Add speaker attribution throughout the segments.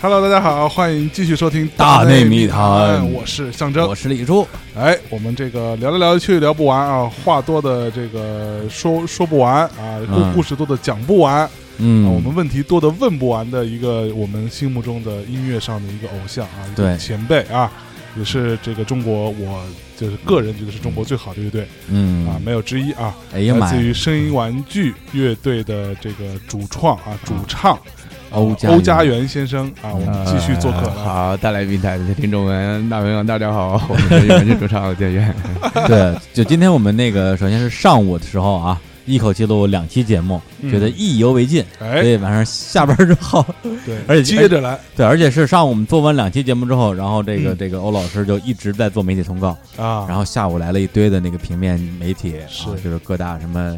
Speaker 1: Hello，大家好，欢迎继续收听《
Speaker 2: 大
Speaker 1: 内哎
Speaker 2: 内密谈
Speaker 1: 我是象征
Speaker 2: 我。是李叔，
Speaker 1: 哎，我们这个聊来聊去聊不完啊，话多的这个说说不完啊，故
Speaker 2: 嗯
Speaker 1: 故事多的讲不完、
Speaker 2: 嗯
Speaker 1: 啊，我们问题多的问不完的一个我们心目中的音乐上的一个偶像啊，一个
Speaker 2: 对
Speaker 1: 前辈啊，也是这个中国我就是个人觉得是中国最好的乐队啊，
Speaker 2: 嗯，
Speaker 1: 没有之一啊。
Speaker 2: 哎呀
Speaker 1: 来
Speaker 2: 妈
Speaker 1: 自
Speaker 2: 呀，
Speaker 1: 于声音玩具乐队的这个主创啊，主唱
Speaker 2: 欧家嗯
Speaker 1: 欧家园先生啊，我们继续做客
Speaker 3: 呃
Speaker 1: 了。
Speaker 3: 好，带来平台的听众们，大朋友们大家好， 我是原剧主唱建元。
Speaker 2: 对，就今天我们那个，首先是上午的时候啊，一口气录两期节目，
Speaker 1: 嗯
Speaker 2: 觉得意犹未尽，所
Speaker 1: 哎，
Speaker 2: 以晚上下班之后，
Speaker 1: 对，
Speaker 2: 而且
Speaker 1: 接着来
Speaker 2: 对，而且是上午我们做完两期节目之后，然后这个
Speaker 1: 嗯
Speaker 2: 这个欧老师就一直在做媒体通告，
Speaker 1: 啊，
Speaker 2: 然后下午来了一堆的那个平面媒体，啊
Speaker 1: 是
Speaker 2: 就是各大什么。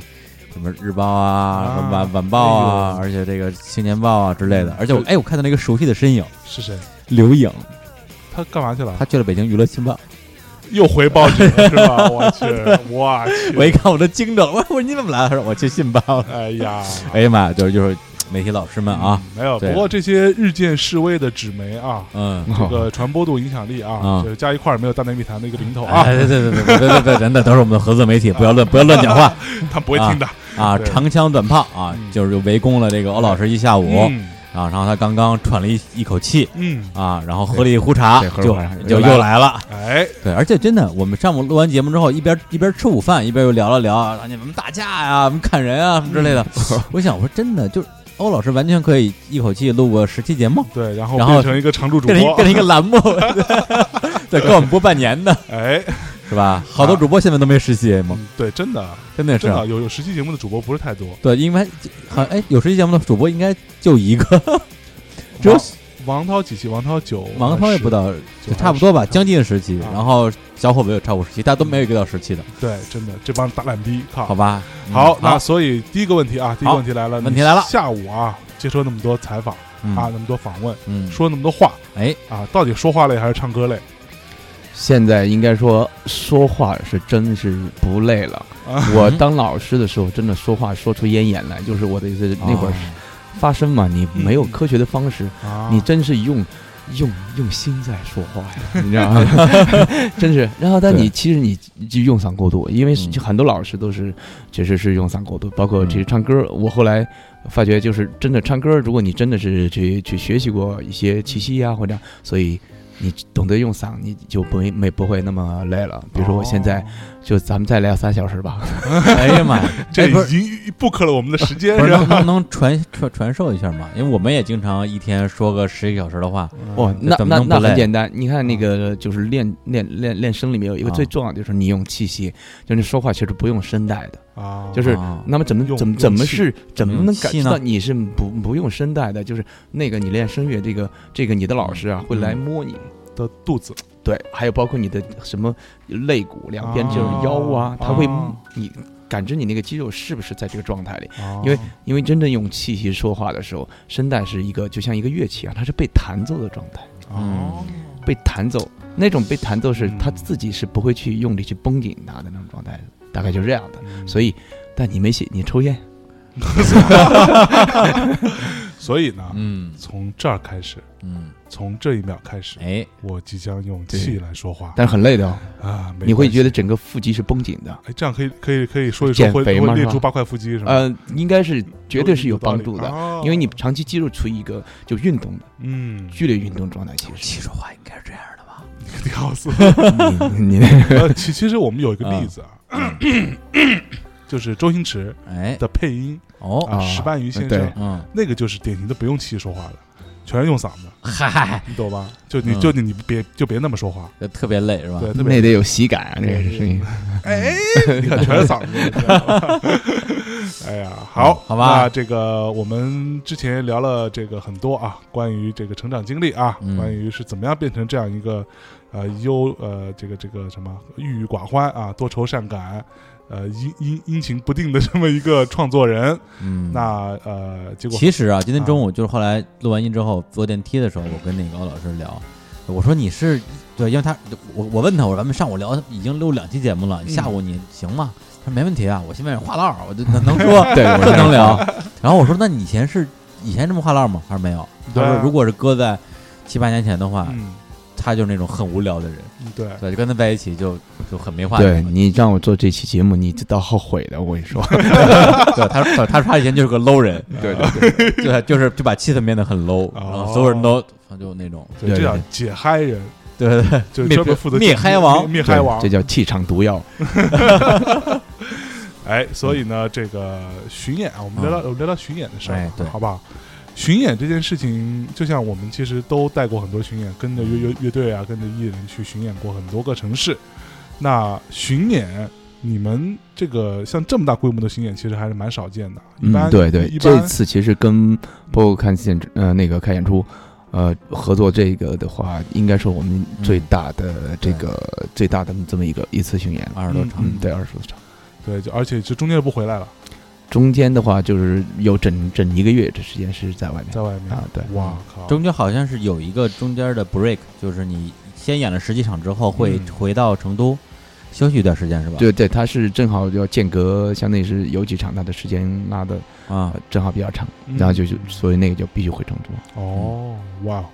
Speaker 2: 什么日报啊，
Speaker 1: 啊
Speaker 2: 什么晚晚报啊，
Speaker 1: 哎呦嗯
Speaker 2: 而且这个青年报啊之类的，而且我
Speaker 1: 对
Speaker 2: 哎，我看到了一个熟悉的身影，
Speaker 1: 是谁？
Speaker 2: 刘颖，
Speaker 1: 他干嘛去了？
Speaker 2: 他去了北京娱乐新报，
Speaker 1: 又回报纸了 是吧？我去，我
Speaker 2: 我一
Speaker 1: 去，
Speaker 2: 看我都惊着，我说我说你怎么来了？他说 我去信报了。
Speaker 1: 哎呀，
Speaker 2: 哎呀妈呀，就是就是媒体老师们啊，
Speaker 1: 没有。
Speaker 2: 对
Speaker 1: 不过这些日渐式微的纸媒啊，
Speaker 2: 嗯，
Speaker 1: 这
Speaker 3: 哦
Speaker 1: 个传播度、影响力啊，
Speaker 2: 啊
Speaker 1: 就是加一块儿没有大内密谈的一个零头啊，
Speaker 2: 哎，对对对对对对对，等等，都是我们的合作媒体，不要乱不要乱讲话
Speaker 1: 他不会听的。
Speaker 2: 啊！
Speaker 1: 对
Speaker 2: 长枪短炮啊
Speaker 1: 嗯，
Speaker 2: 就是围攻了这个欧老师一下午
Speaker 1: 嗯
Speaker 2: 啊，然后他刚刚喘了一一口气
Speaker 1: 嗯，
Speaker 2: 啊，然后喝了一壶茶
Speaker 3: 对，喝了
Speaker 2: 就
Speaker 3: 壶茶
Speaker 2: 就
Speaker 3: 又来
Speaker 2: 又来了。
Speaker 1: 哎，
Speaker 2: 对，而且真的，我们上午录完节目之后，一边一边吃午饭，一边又聊了聊啊，你们打架呀、我们砍人啊什么之类的。
Speaker 1: 嗯
Speaker 2: 我想，我说真的，就是欧老师完全可以一口气录个十期节目。
Speaker 1: 对，然后
Speaker 2: 然后
Speaker 1: 变成一个常驻主
Speaker 2: 变成一
Speaker 1: 播
Speaker 2: 变，成一个栏 目， 对，跟我们播半年的
Speaker 1: 哎，
Speaker 2: 是吧？好多主播现在都没实习嘛，
Speaker 1: 啊嗯对，真的。
Speaker 2: 真哦的是啊
Speaker 1: 真。的有有实期节目的主播不是太多，
Speaker 2: 对，因为好哎，有实习节目的主播应该就一个，
Speaker 1: 啊
Speaker 2: 只有
Speaker 1: 王王涛几期，王涛九， 呃
Speaker 2: 王涛也不到，
Speaker 1: 十，
Speaker 2: 就差不多吧，
Speaker 1: 九
Speaker 2: 将近十期
Speaker 1: 啊。
Speaker 2: 然后小伙伴有超过十期，大家都没有一个到十期的，
Speaker 1: 对，真的这帮打懒逼，靠
Speaker 2: 好。吧？嗯
Speaker 1: 好，那
Speaker 2: 好，
Speaker 1: 所以第一个问题啊，第一个
Speaker 2: 好
Speaker 1: 问题来了，
Speaker 2: 问
Speaker 1: 你
Speaker 2: 题来了
Speaker 1: 下午啊，接受那么多采访啊，
Speaker 2: 嗯
Speaker 1: 那么多访问，
Speaker 2: 嗯，
Speaker 1: 说那么多话
Speaker 2: 哎，
Speaker 1: 啊，到底说话类还是唱歌类？
Speaker 3: 现在应该说说话是真是不累了
Speaker 1: 啊。
Speaker 3: 我当老师的时候，真的说话说出咽炎来，就是我的意思。那会儿发声嘛，你
Speaker 1: 嗯
Speaker 3: 没有科学的方式，
Speaker 1: 啊，
Speaker 3: 你真是用用用心在说话 呀，你知道吗？ 真是。然后，但
Speaker 2: 对
Speaker 3: 你其实你就用嗓过度，因为是
Speaker 2: 嗯
Speaker 3: 很多老师都是其实是用嗓过度，包括
Speaker 2: 嗯
Speaker 3: 其实唱歌，我后来。发觉就是真的唱歌，如果你真的是去去学习过一些气息呀、或者所以你懂得用嗓，你就不会没不会那么累了。比如说我现在
Speaker 1: 哦
Speaker 3: 就咱们再聊仨小时吧，
Speaker 2: 哎呀妈呀，
Speaker 1: 这
Speaker 2: 哎不
Speaker 1: 已
Speaker 2: 是
Speaker 1: 经 book 了我们的时间
Speaker 2: 不是
Speaker 1: 是
Speaker 2: 能
Speaker 1: 吧？
Speaker 2: 能能传传传授一下吗？因为我们也经常一天说个十个小时的话，
Speaker 3: 哇，
Speaker 2: 这
Speaker 3: 那
Speaker 2: 怎么
Speaker 3: 那
Speaker 2: 能不
Speaker 3: 那很
Speaker 2: 累啊嗯
Speaker 3: 简单。你看那个就是练练练练声里面有一个
Speaker 2: 啊
Speaker 3: 最重要的就是你用气息，就是你说话其实不用声带的。
Speaker 1: 啊，
Speaker 3: 就是
Speaker 2: 啊
Speaker 3: 那么怎么
Speaker 1: 用
Speaker 3: 怎么
Speaker 1: 用
Speaker 3: 怎么
Speaker 1: 气
Speaker 3: 是怎么
Speaker 2: 用嗯
Speaker 3: 能感
Speaker 2: 气
Speaker 3: 知
Speaker 2: 呢
Speaker 3: 到你是不不用声带的？就是那个你练声乐这个这个你的老师啊会来
Speaker 2: 嗯
Speaker 3: 摸你。
Speaker 1: 的肚子
Speaker 3: 对，还有包括你的什么肋骨两边就是
Speaker 1: 哦
Speaker 3: 腰啊，他会
Speaker 1: 哦
Speaker 3: 你感知你那个肌肉是不是在这个状态里？
Speaker 1: 啊
Speaker 3: 因为因为真正用气息说话的时候，声带是一个就像一个乐器啊，它是被弹奏的状态。
Speaker 1: 哦
Speaker 3: 被弹走，那种被弹奏是
Speaker 1: 嗯
Speaker 3: 他自己是不会去用力去绷紧它的那种状态，大概就是这样的。
Speaker 1: 嗯
Speaker 3: 所以，但你没写，你抽烟，
Speaker 1: 所以呢，
Speaker 2: 嗯
Speaker 1: 从这儿开始，
Speaker 2: 嗯，
Speaker 1: 从这一秒开始，
Speaker 2: 哎，
Speaker 1: 我即将用
Speaker 3: 对
Speaker 1: 气来说话
Speaker 3: 但是很累的哦，
Speaker 1: 啊，没
Speaker 3: 你会
Speaker 1: 关系
Speaker 3: 觉得整个腹肌是绷紧的。
Speaker 1: 哎，这样可以可以可以说一说
Speaker 3: 减
Speaker 1: 会
Speaker 3: 肥
Speaker 1: 会
Speaker 3: 吗
Speaker 1: 列
Speaker 3: 是吧
Speaker 1: 出八块腹肌是吗？
Speaker 3: 呃，应该是绝对是有
Speaker 1: 道理
Speaker 3: 帮助的，
Speaker 1: 哦
Speaker 3: 因为你长期肌肉处于一个就运动的
Speaker 1: 嗯，
Speaker 3: 剧烈运动状态，其实
Speaker 2: 其实话应该是这样的吧？
Speaker 1: 屌丝。
Speaker 3: 你你
Speaker 1: 呃，其其实我们有一个例子啊，嗯 就是周星驰
Speaker 2: 哎，
Speaker 1: 的配音
Speaker 2: 哦，
Speaker 1: 啊，
Speaker 3: 啊
Speaker 1: 石斑鱼先生
Speaker 3: 对，
Speaker 2: 嗯，
Speaker 1: 那个就是典型的不用气说话的，全是用嗓子，
Speaker 2: 嗨，
Speaker 1: 你懂吧？就你
Speaker 2: 嗯
Speaker 1: 就你你别就别那么说话，
Speaker 2: 就特别累是吧？
Speaker 1: 对，特
Speaker 3: 那
Speaker 1: 别
Speaker 3: 得有喜感啊，这个声音。，
Speaker 1: 哎，你看全是嗓子你知道吗。哎呀，好，
Speaker 2: 嗯好吧
Speaker 1: 那这个我们之前聊了这个很多啊，关于这个成长经历啊，
Speaker 2: 嗯
Speaker 1: 关于是怎么样变成这样一个呃优呃这个这个什么郁郁寡欢啊，多愁善感。呃阴阴阴晴不定的这么一个创作人。
Speaker 2: 嗯，
Speaker 1: 那呃，结果
Speaker 2: 其实啊，今天中午就是后来录完音之后坐电梯的时候，我跟那个欧老师聊，我说你是对，因为他我我问他，我说咱们上午聊已经录两期节目了，
Speaker 1: 嗯
Speaker 2: 下午你行吗？他说没问题啊，我现在是话唠儿，我就能能说
Speaker 3: 对，我
Speaker 2: 不能聊。然后我说那你以前是以前这么话唠儿吗？他说没有。他
Speaker 1: 对啊
Speaker 2: 说如果是搁在七八年前的话，
Speaker 1: 嗯，
Speaker 2: 他就是那种很无聊的人，
Speaker 1: 嗯对，
Speaker 2: 对，就跟他在一起就就很没话聊。
Speaker 3: 对你让我做这期节目，你这倒后悔的，我跟 你说。
Speaker 2: 对，他说他说他以前就是个 low 人，
Speaker 3: 对
Speaker 1: 啊
Speaker 3: 对对，
Speaker 2: 对，就是就把气氛变得很 low，然后所有人都就那种，
Speaker 1: 对，这
Speaker 3: 对
Speaker 1: 叫
Speaker 3: 对
Speaker 1: 解嗨人，
Speaker 2: 对对对，
Speaker 1: 就是
Speaker 2: 灭
Speaker 1: 专门负责
Speaker 2: 灭
Speaker 1: 解
Speaker 2: 嗨王
Speaker 1: 灭灭嗨王
Speaker 3: 这。叫气场毒药。
Speaker 1: 哎，所以呢，这个巡演啊，我们
Speaker 3: 嗯
Speaker 1: 聊聊、我们聊聊巡演的事儿、
Speaker 2: 哎对
Speaker 1: 好不好？巡演这件事情，就像我们其实都带过很多巡演，跟着
Speaker 3: 嗯
Speaker 1: 乐乐乐队啊，跟着艺人去巡演过很多个城市。那巡演，你们这个像这么大规模的巡演，其实还是蛮少见的。一般、
Speaker 3: 嗯，对对
Speaker 1: 一，
Speaker 3: 这
Speaker 1: 般
Speaker 3: 次其实跟包括看现呃那个看演出，呃合作这个的话，应该是我们最大的这个、
Speaker 1: 嗯
Speaker 3: 最大的这么一个一次巡演了。
Speaker 2: 二十多场，
Speaker 3: 嗯，对，二十多场。
Speaker 1: 对，就而且就中间就不回来了，
Speaker 3: 中间的话就是有整整一个月这时间是在外面
Speaker 1: 在外面。
Speaker 3: 啊，对，
Speaker 1: 哇靠！
Speaker 2: 中间好像是有一个中间的 break，就是你先演了十几场之后会
Speaker 1: 嗯
Speaker 2: 回到成都休息一段时间是吧？
Speaker 3: 对对，他是正好要间隔，相当于是有几场他的时间拉的
Speaker 2: 啊
Speaker 3: 呃，正好比较长，
Speaker 1: 嗯
Speaker 3: 然后就是所嗯以那个就必须回成都。
Speaker 1: 哦，哇！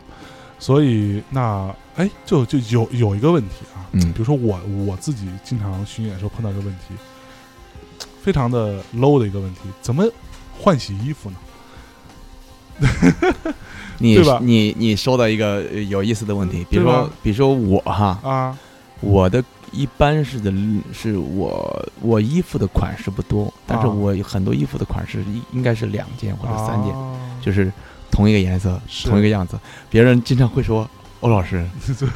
Speaker 1: 所以那哎，就就有有一个问题啊，
Speaker 3: 嗯
Speaker 1: 比如说我我自己经常巡演的时候碰到一个问题，非常的 low 的一个问题，怎么换洗衣服呢？
Speaker 3: 你
Speaker 1: 对吧
Speaker 3: 你你说到一个呃有意思的问题，比如
Speaker 1: 对吧
Speaker 3: 说比如说我哈，
Speaker 1: 啊，
Speaker 3: 我的一般是的是我我衣服的款式不多，但是
Speaker 1: 啊
Speaker 3: 我有很多衣服的款式应应该是两件或者三件，
Speaker 1: 啊
Speaker 3: 就是同一个颜色，
Speaker 1: 是
Speaker 3: 同一个样子。别人经常会说。欧老师，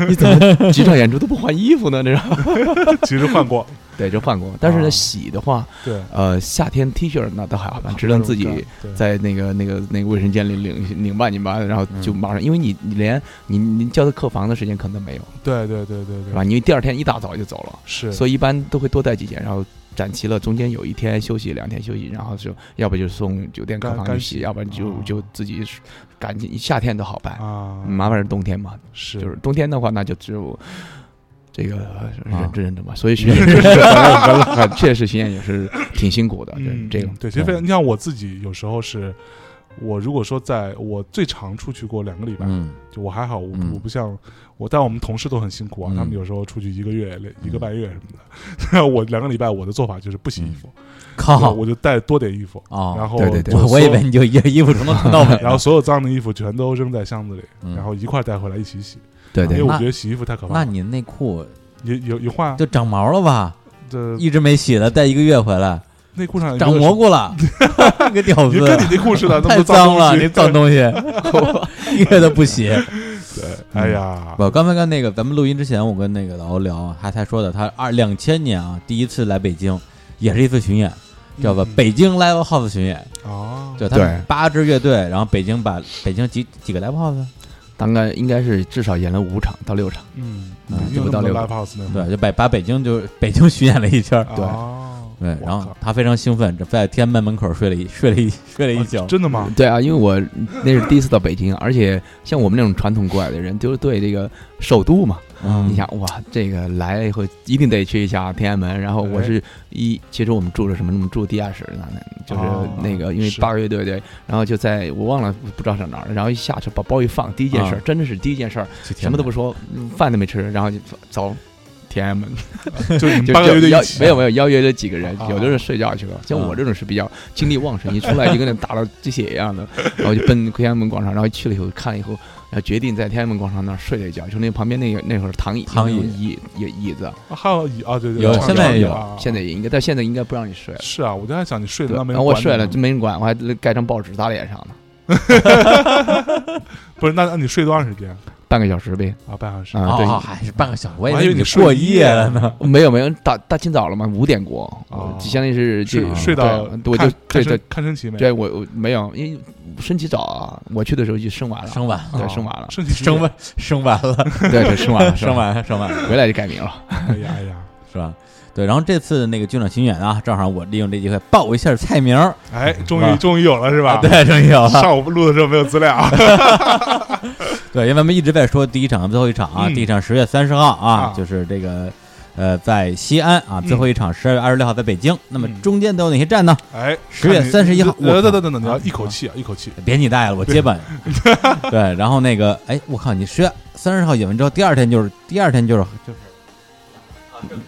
Speaker 3: 你怎么几场演出都不换衣服呢？这种
Speaker 1: 其实换过，
Speaker 3: 对，就换过。但是
Speaker 1: 啊
Speaker 3: 呢，洗的话，
Speaker 1: 对，
Speaker 3: 呃，夏天 T 恤那倒还好，只能自己
Speaker 1: 对
Speaker 3: 在那个那个那个卫生间里领领半拧巴，然后就马
Speaker 1: 嗯
Speaker 3: 上，因为你你连你你叫他客房的时间可能没有，
Speaker 1: 对对对对
Speaker 3: 是
Speaker 1: 对，
Speaker 3: 吧？因为第二天一大早就走了，
Speaker 1: 是，
Speaker 3: 所以一般都会多带几件，然后攒齐了，中间有一天休息，两天休息，然后就要不就送酒店客
Speaker 1: 干
Speaker 3: 房
Speaker 1: 干
Speaker 3: 去
Speaker 1: 洗
Speaker 3: 洗，要不然就
Speaker 1: 哦
Speaker 3: 就自己赶紧。夏天都好办，
Speaker 1: 啊，
Speaker 3: 麻烦是冬天嘛，
Speaker 1: 是
Speaker 3: 就是冬天的话，那就只有。这个呃
Speaker 2: 啊
Speaker 3: 忍着忍着吧，所 以巡演就是很很很确实巡演也是挺辛苦的，
Speaker 1: 嗯，
Speaker 3: 这这个
Speaker 1: 对，其实非常，你像我自己有时候是，我如果说在我最长出去过两个礼拜，
Speaker 2: 嗯
Speaker 1: 就我还好，我
Speaker 2: 嗯
Speaker 1: 我不像我，但我们同事都很辛苦啊，
Speaker 2: 嗯
Speaker 1: 他们有时候出去一个月、两
Speaker 2: 嗯
Speaker 1: 一个半月什么的。 我两个礼拜我的做法就是不洗衣服，
Speaker 2: 靠
Speaker 1: 我就带多点衣服，然
Speaker 2: 啊哦，
Speaker 1: 后
Speaker 3: 对对对
Speaker 1: 就
Speaker 2: 我我以
Speaker 1: 所
Speaker 2: 为你就一件衣服从头穿 到尾呢，
Speaker 1: 然后所有脏的衣服全都扔在箱子里，
Speaker 2: 嗯
Speaker 1: 然后一块儿带回来一起洗，
Speaker 3: 对
Speaker 1: 因为
Speaker 3: 对，
Speaker 1: 我
Speaker 2: 那
Speaker 1: 觉得洗衣服太可怕
Speaker 2: 那
Speaker 1: 了，
Speaker 2: 你内裤
Speaker 1: 也有有换啊，
Speaker 2: 就长毛了吧？
Speaker 1: 这
Speaker 2: 一直没洗了，带一个月回来
Speaker 1: 内裤上
Speaker 2: 长蘑
Speaker 1: 菇，
Speaker 2: 菇了， 你个屌
Speaker 1: 呃你
Speaker 2: 丝！
Speaker 1: 跟你内裤 似的，那
Speaker 2: 太
Speaker 1: 么
Speaker 2: 脏了，
Speaker 1: 东西
Speaker 2: 那脏东西， 一个都不洗。嗯
Speaker 1: 对，哎呀，
Speaker 2: 我刚才跟那个咱们录音之前，我跟那个老欧聊啊，他才说的，他二两千年啊，第一次来北京，也是一次巡演，知道吧？
Speaker 1: 嗯
Speaker 2: 北京 live house 巡演，
Speaker 1: 哦，
Speaker 2: 对，他们
Speaker 3: 对
Speaker 2: 八支乐队，然后北京把北京几几个 live house，啊
Speaker 3: 大概应该是至少演了五场到 六场，
Speaker 1: 嗯，
Speaker 2: 嗯
Speaker 1: 有
Speaker 3: 这不
Speaker 1: 那
Speaker 3: 到
Speaker 1: 么
Speaker 3: 六
Speaker 1: 多
Speaker 3: 个
Speaker 1: live house 那会儿
Speaker 2: 对，就把把北京就北京巡演了一圈儿，
Speaker 3: 对
Speaker 1: 嗯哦
Speaker 2: 对，
Speaker 1: 我
Speaker 2: 然后
Speaker 1: 靠
Speaker 2: 他非常兴奋，在天安门门口睡了一 睡了一睡了一
Speaker 1: 啊
Speaker 2: 宿，
Speaker 1: 真的 吗？
Speaker 3: 对啊，因为我那是第一次到北京，而且像我们那种传统过来的人，就是对这个首都嘛，
Speaker 2: 嗯
Speaker 3: 你想哇，这个来了以后一定得去一下天安门。然后我是一，其实我们住的什么，我们住地下室呢，哦就是那个因为
Speaker 1: 是
Speaker 3: 八个乐队对，然后就在我忘了不知道上哪儿，然后一下车把包一放，第一件事
Speaker 2: 啊
Speaker 3: 儿真的是第一件事儿，
Speaker 2: 去天
Speaker 3: 什
Speaker 2: 安门
Speaker 3: 么都不说，嗯饭都没吃，然后就走。天安门
Speaker 1: 就你们
Speaker 3: 就
Speaker 1: 八个
Speaker 3: 就
Speaker 1: 乐队嗯
Speaker 3: 邀
Speaker 1: 一起
Speaker 3: 没有没有邀约了几个人
Speaker 1: 啊，
Speaker 3: 有的人睡觉去了，像我这种是比较精力旺盛，一出来就跟那打了鸡血一 样的，然后就奔天安门广场，然后去了以后看了以后，然后决定在天安门广场那儿睡了一觉，就那旁边那个那会儿躺椅
Speaker 2: 躺椅
Speaker 3: 椅椅椅子，
Speaker 1: 啊还有椅啊，对对，
Speaker 2: 有
Speaker 1: 对
Speaker 2: 现在也有
Speaker 1: 啊
Speaker 3: 现在也应该，但现在应该不让你睡了。
Speaker 1: 是啊，我就在想你睡的
Speaker 3: 对，
Speaker 1: 那没人
Speaker 3: 然后我
Speaker 1: 管
Speaker 3: 睡
Speaker 1: 你
Speaker 3: 了，
Speaker 1: 吗
Speaker 3: 就没人管，我还盖张报纸砸脸上呢，
Speaker 1: 不是？那那你睡多长时间
Speaker 3: 半个小时呗。
Speaker 1: 啊？半小时
Speaker 3: 啊，
Speaker 2: 哦，
Speaker 3: 对，
Speaker 2: 还是半个小时，我以
Speaker 1: 我还以为
Speaker 2: 你过
Speaker 1: 你睡
Speaker 2: 夜了呢。
Speaker 3: 没有没有，大大清早了嘛，五点过，
Speaker 1: 哦
Speaker 3: 我就相当于是这
Speaker 1: 睡睡到
Speaker 3: 对我就
Speaker 1: 看看
Speaker 3: 对对
Speaker 1: 升看升旗没？
Speaker 3: 对，我我没有，因为升旗早啊，我去的时候就升完了，
Speaker 2: 生完
Speaker 1: 啊，
Speaker 3: 对，升完了，
Speaker 1: 升旗几
Speaker 2: 生
Speaker 1: 点
Speaker 2: 完生完了，
Speaker 3: 对，对，升完 了，
Speaker 2: 生
Speaker 3: 完，
Speaker 2: 完了，生完了。
Speaker 3: 回来就改名了。
Speaker 1: 哎呀哎呀，
Speaker 2: 是吧？对，然后这次的那个军长巡演啊，正好我利用这机会报一下菜名儿，
Speaker 1: 哎，终
Speaker 2: 啊
Speaker 1: 于终于有了是
Speaker 2: 啊
Speaker 1: 吧？
Speaker 2: 对， 终于有了，
Speaker 1: 上午录的时候没有资料，
Speaker 2: 对，因为我们一直在说第一场和最后一场啊，
Speaker 1: 嗯
Speaker 2: 第一场十月三十号啊
Speaker 1: 啊，
Speaker 2: 就是这个呃在西安啊，
Speaker 1: 嗯
Speaker 2: 最后一场十二月二十六号在北京。那么
Speaker 1: 嗯
Speaker 2: 中间都有哪些站呢？
Speaker 1: 哎，
Speaker 2: 10月
Speaker 1: 看你
Speaker 2: 31号我
Speaker 1: 呃等等
Speaker 2: 靠
Speaker 1: 等等，你要
Speaker 2: 啊
Speaker 1: 一口气啊，一口气，
Speaker 2: 别你大爷了，我接班。对，然后那个哎，我靠，你十月三十号演完之后，第二天就是第二天就是就是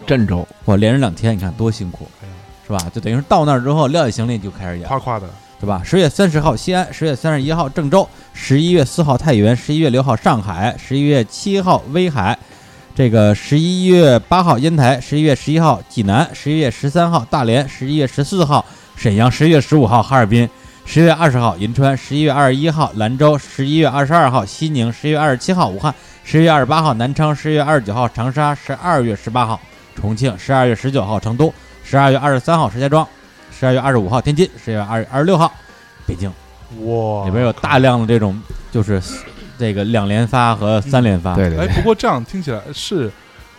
Speaker 3: 郑州
Speaker 2: 我连着两天，你看多辛苦
Speaker 1: 哎呀，
Speaker 2: 是吧？就等于是到那儿之后撂下行李就开始演，
Speaker 1: 夸夸的，
Speaker 2: 对吧？十月三十号西安，十月三十一号郑州，十一月四号太原，十一月六号上海，十一月七号威海，这个十一月八号烟台，十一月十一号济南，十一月十三号大连，十一月十四号沈阳，十一月十五号哈尔滨，十一月二十号银川，十一月二十一号兰州，十一月二十二号西宁，十一月二十七号武汉，十一月二十八号南昌，十一月二十九号长沙，十二月十八号重庆，十二月十九号成都，十二月二十三号石家庄。十二月二十五号天津，十月二二十六号北京，
Speaker 3: 哦
Speaker 1: 哇，
Speaker 2: 里边有大量的这种就是这个两连发和三连发，
Speaker 3: 对对
Speaker 1: 哎，
Speaker 3: 对。
Speaker 1: 不过这样听起来是，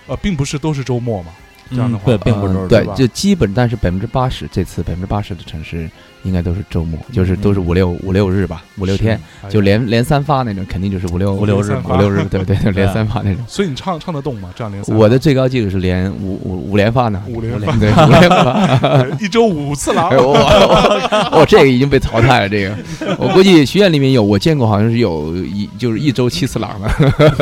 Speaker 1: 呃，并不是都是周末嘛，
Speaker 2: 嗯，
Speaker 1: 这样的话
Speaker 2: 对，并不
Speaker 3: 嗯
Speaker 2: 是
Speaker 3: 对
Speaker 1: 吧，
Speaker 3: 就基本，但是百分之八十，这次百分之八十的城市应该都是周末，就是都是五六五六日吧，五六天，
Speaker 1: 哎
Speaker 3: 就连连三发那种，肯定就是五六
Speaker 2: 五六日
Speaker 1: 嘛
Speaker 3: 五六日，对对，对连三发那种。
Speaker 1: 所以你唱唱得动吗？这样连三
Speaker 3: 我的最高纪录是连五五五连发呢，
Speaker 1: 五连发
Speaker 3: 对五连发。
Speaker 1: 一周五次郎
Speaker 3: 哎，我我我这个已经被淘汰了，这个我估计学院里面有，我见过好像是有一就是一周七次郎的，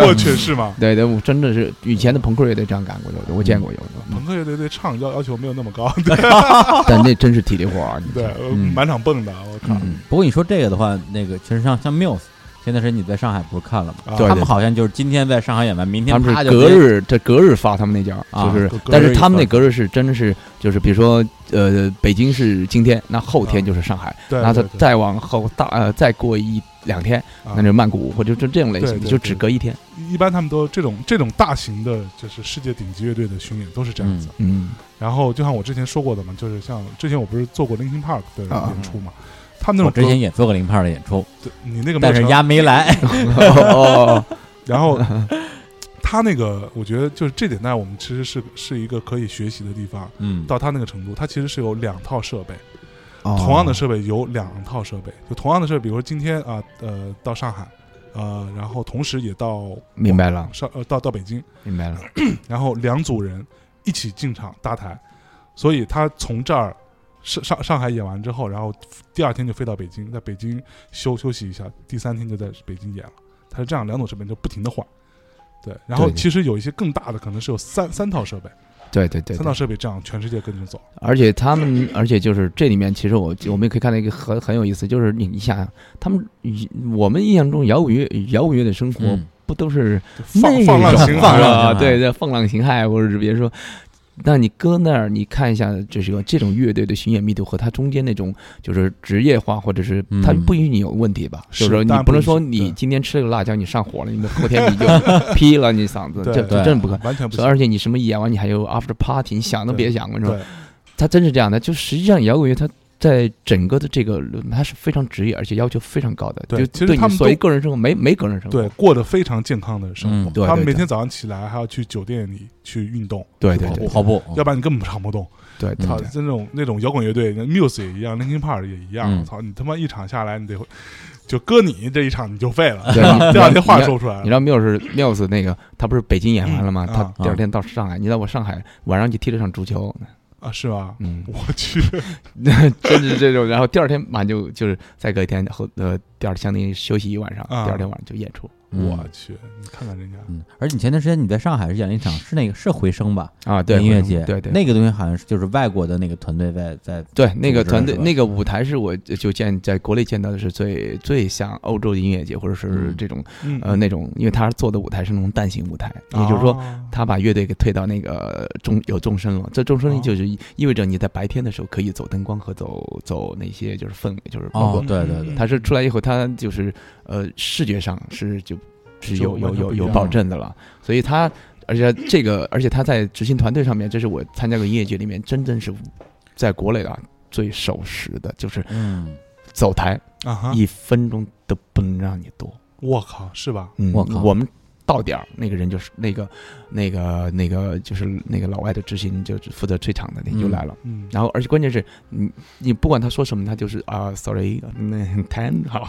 Speaker 1: 我去是吗？
Speaker 3: 对对，我真的是以前的朋克乐队这样干过的，我见过有的，
Speaker 1: 朋克乐队对唱要要求没有那么高，
Speaker 3: 但那真是体力活儿，你
Speaker 1: 对，
Speaker 3: 知道
Speaker 1: 呃
Speaker 3: 嗯
Speaker 1: 满场蹦的，我靠，
Speaker 3: 嗯，
Speaker 2: 啊不过你说这个的话，那个其实像像 Muse，现在是你在上海不是看了吗？
Speaker 1: 啊
Speaker 3: 对
Speaker 2: 他们好像就是今天在上海演完，明
Speaker 3: 他
Speaker 2: 天
Speaker 3: 们
Speaker 2: 啪
Speaker 3: 是
Speaker 2: 就
Speaker 3: 隔
Speaker 2: 直接
Speaker 3: 日，这隔日发他们那家儿，
Speaker 2: 啊
Speaker 3: 就是
Speaker 1: 隔隔，
Speaker 3: 但
Speaker 2: 日
Speaker 3: 是他们那
Speaker 2: 发
Speaker 3: 隔日是真的是，就是比如说，呃，北京是今天，那后天
Speaker 1: 啊
Speaker 3: 就是上海，
Speaker 1: 对，
Speaker 3: 那
Speaker 1: 对
Speaker 3: 再
Speaker 1: 对
Speaker 3: 再往后大呃再过一两天，
Speaker 1: 啊
Speaker 3: 那就曼谷或者就这种类
Speaker 1: 对
Speaker 3: 型的，
Speaker 1: 对
Speaker 3: 就
Speaker 1: 对
Speaker 3: 只隔一天，
Speaker 1: 一般他们都这种这种大型的，就是世界顶级乐队的巡演都是这样子。
Speaker 3: 嗯，
Speaker 1: 然后就像我之前说过的嘛，就是像之前我不是做过 Linkin Park 的
Speaker 3: 啊
Speaker 1: 演出嘛，他们那
Speaker 2: 我
Speaker 1: 种
Speaker 2: 之前
Speaker 1: 歌，
Speaker 2: 也做过零炮的演出，
Speaker 1: 对你那个没有
Speaker 2: 但是
Speaker 1: 成
Speaker 2: 丫没来，
Speaker 3: 哦，
Speaker 1: 然 后他那个，我觉得就是这点在我们其实是是一个可以学习的地方。
Speaker 2: 嗯，
Speaker 1: 到他那个程度，他其实是有两套设备，
Speaker 3: 哦
Speaker 1: 同样的设备有两套设备，就同样的设备，比如说今天啊，呃，到上海，呃，然后同时也到
Speaker 3: 哦明白了，
Speaker 1: 上呃到到北京，
Speaker 3: 明白了，
Speaker 1: 然后两组人一起进场搭台，所以他从这儿上上上海演完之后，然后第二天就飞到北京，在北京休休息一下，第三天就在北京演了。他是这样两种设备就不停的换，对。然后
Speaker 3: 对对
Speaker 1: 其实有一些更大的，可能是有三三套设备，
Speaker 3: 对对对，
Speaker 1: 三
Speaker 3: 对
Speaker 1: 套设备这样全世界跟着走，
Speaker 3: 而且他们，而且就是这里面，其实我我们也可以看到一个很很有意思，就是你你想想，他们我们印象中摇滚乐摇滚乐的生活
Speaker 2: 嗯
Speaker 3: 不都是
Speaker 1: 就放
Speaker 3: 那
Speaker 1: 放浪
Speaker 3: 种
Speaker 1: 形
Speaker 2: 放
Speaker 1: 骸
Speaker 2: 浪
Speaker 1: 啊
Speaker 3: 啊
Speaker 2: 形骸
Speaker 3: 对对，放浪形骸，或者是别说，那你搁那儿，你看一下，就是个这种乐队的巡演密度和它中间那种就是职业化，或者是
Speaker 2: 嗯
Speaker 3: 它不允许你有问题吧？
Speaker 1: 是
Speaker 3: 就是说你
Speaker 1: 当然
Speaker 3: 不
Speaker 1: 不
Speaker 3: 能
Speaker 1: 允许
Speaker 3: 说你
Speaker 1: 对
Speaker 3: 今天吃了个辣椒，你上火了，你后天 你就劈了你嗓子，
Speaker 1: 对
Speaker 3: 这这
Speaker 2: 对
Speaker 3: 真不可能。
Speaker 1: 完全不行。
Speaker 3: 而且你什么演完，你还有 after party，你想都别想，我跟你说。
Speaker 1: 对，
Speaker 3: 它真是这样的，就实际上摇滚乐它在整个的这个它是非常职业，而且要求非常高的，
Speaker 1: 对其
Speaker 3: 就
Speaker 1: 实
Speaker 3: 对
Speaker 1: 他
Speaker 3: 你
Speaker 1: 们
Speaker 3: 所谓
Speaker 1: 都
Speaker 3: 个人生活没没个人生活，
Speaker 1: 对，过得非常健康的生活。
Speaker 2: 嗯
Speaker 3: 对
Speaker 1: 他们
Speaker 3: 对
Speaker 1: 每
Speaker 3: 对
Speaker 1: 天早上起来还要去酒店里去运动，
Speaker 3: 对
Speaker 1: 去
Speaker 3: 对
Speaker 1: 跑
Speaker 3: 对
Speaker 1: 步
Speaker 2: 跑步，
Speaker 1: 要不然你根本唱不动。
Speaker 3: 对嗯对
Speaker 1: 操，
Speaker 3: 嗯对
Speaker 1: 这种那种摇滚乐队那，Muse 也一样，Linkin Park 也一样。
Speaker 2: 嗯
Speaker 1: 操，你他妈一场下来，你得会就搁你这一场你就废 了，
Speaker 3: 对嗯 你
Speaker 1: 第二天话
Speaker 3: 你
Speaker 1: 说不出来
Speaker 3: 你知
Speaker 1: 了。
Speaker 3: 道 Muse Muse 那个他不是北京演完了吗？
Speaker 1: 啊嗯
Speaker 3: 他
Speaker 1: 啊
Speaker 3: 第二天到上海，你知道我上海晚上去踢了场足球，
Speaker 1: 啊，是吧？，
Speaker 3: 嗯
Speaker 1: 我去，
Speaker 3: 真是这种。然后第二天晚上就就是再隔一天后呃，第二相当于休息一晚上，
Speaker 1: 啊
Speaker 3: 第二天晚上就演出
Speaker 2: 嗯
Speaker 1: 我去，你看看人家，
Speaker 2: 嗯，而且你前段时间你在上海是演了一场，是那个是回声吧？
Speaker 3: 啊，对
Speaker 2: 音乐节，
Speaker 3: 对对。
Speaker 2: 那个东西好像是就是外国的那个团队在在
Speaker 3: 对，那个
Speaker 2: 组织
Speaker 3: 团队
Speaker 2: 是吧
Speaker 3: 那个舞台是我就见在国内见到的是最最像欧洲音乐节或者是
Speaker 2: 嗯
Speaker 3: 这种
Speaker 1: 嗯，
Speaker 3: 呃，那种，因为他做的舞台是那种蛋形舞台，也呃就是说，
Speaker 1: 啊，
Speaker 3: 他把乐队给推到那个众有众生了。这众生
Speaker 1: 哦
Speaker 3: 就是意意味着你在白天的时候可以走灯光和走走那些就是氛围，就是
Speaker 2: 哦
Speaker 3: 包括，
Speaker 2: 对
Speaker 1: 嗯
Speaker 2: 对对，
Speaker 3: 他是出来以后，他就是呃视觉上是就
Speaker 1: 就是
Speaker 3: 有
Speaker 1: 完
Speaker 3: 有
Speaker 1: 全
Speaker 3: 有
Speaker 1: 不一
Speaker 3: 有
Speaker 1: 样
Speaker 3: 保证的了，所以他。而且这个，而且他在执行团队上面，这是我参加过音乐节里面真正是在国内啊最守时的，就是
Speaker 2: 嗯，
Speaker 3: 走台
Speaker 1: 啊哈，
Speaker 3: 一分钟都不能让你多。
Speaker 1: 我靠，是吧？
Speaker 3: 嗯，
Speaker 2: 我靠
Speaker 3: 我们到点儿，那个人就是那个那个那个就是那个老外的执行，就是负责吹场的那就
Speaker 2: 嗯
Speaker 3: 来了。
Speaker 1: 嗯，
Speaker 3: 然后，而且关键是你你不管他说什么，他就是啊，sorry，那 ten 好，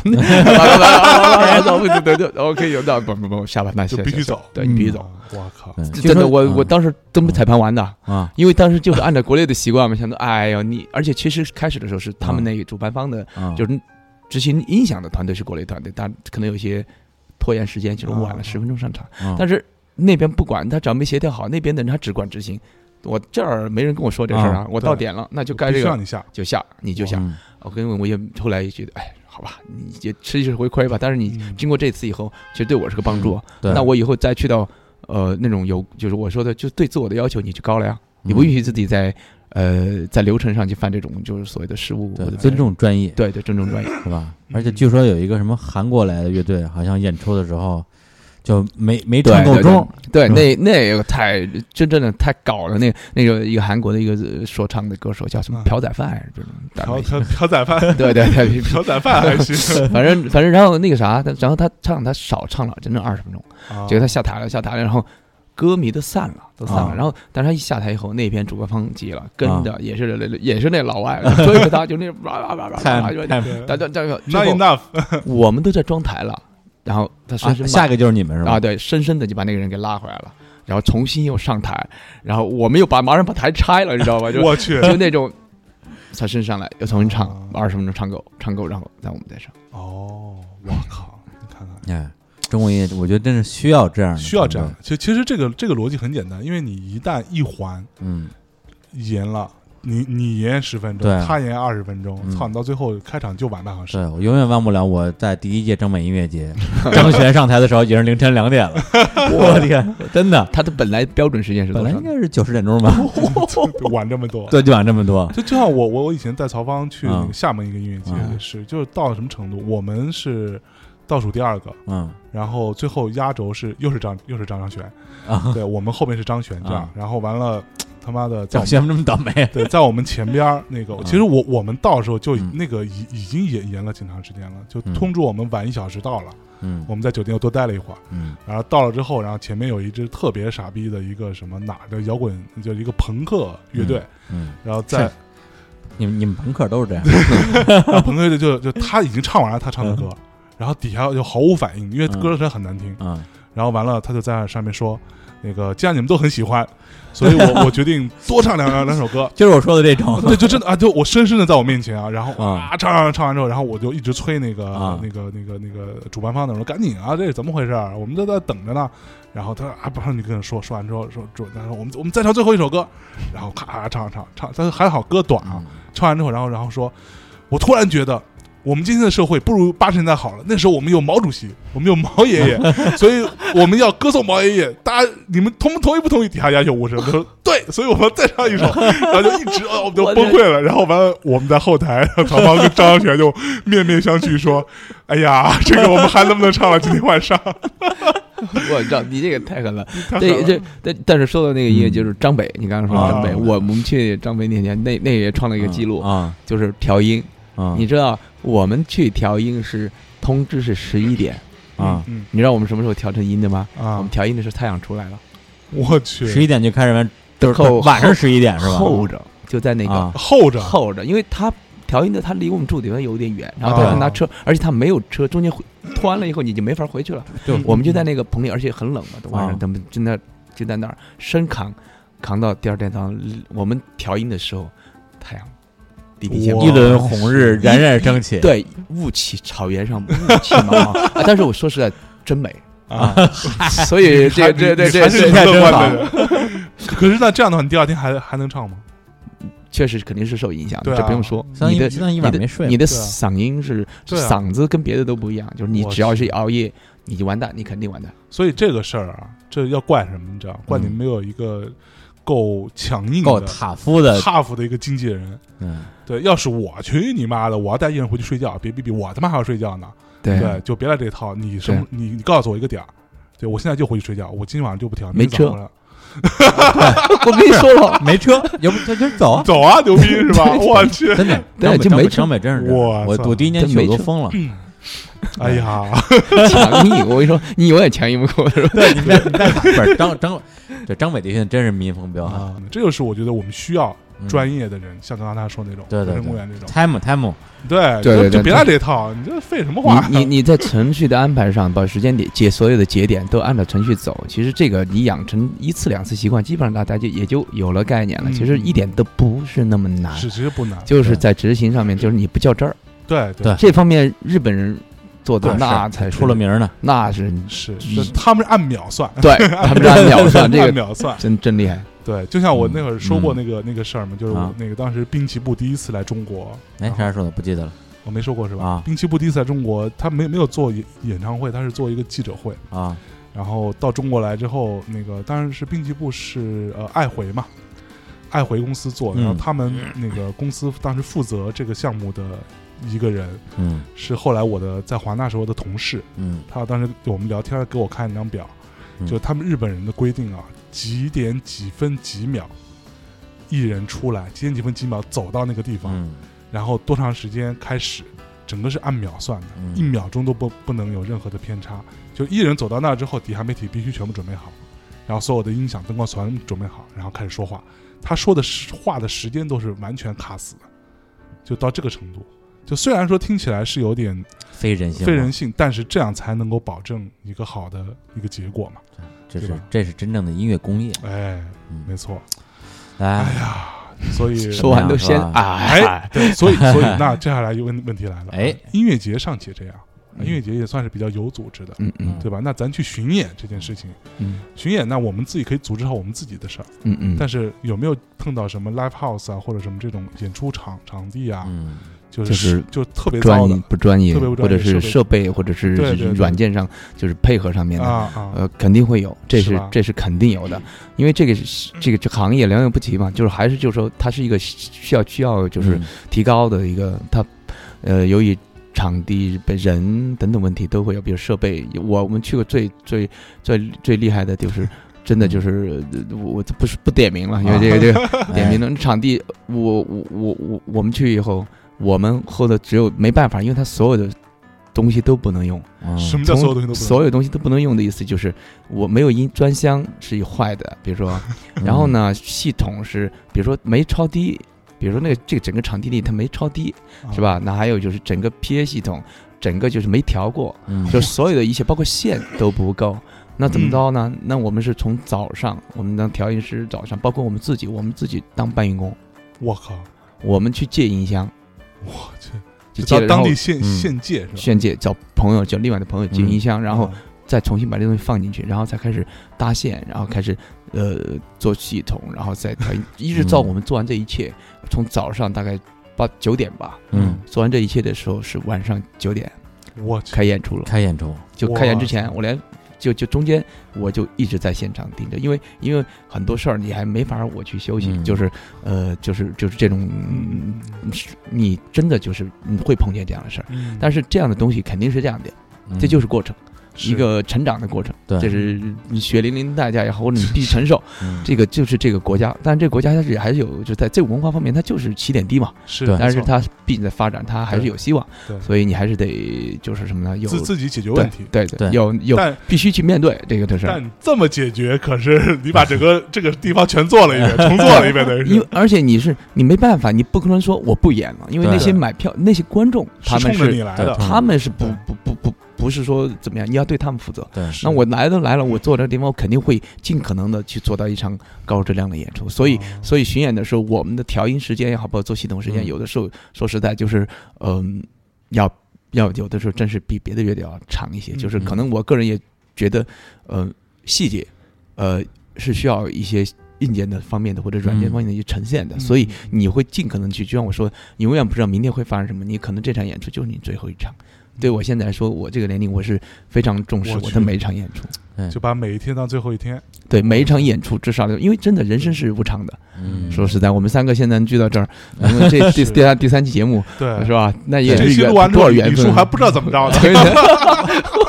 Speaker 3: 对对对，OK，有那不不不，下吧，那
Speaker 1: 就
Speaker 3: 下
Speaker 1: 必须
Speaker 3: 下
Speaker 1: 走，
Speaker 3: 对，你必须走。
Speaker 1: 啊。我靠，
Speaker 2: 嗯
Speaker 3: 真的，我我
Speaker 2: 嗯
Speaker 3: 当时真没彩排完的，
Speaker 2: 啊，
Speaker 3: 因为当时就是按照国内的习惯嘛，想到哎呦你，而且其实开始的时候是他们那个主办方的，
Speaker 2: 啊
Speaker 3: 就是执行音响的团队是国内团队，但可能有一些拖延时间，就是晚了十分钟上场。
Speaker 2: 嗯
Speaker 3: 但是那边不管，他只要没协调好，那边的人他只管执行。我这儿没人跟我说这事儿啊，我到点了，那就该
Speaker 1: 必
Speaker 3: 这
Speaker 1: 须让
Speaker 3: 个
Speaker 1: 你下，
Speaker 3: 就下，你就下。
Speaker 2: 嗯
Speaker 3: 我跟我也后来也觉得，哎，好吧，你也吃一次回亏吧。但是你
Speaker 1: 嗯
Speaker 3: 经过这次以后，其实对我是个帮助。
Speaker 2: 嗯对，
Speaker 3: 那我以后再去到呃那种有就是我说的，就对自我的要求你就高了呀，
Speaker 2: 嗯
Speaker 3: 你不允许自己在呃在流程上去犯这种就是所谓的失误
Speaker 2: 嗯
Speaker 3: 或
Speaker 2: 对
Speaker 3: 者
Speaker 2: 尊重专业，
Speaker 3: 对对尊重专业，
Speaker 2: 是吧？
Speaker 1: 嗯
Speaker 2: 而且据说有一个什么韩国来的乐队，好像演出的时候就没没
Speaker 3: 对
Speaker 2: 唱够
Speaker 3: 对
Speaker 2: 钟，
Speaker 3: 对
Speaker 2: 是吧
Speaker 3: 那那个太真正的太搞了，那那个一个韩国的一个说唱的歌手叫什么
Speaker 1: 嗯
Speaker 3: 朴宰范还是这种单
Speaker 1: 朴
Speaker 3: 位，
Speaker 1: 朴朴宰范，
Speaker 3: 对对对
Speaker 1: 朴宰范还 行，
Speaker 3: 反正反正然后那个啥，他然后他唱他少唱了整整二十分钟。
Speaker 1: 啊
Speaker 3: 结果他下台了，下台了，然后歌迷都散了，都散了。
Speaker 2: 啊
Speaker 3: 然后，但是他一下台以后，那边主办方急了，跟着也是那、也是那老外追着他，就那哇哇哇哇
Speaker 2: 太
Speaker 3: 哇，就
Speaker 2: 太
Speaker 1: 啊对
Speaker 3: 大家大家，
Speaker 1: Not
Speaker 3: 最后
Speaker 1: enough，
Speaker 3: 我们都在装台了，然后他
Speaker 2: 啊
Speaker 3: 深深
Speaker 2: 下
Speaker 3: 把
Speaker 2: 一个就是你们是吧？
Speaker 3: 啊，对，深深的就把那个人给拉回来了，然后重新又上台，然后我们又把马上把台拆了，你知道吧？就
Speaker 1: 我去，
Speaker 3: 就那种。他身上来又重新唱
Speaker 2: 哦
Speaker 1: 啊
Speaker 3: 二十分钟，唱够，唱够，然后让我们再上。
Speaker 1: 哦，我靠，你看看。
Speaker 2: 哎，中国音乐我觉得真是需要这样的，
Speaker 1: 需要这样，，其实其实这个这个逻辑很简单，因为你一旦一环
Speaker 2: 嗯，
Speaker 1: 延了，你你延十分
Speaker 2: 对
Speaker 1: 钟，他延二十分钟，
Speaker 2: 嗯
Speaker 1: 操，你到最后开场就晚半小时
Speaker 2: 对，我永远忘不了我在第一届中美音乐节张悬上台的时候已经是凌晨两点 了，我天，真的，
Speaker 3: 他的本来标准时间是
Speaker 2: 本
Speaker 3: 多
Speaker 2: 来
Speaker 3: 少
Speaker 2: 应？该是九十点 钟吧，
Speaker 1: 晚这么多。
Speaker 2: 对，就晚这么多，
Speaker 1: 就就像我我我以前带曹芳去那
Speaker 2: 嗯
Speaker 1: 个厦门一个音乐节
Speaker 2: 嗯
Speaker 1: 也是，就是到了什么程度，我们是倒数第二个，
Speaker 2: 嗯
Speaker 1: 然后最后压轴是又是张又是张张悬，
Speaker 2: 啊，
Speaker 1: 对我们后面是张悬这样
Speaker 2: 嗯，
Speaker 1: 然后完了他妈的在
Speaker 2: 蒋
Speaker 1: 我
Speaker 2: 轩
Speaker 1: 们
Speaker 2: 这么倒霉，
Speaker 1: 对，在我们前边儿那个，
Speaker 2: 嗯
Speaker 1: 其实我我们到的时候就已
Speaker 2: 嗯
Speaker 1: 那个已已经延延了挺长时间了，就
Speaker 2: 嗯
Speaker 1: 通知我们晚一小时到了。
Speaker 2: 嗯
Speaker 1: 我们在酒店又多待了一会儿，
Speaker 2: 嗯
Speaker 1: 然后到了之后，然后前面有一支特别傻逼的一个什么哪儿的摇滚，就一个朋克乐队，
Speaker 2: 嗯，
Speaker 1: 然后在
Speaker 2: 是你们你们朋克都是这样，
Speaker 1: 然后朋克乐队就就他已经唱完了他唱的歌，然后底下就毫无反应，因为
Speaker 2: 嗯
Speaker 1: 歌实在很难听。
Speaker 2: 嗯，
Speaker 1: 然后完了，他就在上面说。那个，既然你们都很喜欢，所以我我决定多唱两两两首歌。
Speaker 2: 就是我说的这种，
Speaker 1: 对，就真的啊，就我深深的在我面前啊，然后
Speaker 2: 啊
Speaker 1: 啊，唱唱唱完之后，然后我就一直催那个、
Speaker 2: 啊
Speaker 1: 那个那个那个主办方的人说：“赶紧啊，这是怎么回事儿？我们都在等着呢。”然后他说：“啊，不是你跟他说，说完之后说主，他说我们我们再唱最后一首歌，然后咔唱唱唱，但是还好歌短啊，唱完之后，然后然后说，我突然觉得。”我们今天的社会不如八十年代好了。那时候我们有毛主席，我们有毛爷爷，所以我们要歌颂毛爷爷。大家你们同不同意？不同意？底下鸦雀无声。他说对，所以我们要再唱一首，然后就一直哦，我们就崩溃了。然后完了，我们在后台，然后曹芳跟张小雪就面面相觑说：“ 哎呀，这个我们还能不能唱了？今天晚上
Speaker 3: 我知道你这个 太狠了，
Speaker 1: 太狠
Speaker 3: 对，
Speaker 1: 了
Speaker 3: 这但但是说到那个音乐，
Speaker 2: 嗯哦
Speaker 3: 就是张北，你刚刚说
Speaker 1: 啊
Speaker 3: 张北，我我们去张北那年，那那也创了 一个记录，嗯
Speaker 2: 啊
Speaker 3: 就是调音。
Speaker 2: 啊，
Speaker 3: 你知道我们去调音是通知是十一点，
Speaker 2: 啊，
Speaker 1: 嗯
Speaker 3: 你知道我们什么时候调成音的吗？
Speaker 2: 嗯
Speaker 3: 我
Speaker 1: 啊
Speaker 3: 们，调音的时候太阳出来了，
Speaker 1: 我去，
Speaker 2: 十一点就开始玩，就是
Speaker 3: 后
Speaker 2: 晚上十一点是吧？
Speaker 3: 候着就在那
Speaker 2: 啊
Speaker 3: 个
Speaker 1: 候着
Speaker 3: 候着，因为他调音的他离我们住的地方有点远，然后
Speaker 1: 啊
Speaker 3: 他拿车，而且他没有车，中间回拖完了以后你就哦没法回去了。
Speaker 2: 就
Speaker 3: 我们就在那个棚里，而且很冷嘛，晚
Speaker 2: 啊
Speaker 3: 上他们就在就在那儿生扛，扛到第二天早上，我们调音的时候，太阳滴滴见
Speaker 1: 哇
Speaker 2: 一轮红日冉冉升起，
Speaker 3: 对雾气，草原上雾气茫 茫、啊但是我说实在，真 美，
Speaker 1: 啊，
Speaker 3: 所以
Speaker 1: 还
Speaker 3: 这这这
Speaker 1: 你还
Speaker 3: 这
Speaker 1: 是
Speaker 3: 这
Speaker 2: 你还
Speaker 1: 乐
Speaker 2: 真
Speaker 1: 观的人。 可是那这样的话，你第二天还还能唱吗？
Speaker 3: 确实肯定是受影响的，
Speaker 1: 对啊
Speaker 3: 这不用说。
Speaker 2: 相当
Speaker 3: 你
Speaker 2: 于
Speaker 3: 的
Speaker 2: 相当于一晚没睡
Speaker 3: 你的
Speaker 1: 对啊
Speaker 3: 嗓音是、是
Speaker 1: 对啊
Speaker 3: 嗓子跟别的都不一样，就是你
Speaker 1: 我
Speaker 3: 只要
Speaker 1: 去
Speaker 3: 是熬夜，你就完蛋，你肯定完蛋。
Speaker 1: 所以这个事儿啊，这要怪什么？你知道，怪你
Speaker 2: 嗯
Speaker 1: 没有一个够强硬
Speaker 2: 够
Speaker 1: 的、
Speaker 2: 塔夫的，
Speaker 1: tough 的一个经纪人。
Speaker 2: 嗯，
Speaker 1: 对，要是我去你妈的，我要带艺人回去睡觉，别别别，我他妈还要睡觉呢。
Speaker 3: 对
Speaker 1: 对，就别来这套。你什么？你你告诉我一个点儿，对我现在就回去睡觉，我今晚上就不调。
Speaker 3: 没
Speaker 1: 明天早
Speaker 3: 车
Speaker 1: 上，
Speaker 3: 我跟你说了，
Speaker 2: 没车，要不他就走
Speaker 1: 走啊，牛逼是吧？
Speaker 2: 对
Speaker 1: 我去，
Speaker 2: 真的，
Speaker 3: 对啊
Speaker 2: 张北张
Speaker 3: 就没
Speaker 2: 北
Speaker 3: 车
Speaker 2: 张北真是这样，
Speaker 1: 我
Speaker 2: 我
Speaker 1: 操
Speaker 2: 我第一年
Speaker 3: 真
Speaker 2: 去我
Speaker 3: 没
Speaker 2: 都
Speaker 3: 车
Speaker 2: 疯了，
Speaker 1: 哎呀，
Speaker 3: 强硬，我跟你说，你永远强硬不过我。
Speaker 2: 对，你们你们不是张张，对张北迪现在真是民风彪悍，
Speaker 1: 啊，这就是我觉得我们需要
Speaker 2: 嗯
Speaker 1: 专业的人，像刚刚他说那种，
Speaker 2: 对对
Speaker 1: 人
Speaker 2: 对
Speaker 1: 公园这种，
Speaker 2: time time，
Speaker 1: 对
Speaker 3: 对对
Speaker 1: 就
Speaker 3: 对
Speaker 1: 别来这套，你这废什么话？
Speaker 3: 你你你在程序的安排上，把时间点节所有的节点都按照程序走，其实这个你养成一次两次习惯，基本上大家就也就有了概念了。
Speaker 1: 嗯
Speaker 3: 其实一点都不是那么难，
Speaker 1: 是其实不难，
Speaker 3: 就是在执行上面，就是你不较真儿，
Speaker 1: 对
Speaker 2: 对
Speaker 3: 这方面日本人做的
Speaker 1: 对
Speaker 3: 那才是
Speaker 2: 出了，名儿呢，
Speaker 3: 那是
Speaker 1: 是
Speaker 3: 嗯
Speaker 1: 就是他们是按秒算，
Speaker 3: 对他们是按 秒算，这
Speaker 1: 按
Speaker 3: 个嗯
Speaker 1: 秒算，
Speaker 3: 真真厉害。
Speaker 1: 对，就像我那会儿说过那个那个事儿嘛，就是我
Speaker 2: 啊
Speaker 1: 那个当时兵棋部第一次来中国，
Speaker 2: 哎，啥时候说的不记得了
Speaker 1: 我没说过是吧
Speaker 2: 啊？
Speaker 1: 兵棋部第一次来中国，他没没有做演演唱会，他是做一个记者会。
Speaker 2: 啊？
Speaker 1: 然后到中国来之后，那个当然是兵棋部是呃爱回嘛，爱回公司做，
Speaker 2: 嗯
Speaker 1: 然后他们那个公司当时负责这个项目的一个人
Speaker 2: 嗯
Speaker 1: 是后来我的在华纳时候的同事，
Speaker 2: 嗯
Speaker 1: 他当时我们聊天给我看一张表，
Speaker 2: 嗯
Speaker 1: 就他们日本人的规定啊，几点几分几秒。一人出来，几点几分几秒走到那个地方，
Speaker 2: 嗯
Speaker 1: 然后多长时间开始，整个是按秒算的，
Speaker 2: 嗯
Speaker 1: 一秒钟都不不能有任何的偏差。就一人走到那儿之后，底下媒体必须全部准备好，然后所有的音响、灯光全部准备好，然后开始说话。他说的时话的时间都是完全卡死的，就到这个程度。就虽然说听起来是有点
Speaker 2: 非人性化，
Speaker 1: 非人性，但是这样才能够保证一个好的一个结果嘛。
Speaker 2: 这
Speaker 1: 对
Speaker 2: 是
Speaker 1: 吧
Speaker 2: 这是真正的音乐工业，
Speaker 1: 哎，
Speaker 2: 嗯
Speaker 1: 没错。哎
Speaker 2: 哎，
Speaker 1: 呀，所以
Speaker 3: 说完都先
Speaker 2: 怎么样
Speaker 1: 哎
Speaker 3: 哎，
Speaker 1: 对，所以所以那接下来就问问题来了。
Speaker 2: 哎，
Speaker 1: 音乐节尚且这样，音乐节也算是比较有组织的，
Speaker 3: 嗯嗯
Speaker 1: 对吧？那咱去巡演这件事情，
Speaker 3: 嗯
Speaker 1: 巡演那我们自己可以组织好我们自己的事儿，
Speaker 3: 嗯嗯，
Speaker 1: 但
Speaker 3: 是
Speaker 1: 是有没有碰到什么 live house 啊，或者什么这种演出场场地啊，
Speaker 2: 嗯
Speaker 1: 就是
Speaker 3: 就是
Speaker 1: 就特别
Speaker 3: 专
Speaker 1: 糟
Speaker 3: 业
Speaker 1: 的
Speaker 3: 不专业，
Speaker 1: 特别不
Speaker 3: 或
Speaker 1: 专业
Speaker 3: 者是设备，或者是
Speaker 1: 对对对
Speaker 3: 软件上，就是配合上面的
Speaker 1: 啊，啊，
Speaker 3: 呃，肯定会有，这
Speaker 1: 是
Speaker 3: 是
Speaker 1: 吧嗯
Speaker 3: 这是肯定有的，因为这个是这个这行业良莠不齐嘛，就是还是就是说它是一个需需要需要就是
Speaker 2: 嗯
Speaker 3: 提高的一个它，呃，由于场地、本人等等问题都会有，比如设备，我我们去过最最最最厉害的就是。真的就是呃我我不是不点名了，因为这个这个点名的场地，我我我我我们去以后，我们后头只有没办法，因为它所有的东西都不能用，
Speaker 2: 哎嗯
Speaker 1: 什 么叫所有东西都不能
Speaker 3: 所有东西都不能用的意思就是我没有音专箱是坏的，比如 说，然后呢，系统是比如说没超低，比如说那个这个整个场地里它没超低，
Speaker 1: 啊哦
Speaker 3: 是？吧？那还有就是整个 PA 系统，整个就是没 调过，
Speaker 2: 嗯
Speaker 3: 就是所有的一切包括线都不够。那怎么着呢？
Speaker 1: 嗯
Speaker 3: 那我们是从早上，我们当调音师早上，包括我们自己，我们自己当搬运工，
Speaker 1: 我靠，
Speaker 3: 我们去借音箱，
Speaker 1: 我去，
Speaker 3: 就借
Speaker 1: 到
Speaker 3: 了，然
Speaker 1: 当
Speaker 3: 后
Speaker 1: 地现
Speaker 2: 嗯
Speaker 1: 现界是吧？
Speaker 3: 炫借，找朋友，找另外的朋友借
Speaker 2: 嗯
Speaker 3: 音箱，然后
Speaker 1: 啊
Speaker 3: 再重新把这东西放进去，然后再开始搭线，然后开始呃做系统，然后再 调音，一直到我们做完这一切，从早上大概八九点吧，
Speaker 2: 嗯
Speaker 3: 做完这一切的时候是晚上九点
Speaker 1: 我去，
Speaker 3: 开演出了，
Speaker 2: 开演出，
Speaker 3: 就
Speaker 1: 哇
Speaker 3: 开演之前我连。就就中间我就一直在现场盯着，因为因为很多事儿你还没法我去休息，
Speaker 2: 嗯
Speaker 3: 就是呃就是就是这种，嗯你真的就是嗯会碰见这样的事儿，
Speaker 1: 嗯
Speaker 3: 但是这样的东西肯定是这样的，
Speaker 2: 嗯
Speaker 3: 这就是过程。
Speaker 1: 是
Speaker 3: 一个成长的过程，
Speaker 2: 对
Speaker 3: 这是
Speaker 1: 嗯
Speaker 3: 你血淋淋的代价也好，或者你必须承受，
Speaker 2: 嗯
Speaker 3: 这个就是这个国家。但是这个国家它是还是有，就是在这个文化方面，它就是起点低嘛，
Speaker 1: 是，
Speaker 2: 对
Speaker 3: 但
Speaker 1: 没
Speaker 3: 是
Speaker 1: 错
Speaker 3: 它毕竟在发展，它还是有希望
Speaker 1: 对，
Speaker 3: 所以你还是得就是什么呢？有
Speaker 1: 自自己解决问题。
Speaker 3: 对啊对
Speaker 2: 对
Speaker 3: 有有
Speaker 1: 但
Speaker 3: 必须去面对这个的事儿。
Speaker 1: 但这么解决，可 是你把整个这个地方全做了一遍，重做了一遍，等于
Speaker 3: 因为
Speaker 1: 是
Speaker 3: 而且你是你没办法，你不可能说我不演了，因为
Speaker 2: 对
Speaker 3: 那些买票那些观众他
Speaker 1: 是
Speaker 3: 们
Speaker 1: 冲着你嗯
Speaker 3: 是
Speaker 1: 来
Speaker 2: 对
Speaker 1: 的。
Speaker 3: 他们是不
Speaker 1: 对
Speaker 3: 不不不不是说怎么样，你要对他们负责。
Speaker 2: 对，
Speaker 1: 是
Speaker 3: 那我来都来了，我做这个地方，我肯定会尽可能的去做到一场高质量的演出。所以
Speaker 1: 哦，
Speaker 3: 所以巡演的时候，我们的调音时间也好，包括做系统时间，
Speaker 2: 嗯
Speaker 3: 有的时候说实在就是，嗯、要要有的时候真是比别的乐队要长一些。
Speaker 1: 嗯
Speaker 3: 就是可能我个人也觉得，呃，细节，呃，是需要一些硬件的方面的或者软件
Speaker 2: 嗯
Speaker 3: 方面的一些呈现的。所以
Speaker 1: 嗯
Speaker 3: 你会尽可能去，就像我说，你永远不知道明天会发生什么，你可能这场演出就是你最后一场。对我现在来说，我这个年龄我是非常重视
Speaker 1: 我
Speaker 3: 我
Speaker 1: 去
Speaker 3: 的每一场演出，
Speaker 1: 就把每一天当最后一天，
Speaker 3: 对每一场演出至少的，因为真的人生是无常的。
Speaker 2: 嗯
Speaker 3: 说实在，我们三个现在聚 到这儿，咱们这
Speaker 1: 是
Speaker 3: 第第三第三期节目
Speaker 1: 对，
Speaker 3: 是吧？那也
Speaker 1: 哎这
Speaker 3: 是
Speaker 1: 期
Speaker 3: 缘
Speaker 1: 录完之
Speaker 3: 多
Speaker 1: 后，
Speaker 3: 少
Speaker 1: 李
Speaker 3: 缘
Speaker 1: 叔
Speaker 3: 分？
Speaker 1: 还不知 道怎么着呢。
Speaker 3: 对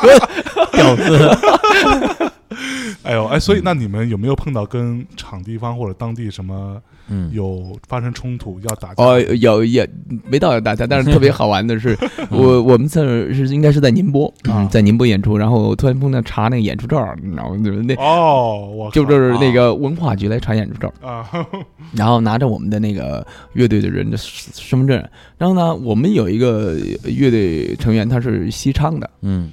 Speaker 3: 对对
Speaker 2: 屌丝，
Speaker 1: 哎呦，哎，
Speaker 3: 嗯
Speaker 1: 所以那你们有没有碰到跟场地方或者当地什么
Speaker 2: 嗯，
Speaker 1: 有发生冲突要打架？
Speaker 3: 哦，有也没到要打架，但是特别好玩的是，
Speaker 1: 嗯
Speaker 3: 我我们在是应该是在宁波，
Speaker 1: 啊
Speaker 3: 嗯在宁波演出，然后突然碰到查那个演出证儿，你知道吗？就是那
Speaker 1: 哦，我
Speaker 3: 就
Speaker 1: 靠
Speaker 3: 是那个文化局来查演出证儿，
Speaker 1: 啊，
Speaker 3: 然后拿着我们的那个乐队的人的身身份证，然后呢，我们有一个乐队成员他是西昌的。
Speaker 2: 嗯，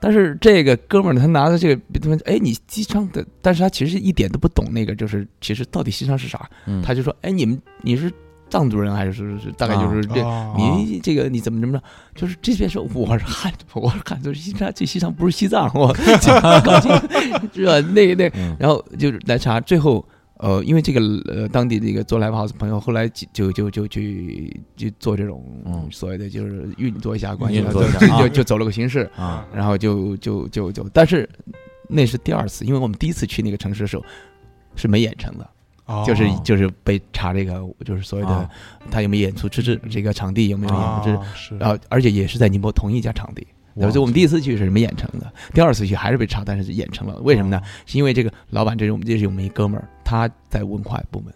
Speaker 3: 但是这个哥们儿呢，他拿着这个，他们哎，你西昌的，但是他其实一点都不懂那个，就是其实到底西昌是啥，
Speaker 2: 嗯
Speaker 3: 他就说，哎，你们你是藏族人还是是是大概就是 这
Speaker 2: 哦
Speaker 1: 啊
Speaker 3: 你这个你怎么怎么着？就是这边说我是汉族，我是汉族，西藏这西藏不是西藏， 我搞清楚是吧？那那，
Speaker 2: 嗯
Speaker 3: 然后就是来查，最后呃，因为这个呃当地的一个做 live house 朋友，后来就就就就去去做这种
Speaker 2: 嗯
Speaker 3: 所谓的就是运作一下关系，
Speaker 2: 运作一下
Speaker 3: 就
Speaker 2: 啊
Speaker 3: 就就走了个形式，
Speaker 2: 啊，
Speaker 3: 然后就就就就，但是那是第二次，因为我们第一次去那个城市的时候是没演成的。
Speaker 1: 哦
Speaker 3: 就是就是被查这个，就是所谓的
Speaker 2: 啊
Speaker 3: 他有没有演出资质，这个场地有没有演
Speaker 1: 啊
Speaker 3: 出资质，
Speaker 1: 是
Speaker 3: 然后而且也是在宁波同一家场地。
Speaker 2: 哇
Speaker 3: 所以我们第一次去是没演成的，第二次去还是被查，但是演成了。为什么呢？？
Speaker 1: 哦
Speaker 3: 是因为这个老板，这是我们这是我们一哥们儿，他在文化部门，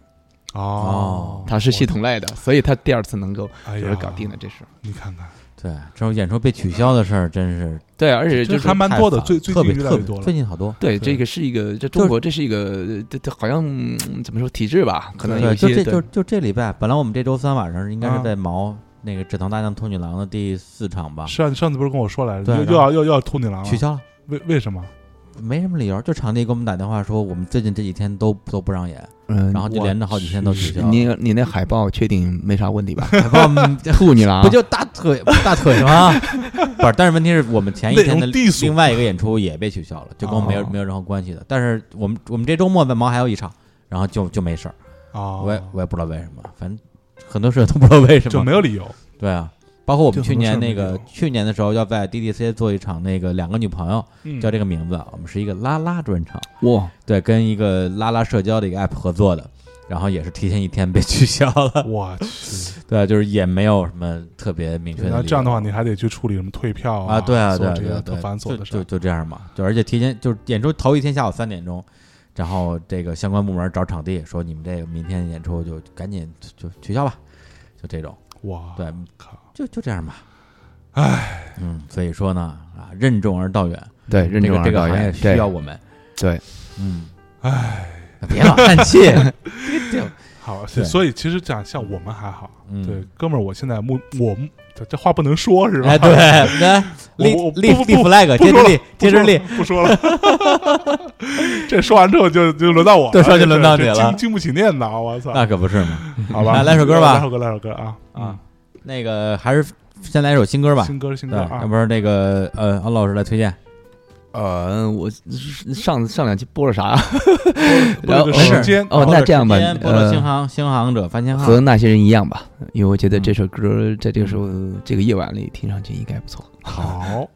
Speaker 1: 哦
Speaker 2: 哦，
Speaker 3: 他是系统类的，所以他第二次能够
Speaker 1: 我，哎
Speaker 3: 就
Speaker 1: 呀
Speaker 3: 是，搞定了这事。
Speaker 1: 你看看，
Speaker 2: 对，这种演出被取消的事儿真是
Speaker 3: 对，而且
Speaker 1: 这
Speaker 3: 就是
Speaker 1: 还蛮多的，
Speaker 2: 太烦
Speaker 1: 最
Speaker 2: 了
Speaker 1: 最
Speaker 2: 特
Speaker 1: 近
Speaker 2: 别
Speaker 1: 越来
Speaker 2: 特
Speaker 1: 越
Speaker 2: 别
Speaker 1: 多了
Speaker 2: 最。近好多，
Speaker 3: 对
Speaker 1: 对
Speaker 3: 这个是一个，这
Speaker 2: 就
Speaker 3: 中
Speaker 2: 是
Speaker 3: 国这是一个，呃这这好像嗯怎么说体制吧？可能有
Speaker 2: 对，
Speaker 3: 一
Speaker 2: 就
Speaker 3: 些
Speaker 2: 这
Speaker 3: 对
Speaker 2: 就就这礼拜，本来我们这周三晚上应该
Speaker 1: 啊
Speaker 2: 是在毛那个《止疼大将兔女郎》的第四场吧，
Speaker 1: 是啊，你啊上次不是跟我说来着，
Speaker 2: 对
Speaker 1: 又
Speaker 2: 然后
Speaker 1: 又要又要兔你狼了
Speaker 2: 取，消了，
Speaker 1: 为为什么？
Speaker 2: 没什么理由，就场地给我们打电话说我们最近这几天都都不让演，
Speaker 3: 嗯
Speaker 2: 然后就连着好几天都取消了。
Speaker 3: 你你那海报确定没啥问题 吧？
Speaker 2: 海报 嗯
Speaker 3: 吐你了啊，
Speaker 2: 不就大腿大腿吗？ 不是，但是问题是我们前一天
Speaker 1: 内
Speaker 2: 的
Speaker 1: 容低俗
Speaker 2: 另外一个演出也被取消了，就跟我们没有、
Speaker 3: 哦
Speaker 2: 没有任何关系的。但是我们我们这周末在毛还有一场，然后就就没事儿，
Speaker 1: 啊，
Speaker 2: 我也我也不知道为什么，反正很多事都不知道为什
Speaker 1: 就
Speaker 2: 么
Speaker 1: 没。有理由
Speaker 2: 对啊，包括我们去年那
Speaker 1: 就很多
Speaker 2: 个
Speaker 1: 事儿没有
Speaker 2: 去年的时候要在 DDC 做一场那个两个女朋友
Speaker 1: 嗯
Speaker 2: 叫这个名字，啊我们是一个拉拉专场，
Speaker 3: 哇，
Speaker 2: 对，跟一个拉拉社交的一个 app 合作的，然后也是提前一天被取消了，
Speaker 1: 我 去，
Speaker 2: 对，就是也没有什么特别明确的理
Speaker 1: 那
Speaker 2: 由。
Speaker 1: 这样的话，你还得去处理什么退票
Speaker 2: 啊，对啊，
Speaker 1: 做
Speaker 2: 对啊
Speaker 1: 这
Speaker 2: 对
Speaker 1: 些
Speaker 2: 啊，
Speaker 1: 特
Speaker 2: 对啊
Speaker 1: 繁琐
Speaker 2: 就
Speaker 1: 的事
Speaker 2: 就
Speaker 1: 儿。
Speaker 2: 就这样嘛，就而且提前就是演出头一天下午三点钟，然后这个相关部门找场地，说你们这个明天演出就赶紧就就取消吧，就这种，
Speaker 1: 哇，
Speaker 2: 对，
Speaker 1: 啊靠，
Speaker 2: 就就这样吧。唉，嗯，所以说呢，啊，任重而道远，
Speaker 3: 对，任重
Speaker 2: 这
Speaker 3: 而
Speaker 2: 个这
Speaker 3: 道
Speaker 2: 个行业
Speaker 3: 远，
Speaker 2: 需要我们，
Speaker 3: 对。
Speaker 2: 嗯，
Speaker 1: 唉，
Speaker 2: 别老叹 气，这个
Speaker 1: 好，
Speaker 2: 对
Speaker 1: 所以其实讲像我们还好，
Speaker 2: 嗯
Speaker 1: 对，哥们儿，我现在目我目这这话不能说是吧？
Speaker 2: 哎，对，来立
Speaker 1: 我我不
Speaker 2: 立
Speaker 1: 不
Speaker 2: 立
Speaker 1: 不
Speaker 2: flag，
Speaker 1: 不
Speaker 2: 接着
Speaker 1: 说了
Speaker 2: 立，接着立，
Speaker 1: 不说了，不说了。 这说完之后就就轮到我了，
Speaker 2: 对 说就轮到
Speaker 1: 这
Speaker 2: 你
Speaker 1: 这
Speaker 2: 了
Speaker 1: 经经不起念叨，我操！
Speaker 2: 那可不是嘛，
Speaker 1: 好吧，
Speaker 2: 来来首歌吧
Speaker 1: 来首歌，来首歌啊
Speaker 2: 啊，那个还是先来一首新歌吧，
Speaker 1: 新歌新歌
Speaker 2: 对，
Speaker 1: 啊
Speaker 2: 要，不然那个呃，敖老师来推荐，
Speaker 3: 呃，我上上两期播了 啥？
Speaker 1: 不是
Speaker 3: 然后
Speaker 1: 个
Speaker 2: 没事
Speaker 1: 时间
Speaker 3: 哦，那这样吧，
Speaker 2: 波罗星
Speaker 3: 呃，
Speaker 2: 航星航者番茄号
Speaker 3: 和那些人一样吧，因为我觉得这首歌在这个
Speaker 2: 嗯
Speaker 3: 时候、这个夜晚里听上去应该不错。
Speaker 1: 好。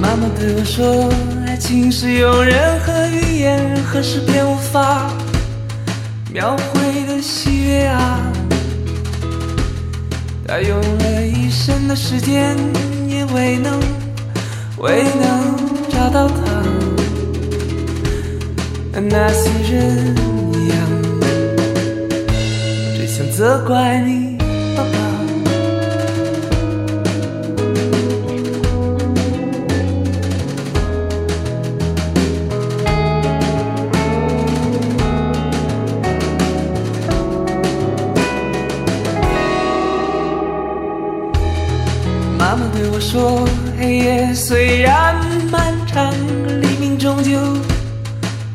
Speaker 4: 妈妈对我说，爱情是用任何语言、任何诗篇无法描绘的喜悦啊。她用了一生的时间，也未能未能找到她。和那些人一样，只想责怪你，爸爸。黑夜哎虽然漫长，黎明终究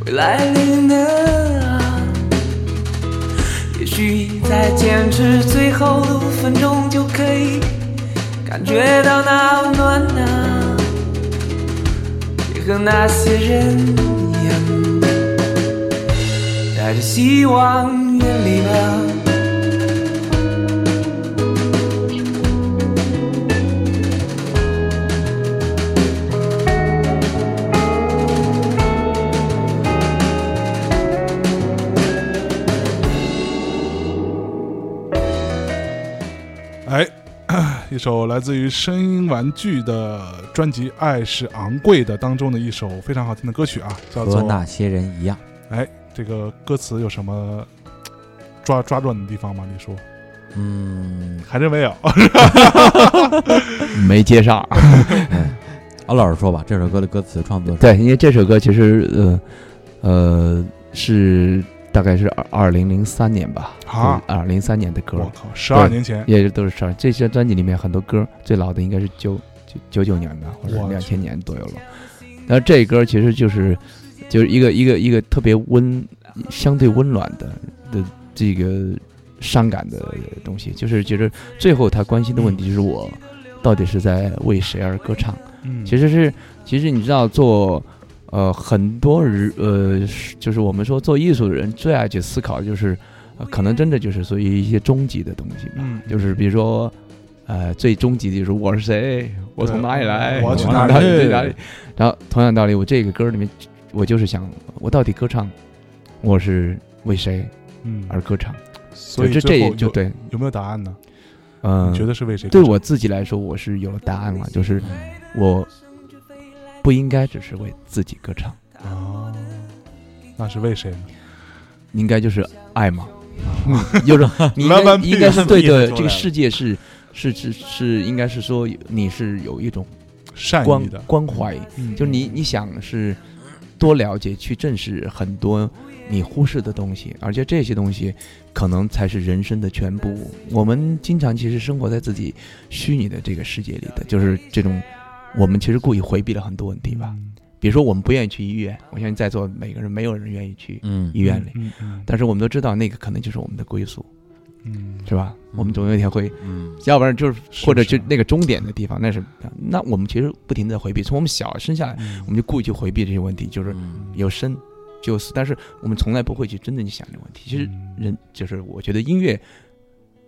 Speaker 4: 会来临的啊。也许再坚持最后的五分钟，就可以感觉到那温暖啊。也和那些人一样，带着希望远离吧。
Speaker 1: 哎， 一首来自于声音玩具的专辑《爱是昂贵的》当中的一首非常好听的歌曲啊，叫
Speaker 2: 和
Speaker 1: 做
Speaker 2: 那些人一样，
Speaker 1: 这个歌词有什么抓抓住你的地方吗？你说
Speaker 2: 嗯，
Speaker 1: 还真没有。
Speaker 3: 没接上。
Speaker 2: 敖老师说吧，这首歌的歌词创作者，
Speaker 3: 对，因为这首歌其实呃呃是大概是二二零零三年吧，
Speaker 1: 啊
Speaker 3: 二零三年的嗯歌
Speaker 1: 我，靠，十二
Speaker 3: 对
Speaker 1: 年前，
Speaker 3: 也就都是这这些专辑里面很多歌，最老的应该是九九九九年的或者
Speaker 1: 我
Speaker 3: 两
Speaker 1: 去
Speaker 3: 千年左右了。然后这歌其实就是就是一个一个一个特别温相对温暖的的这个伤感的东西，就是觉得最后他关心的问题就是我到底是在为谁而歌唱。
Speaker 1: 嗯，
Speaker 3: 其实是，其实你知道做，呃，很多人，呃，是就是我们说做艺术的人最爱去思考，就是、呃可能真的就是属于一些终极的东西吧，
Speaker 1: 嗯
Speaker 3: 就是比如说，呃，最终极的就是我是谁，我从哪里来，
Speaker 1: 我要去
Speaker 3: 从
Speaker 1: 哪
Speaker 3: 哪
Speaker 1: 里
Speaker 3: 里去哪里。然后同样道理，我这个歌里面，我就是想，我到底歌唱，我是为谁
Speaker 1: 嗯，
Speaker 3: 而歌唱？
Speaker 1: 所以
Speaker 3: 这这
Speaker 1: 最后
Speaker 3: 也就
Speaker 1: 有
Speaker 3: 对，
Speaker 1: 有没有答案呢？
Speaker 3: 嗯、
Speaker 1: 你觉得是为谁歌
Speaker 3: 对
Speaker 1: 唱？
Speaker 3: 我自己来说，我是有了答案了，就是我不应该只是为自己歌唱，
Speaker 1: 哦，那是为谁呢？
Speaker 3: 应该就是爱嘛，就是你应
Speaker 1: Love and
Speaker 3: 该应该是
Speaker 1: peace 意
Speaker 3: 对
Speaker 1: 思出来
Speaker 3: 的
Speaker 1: 了
Speaker 3: 这个世界是是是是应该是说你是有一种
Speaker 1: 善
Speaker 3: 关
Speaker 1: 意的，
Speaker 3: 关怀，
Speaker 1: 嗯
Speaker 3: 就你你想是多了解去正视很多你忽视的东西，而且这些东西可能才是人生的全部。我们经常其实生活在自己虚拟的这个世界里的，就是这种我们其实故意回避了很多问题吧。
Speaker 1: 嗯
Speaker 3: 比如说我们不愿意去医院，我相信在座每个人没有人愿意去
Speaker 2: 嗯
Speaker 3: 医院里，
Speaker 1: 嗯嗯
Speaker 3: 但是我们都知道那个可能就是我们的归宿，
Speaker 1: 嗯，
Speaker 3: 是吧？
Speaker 2: 嗯
Speaker 3: 我们总有一天会，
Speaker 2: 嗯
Speaker 3: 要不然就是
Speaker 1: 是
Speaker 3: 或者
Speaker 1: 是
Speaker 3: 就那个终点的地方，那是那我们其实不停的回避，从我们小生下来，
Speaker 1: 嗯
Speaker 3: 我们就故意去回避这些问题，就 是
Speaker 2: 嗯
Speaker 3: 有生就有死，但是我们从来不会去真正去想这个问题。其实
Speaker 1: 嗯
Speaker 3: 人就是我觉得音乐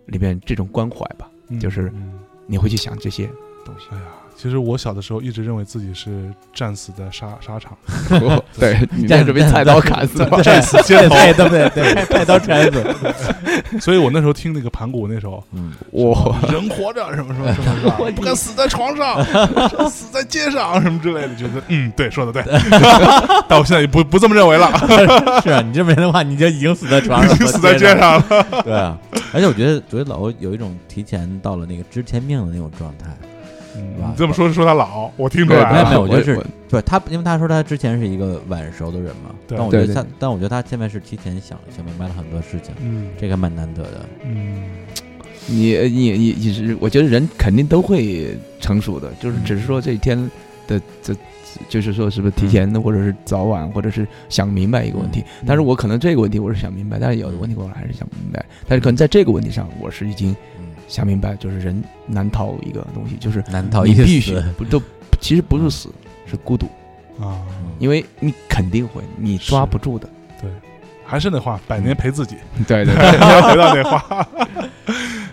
Speaker 3: 里面这种关怀吧，
Speaker 1: 嗯
Speaker 3: 就是
Speaker 1: 嗯
Speaker 3: 你会去想这些东西。
Speaker 1: 哎呀，其实我小的时候一直认为自己是战死在沙沙场，
Speaker 3: 对，你
Speaker 2: 这
Speaker 3: 那
Speaker 2: 样
Speaker 3: 是被菜刀砍死吧？
Speaker 1: 战死街头，
Speaker 2: 对对对对，太刀柴子，
Speaker 1: 所以我那时候听那个盘古那首
Speaker 2: 嗯，
Speaker 3: 我
Speaker 1: 《 人活着》什么 什么什么什么，不敢死在床 上，死在街上什么之类的，觉 得嗯，对，说的对，但我现在也不不这么认为了，
Speaker 2: 是 啊，你这么人的话，你就已经死在床
Speaker 1: 已
Speaker 2: 上，
Speaker 1: 经死在街，上了。
Speaker 2: 对啊，而且我觉得，觉得老欧有一种提前到了那个知天命的那种状态，
Speaker 1: 你嗯这么说是说他老，我听出来
Speaker 2: 没有没有我
Speaker 1: 了，
Speaker 2: 觉得是不是他，因为他说他之前是一个晚熟的人嘛，
Speaker 1: 对
Speaker 2: 但我觉得
Speaker 3: 对
Speaker 2: 他
Speaker 3: 对，
Speaker 2: 但我觉得他现在是提前想想明白了很多事情，
Speaker 1: 嗯
Speaker 2: 这个蛮难得的。
Speaker 1: 嗯，
Speaker 3: 你你你你是，我觉得人肯定都会成熟的，就是只是说这一天的这，就是说是不是提前的，或者是早晚，或者是想明白一个问题。但是我可能这个问题我是想明白，但是有的问题我还是想不明白。但是可能在这个问题上，我是已经
Speaker 2: 嗯，
Speaker 3: 想明白，就是人难逃一个东西，就是
Speaker 2: 难逃
Speaker 3: 你
Speaker 2: 一
Speaker 3: 必须
Speaker 2: 死。
Speaker 3: 不都其实不是死，是孤独，
Speaker 1: 啊，
Speaker 2: 嗯
Speaker 3: 因为你肯定会你抓不住的。
Speaker 1: 还是那话，百年陪 自己，
Speaker 3: 对对
Speaker 1: 回到那话。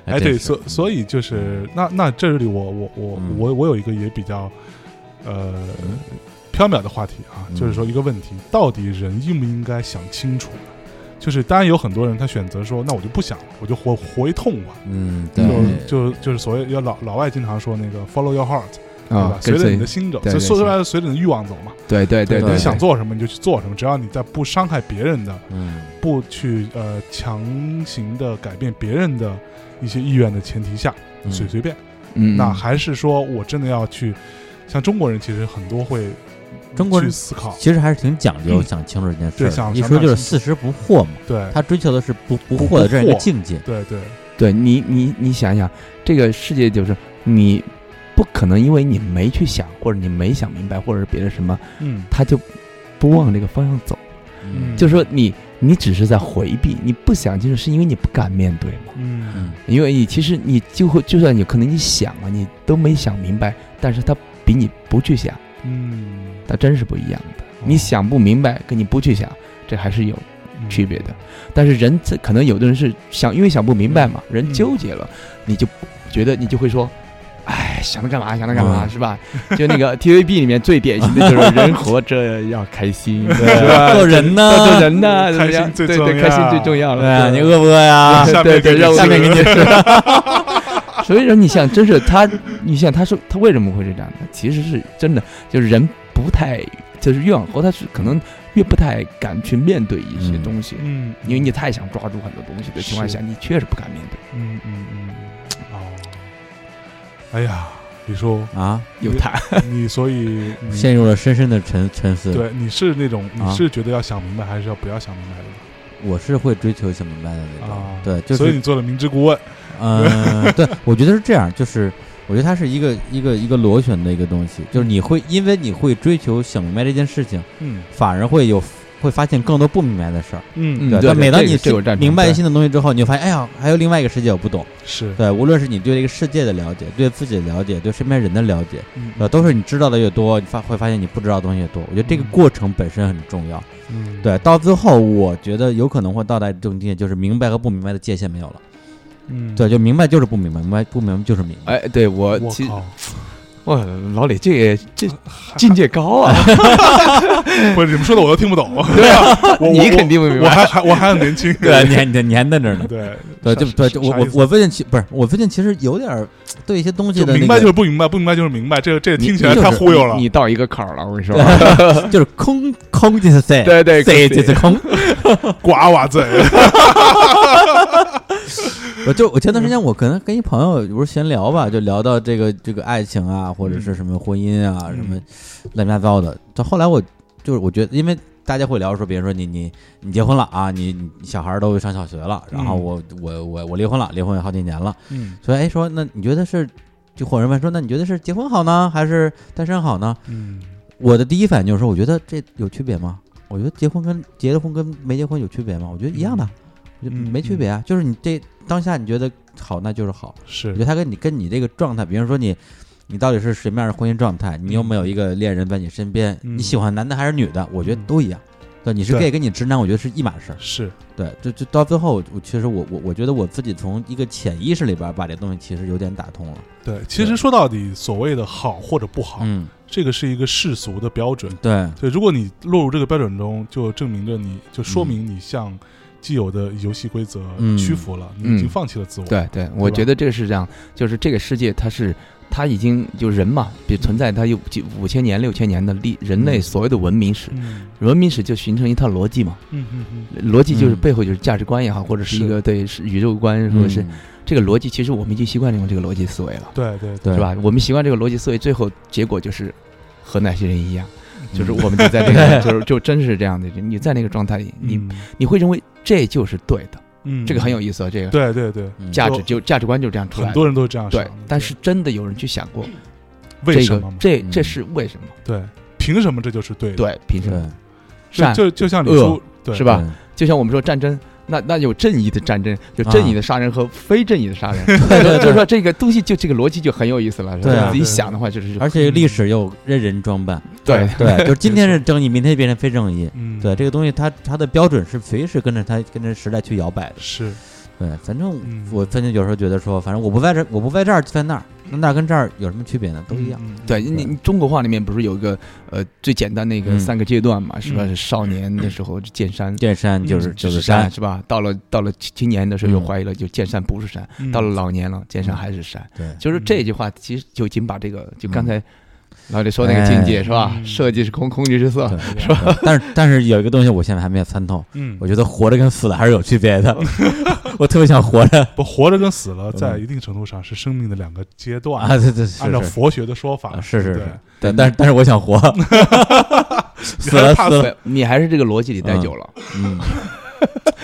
Speaker 1: 哎，
Speaker 2: 还真
Speaker 1: 对，
Speaker 2: 是
Speaker 1: 所所以就是那那这里我我我
Speaker 2: 嗯
Speaker 1: 我我有一个也比较呃缥缈的话题啊，
Speaker 3: 嗯
Speaker 1: 就是说一个问题，到底人应不应该想清楚？就是当然有很多人他选择说，那我就不想了，我就活活一痛快。
Speaker 2: 嗯，
Speaker 1: 就
Speaker 2: 对，
Speaker 1: 就就是所谓要老老外经常说那个 follow your heart，对
Speaker 3: 啊
Speaker 1: 吧？， 随
Speaker 3: 跟
Speaker 1: 着你
Speaker 3: 随
Speaker 1: 的心走，
Speaker 3: 对
Speaker 1: 所以
Speaker 3: 对
Speaker 1: 说
Speaker 3: 是
Speaker 1: 出来随着你的欲望走嘛。
Speaker 3: 对对对
Speaker 1: 你
Speaker 3: 对，
Speaker 1: 想做什么你就去做什么，只要你在不伤害别人的、
Speaker 2: 嗯
Speaker 1: 不去呃强行的改变别人的一些意愿的前提下，
Speaker 2: 嗯
Speaker 1: 随随便。
Speaker 3: 嗯，嗯
Speaker 1: 那还是说我真的要去，像中国人其实很多会
Speaker 2: 中国人
Speaker 1: 去思考，
Speaker 2: 其实还是挺讲究
Speaker 1: 嗯
Speaker 2: 想清楚这件事
Speaker 1: 对
Speaker 2: 儿
Speaker 1: 想
Speaker 2: 的。一
Speaker 1: 想
Speaker 2: 说就是
Speaker 1: 想清楚
Speaker 2: 四十不惑嘛，
Speaker 1: 对
Speaker 2: 他追求的是不不
Speaker 1: 不
Speaker 2: 惑的这样一个
Speaker 1: 惑
Speaker 2: 境界。
Speaker 1: 对对，
Speaker 3: 对你，你你想想，这个世界就是你不可能因为你没去想，或者你没想明白，或者是别的什么，
Speaker 1: 嗯
Speaker 3: 他就不往这个方向走。
Speaker 1: 嗯
Speaker 3: 就是说你你只是在回避，你不想清楚，是因为你不敢面对嘛。
Speaker 1: 嗯
Speaker 2: 嗯
Speaker 3: 因为你其实你就会，就算你可能你想了，你都没想明白，但是他比你不去想，
Speaker 1: 嗯，
Speaker 3: 它真是不一样的。你想不明白，跟你不去想，这还是有
Speaker 1: 嗯
Speaker 3: 区别的。但是人这可能有的人是想，因为想不明白嘛，人纠结了，你就觉得你就会说。哎，想它干嘛？想它干嘛？
Speaker 2: 嗯
Speaker 3: 是吧？就那个 TVB 里面最典型的就是人活着要开心，对吧？
Speaker 2: 做人呢
Speaker 3: 做 做人呢，怎么样
Speaker 1: 开心最
Speaker 3: 对
Speaker 1: 重
Speaker 3: 对，
Speaker 1: 要
Speaker 3: 开心最重要了。
Speaker 2: 对啊，你饿不饿呀？
Speaker 1: 下面
Speaker 3: 对对，
Speaker 1: 给
Speaker 3: 让
Speaker 1: 你吃
Speaker 3: 我
Speaker 2: 下面给你吃。
Speaker 3: 所以说，你想，真是他，你想，他说他为什么会是这样的？其实是真的，就是人不太，就是越往后，他是可能越不太敢去面对一些东西，
Speaker 1: 嗯，
Speaker 3: 因为你太想抓住很多东西的情况下，你确实不敢面对。
Speaker 1: 嗯嗯嗯，哦，哎呀，李叔，
Speaker 2: 啊，
Speaker 3: 有他，
Speaker 1: 你所以你
Speaker 2: 陷入了深深的沉沉思。，
Speaker 1: 嗯对你是那种你
Speaker 2: 啊
Speaker 1: 是觉得要想明白，还是要不要想明白的
Speaker 2: 我是会追求想明白的那种。
Speaker 1: 啊？
Speaker 2: 对，就
Speaker 1: 所以
Speaker 2: 是
Speaker 1: 你做了明知故问，
Speaker 2: 嗯，对，我觉得是这样，就是我觉得它是一个一个一个螺旋的一个东西，就是你会因为你会追求想明白这件事情，
Speaker 1: 嗯
Speaker 2: 反而会有会发现更多不明白的事儿。
Speaker 1: 嗯
Speaker 3: 嗯
Speaker 2: 对，
Speaker 3: 对
Speaker 2: 但每当
Speaker 3: 这个
Speaker 2: 你
Speaker 3: 这个我赞成
Speaker 2: 明白
Speaker 3: 对
Speaker 2: 新的东西之后，你会发现，哎呀，还有另外一个世界我不懂。
Speaker 1: 是，
Speaker 2: 对，无论是你对这个世界的了解，对自己的了解，对身边人的了解，
Speaker 1: 嗯
Speaker 2: 呃，都是你知道的越多，你发会发现你不知道的东西越多。我觉得这个
Speaker 1: 嗯
Speaker 2: 过程本身很重要。
Speaker 1: 嗯
Speaker 2: 对，到最后，我觉得有可能会到达一种境界，就是明白和不明白的界限没有了。
Speaker 1: 嗯
Speaker 2: 对，就明白就是不明白，明白不明白就是明白。
Speaker 3: 哎，对我
Speaker 1: 我
Speaker 3: 其实
Speaker 1: 靠，
Speaker 3: 哇，老李这也这境界高啊，
Speaker 1: 不是你们说的我都听 不懂，对啊，我
Speaker 3: 你肯定不明
Speaker 1: 我
Speaker 3: 白。
Speaker 1: 还还我还很年 轻，
Speaker 2: 对，啊你还你还你还嫩着呢。
Speaker 1: 对
Speaker 2: 对，就对，就我我
Speaker 1: 我
Speaker 2: 我最近其不是我最近其实有点儿对一些东西
Speaker 1: 就
Speaker 2: 的那
Speaker 1: 明白就
Speaker 2: 个
Speaker 1: 是不明白，不明白就是明白，这个这个
Speaker 3: 你
Speaker 1: 听起来
Speaker 3: 你
Speaker 1: 太
Speaker 3: 就是
Speaker 1: 忽悠了
Speaker 3: 你， 你到一个坎儿了，我跟你说，
Speaker 2: 就是空空就是塞，
Speaker 3: 对对
Speaker 2: 塞
Speaker 3: 空
Speaker 2: 就是空。
Speaker 1: 瓜娃 子，
Speaker 2: 我就我前段时间我可能跟一朋友不是闲聊吧，就聊到这个这个爱情啊，或者是什么婚姻啊，
Speaker 1: 嗯
Speaker 2: 什么乱七八糟的。到后来我就是我觉得，因为大家会聊说，比如说你你你结婚了啊，你你小孩儿都上小学了，然后
Speaker 1: 嗯
Speaker 2: 我我我我离婚了，离婚有好几年了，
Speaker 1: 嗯
Speaker 2: 所以哎说那你觉得是就或者人问说，那你觉得是结婚好呢，还是单身好呢？
Speaker 1: 嗯
Speaker 2: 我的第一反应就是说，我觉得这有区别吗？我觉得结婚跟结了婚跟没结婚有区别吗？我觉得一样的，我觉得
Speaker 1: 嗯
Speaker 2: 没区别啊。就是你这当下你觉得好，那就是好。我
Speaker 1: 是
Speaker 2: 觉得，它跟你跟你这个状态，比如说你，你到底是什么样的婚姻状态，你有没有一个恋人在你身边，
Speaker 1: 嗯
Speaker 2: 你喜欢男的还是女的，我觉得都一样。对，你是
Speaker 1: 对
Speaker 2: gay 跟你直男，我觉得是一码事儿。
Speaker 1: 是，
Speaker 2: 对，就就到最后，我其实我我我觉得我自己从一个潜意识里边把这东西其实有点打通了。
Speaker 1: 对。其实说到底，所谓的好或者不好，
Speaker 2: 嗯，
Speaker 1: 这个是一个世俗的标准。
Speaker 2: 对，
Speaker 1: 对，如果你落入这个标准中，就证明着你就说
Speaker 3: 嗯
Speaker 1: 明你向既有的游戏规则
Speaker 2: 嗯
Speaker 1: 屈服了，你已经
Speaker 3: 嗯
Speaker 1: 放弃了自我。，
Speaker 3: 对对，我
Speaker 1: 吧
Speaker 3: 觉得这个是这样，就是这个世界它是它已经就人嘛，比存在它有几五千年、六千年的历人类
Speaker 2: 嗯
Speaker 3: 所有的文明史，
Speaker 1: 嗯
Speaker 3: 文明史就形成一套逻辑嘛，
Speaker 1: 嗯嗯
Speaker 3: 逻辑就是
Speaker 2: 嗯
Speaker 3: 背后就是价值观也好，或者是一
Speaker 1: 是
Speaker 3: 个对是宇宙观，或者是
Speaker 2: 嗯
Speaker 3: 这个逻辑，其实我们已经习惯用这个逻辑思维了，
Speaker 1: 对对
Speaker 2: 对
Speaker 3: 是？吧？我们习惯这个逻辑思维，最后结果就是和那些人一样，
Speaker 2: 嗯
Speaker 3: 就是我们就在这个就是就真是这样的，你在那个状态里，你
Speaker 1: 嗯
Speaker 3: 你会认为这就是对的，
Speaker 1: 嗯，
Speaker 3: 这个很有意思啊，这个
Speaker 1: 对对对，
Speaker 2: 嗯
Speaker 3: 价值就价值观就这样出来
Speaker 1: 很
Speaker 3: 的。
Speaker 1: 多人都是这样想
Speaker 3: 对
Speaker 1: 的。，
Speaker 3: 但是真的有人去想过
Speaker 1: 对为
Speaker 3: 这
Speaker 1: 什
Speaker 3: 个
Speaker 1: 么嘛？
Speaker 3: 这
Speaker 2: 嗯
Speaker 3: 这是为什么？
Speaker 1: 对，凭什么这就是对的？
Speaker 3: 对，凭什
Speaker 2: 对
Speaker 3: 么？
Speaker 1: 就，
Speaker 3: 善
Speaker 1: 就就像李
Speaker 3: 恶
Speaker 1: 叔，对
Speaker 3: 是吧
Speaker 2: 对
Speaker 3: 就像我们说战争，那那有正义的战争，有正义的杀人和非正义的杀人，
Speaker 2: 对啊对对
Speaker 3: 就是说这个东西就这个逻辑就很有意思了。
Speaker 2: 对啊
Speaker 3: 是吧自己
Speaker 1: 对
Speaker 3: 想的话就是
Speaker 2: 而且历史又任人装扮，
Speaker 3: 对
Speaker 2: 对，就是今 天是正义，明天变成非正义。
Speaker 1: 嗯，
Speaker 2: 对这个东西它，它的标准是随时跟着它跟着时代去摇摆的。
Speaker 1: 是
Speaker 2: 对，反正
Speaker 1: 嗯
Speaker 2: 我反正有时候觉得说，反正我不在这，我不在这儿就在那儿，那那儿跟这儿有什么区别呢？都一样。。
Speaker 1: 嗯嗯
Speaker 3: 对，你你中国话里面不是有一个呃最简单的一个
Speaker 2: 嗯
Speaker 3: 三个阶段嘛，是吧？
Speaker 1: 嗯
Speaker 3: 是少年的时候见山。
Speaker 2: 见山就是
Speaker 1: 嗯
Speaker 2: 就
Speaker 3: 就
Speaker 2: 是是 山，
Speaker 3: 是吧？到了到了青青年的时候，又
Speaker 2: 嗯
Speaker 3: 怀疑了，就见山不是山。
Speaker 1: 嗯
Speaker 3: 到了老年了，见山还是山。
Speaker 2: 嗯对，嗯
Speaker 3: 就是这句话，其实就已经把这个，就刚才老李说那个境
Speaker 2: 哎
Speaker 3: 界是吧？
Speaker 1: 嗯
Speaker 3: 设计是空，空即是色。
Speaker 2: 对是吧？但是但是有一个东西我现在还没有参透，
Speaker 1: 嗯，
Speaker 2: 我觉得活着跟死了还是有区别的。 我特别想活着
Speaker 1: 不活着跟死了，在
Speaker 2: 嗯
Speaker 1: 一定程度上是生命的两个阶
Speaker 2: 啊！
Speaker 1: 段。
Speaker 2: 对对是
Speaker 1: 按照
Speaker 2: 是
Speaker 1: 佛学的说法
Speaker 2: 啊，是是
Speaker 1: 对
Speaker 2: 是，对，但是但是我 想活，死
Speaker 1: 你还
Speaker 2: 了
Speaker 1: 怕
Speaker 2: 死了，
Speaker 3: 呃 对你还是这个逻辑里待久了，
Speaker 2: 嗯，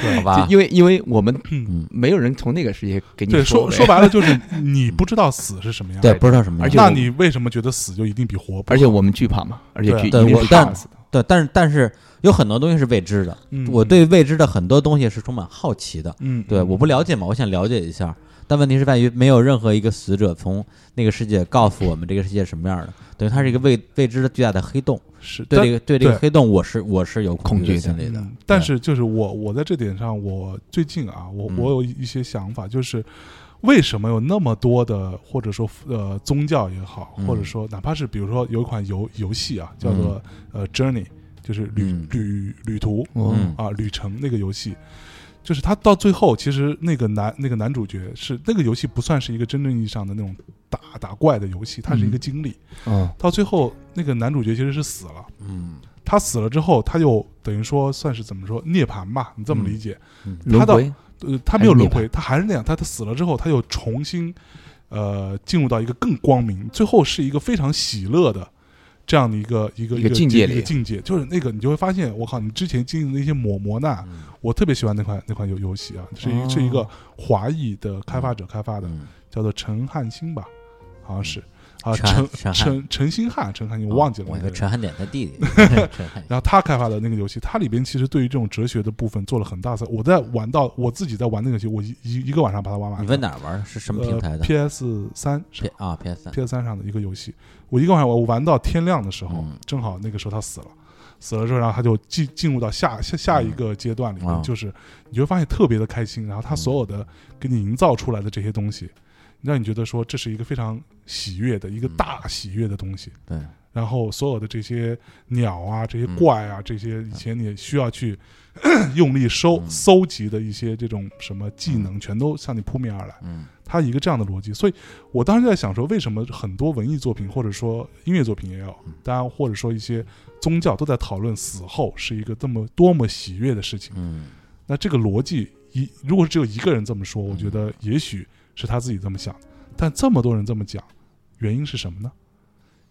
Speaker 2: 好
Speaker 3: 就
Speaker 2: 吧？
Speaker 3: 因为因为我们
Speaker 1: 嗯
Speaker 3: 没有人从那个世界给你
Speaker 1: 对，说
Speaker 3: 呗
Speaker 1: 说白了就是你不知道死是什么样，
Speaker 2: 对，，不知道什么
Speaker 3: 而
Speaker 2: 样
Speaker 3: 且。
Speaker 1: 那
Speaker 3: 我
Speaker 1: 你为什么觉得死就一定比活不好？
Speaker 3: 而且我们惧怕嘛，而且
Speaker 1: 对啊
Speaker 3: 惧
Speaker 2: 对
Speaker 3: 因为
Speaker 2: 我
Speaker 3: 惧怕
Speaker 2: 但对，但是但是有很多东西是未知的，
Speaker 1: 嗯
Speaker 2: 我对未知的很多东西是充满好奇的。
Speaker 1: 嗯，
Speaker 2: 对，我不了解嘛，我想了解一下。但问题是在于，没有任何一个死者从那个世界告诉我们这个世界什么样的，等于它是一个未未知的巨大的黑洞。
Speaker 1: 是
Speaker 2: 对
Speaker 1: 但
Speaker 2: 这个对这个
Speaker 1: 对
Speaker 2: 黑洞，我是我是有恐
Speaker 3: 恐惧
Speaker 2: 的
Speaker 3: 的
Speaker 2: 心理的
Speaker 1: 嗯。但是就是我我在这点上，我最近啊，我
Speaker 2: 嗯
Speaker 1: 我有一些想法，就是为什么有那么多的，或者说呃宗教也好，
Speaker 2: 嗯
Speaker 1: 或者说哪怕是比如说有一款游游戏啊，叫做呃 Journey，就是旅
Speaker 2: 嗯
Speaker 1: 旅旅途
Speaker 2: 嗯
Speaker 1: 啊旅程那个游戏。就是他到最后，其实那个男那个男主角是那个游戏不算是一个真正意义上的那种打打怪的游戏，它是一个
Speaker 3: 嗯
Speaker 1: 经历。
Speaker 3: 嗯
Speaker 1: 到最后，那个男主角其实是死了，
Speaker 2: 嗯
Speaker 1: 他死了之后，他就等于说算是怎么说涅槃吧，你这么理解？
Speaker 3: 轮
Speaker 1: 到
Speaker 3: 回
Speaker 1: 呃，他没有轮
Speaker 3: 还
Speaker 1: 回，他还是那样，他他死了之后，他又重新呃进入到一个更光明，最后是一个非常喜乐的这样的一个一个
Speaker 3: 一个境界
Speaker 1: 一个
Speaker 3: 里
Speaker 1: 境界，就是那个你就会发现，我靠，你之前经历的一些磨磨难，我特别喜欢那款那款游游戏啊，是一、
Speaker 3: 哦
Speaker 1: 是一个华裔的开发者开发的，
Speaker 2: 嗯，
Speaker 1: 叫做陈汉兴吧，好像是啊，
Speaker 2: 陈汉
Speaker 1: 陈
Speaker 2: 陈汉
Speaker 1: 陈陈星汉，陈汉兴，我忘记了
Speaker 2: 我
Speaker 1: 那
Speaker 2: 以
Speaker 1: 个
Speaker 2: 为
Speaker 1: 人。
Speaker 2: 哦陈汉典他弟 弟，陈汉典
Speaker 1: 然后他开发的那个游戏，它里边其实对于这种哲学的部分做了很大的。我在玩到我自己在玩那个游戏，我一一一个晚上把它玩完了。
Speaker 2: 你问哪儿玩儿？是什么
Speaker 1: 呃
Speaker 2: 平台的
Speaker 1: PS 三上
Speaker 2: ？P 啊，PS 三。
Speaker 1: ，PS 三上的一个游戏，我一个晚上我玩到天亮的时候，
Speaker 2: 嗯
Speaker 1: 正好那个时候他死了，死了之后，然后他就进进入到下下下一个阶段里面，
Speaker 2: 嗯嗯啊嗯
Speaker 1: 就是你会发现特别的开心。然后他所有的给你营造出来的这些东西，让你觉得说这是一个非常喜悦的一个
Speaker 2: 嗯
Speaker 1: 大喜悦的东西。
Speaker 2: 对，
Speaker 1: 然后所有的这些鸟啊、这些
Speaker 2: 嗯
Speaker 1: 怪啊、这些以前你需要去 用力收、
Speaker 2: 嗯
Speaker 1: 搜集的一些这种什么技能，全都向你扑面而来。
Speaker 2: 嗯
Speaker 1: 它一个这样的逻辑，所以我当时在想说，为什么很多文艺作品或者说音乐作品也有，
Speaker 3: 嗯
Speaker 1: 当然或者说一些宗教都在讨论死后是一个这么多么喜悦的事情？
Speaker 2: 嗯，
Speaker 1: 那这个逻辑一如果只有一个人这么说，我觉得也许是他自己这么想的，但这么多人这么讲，原因是什么呢？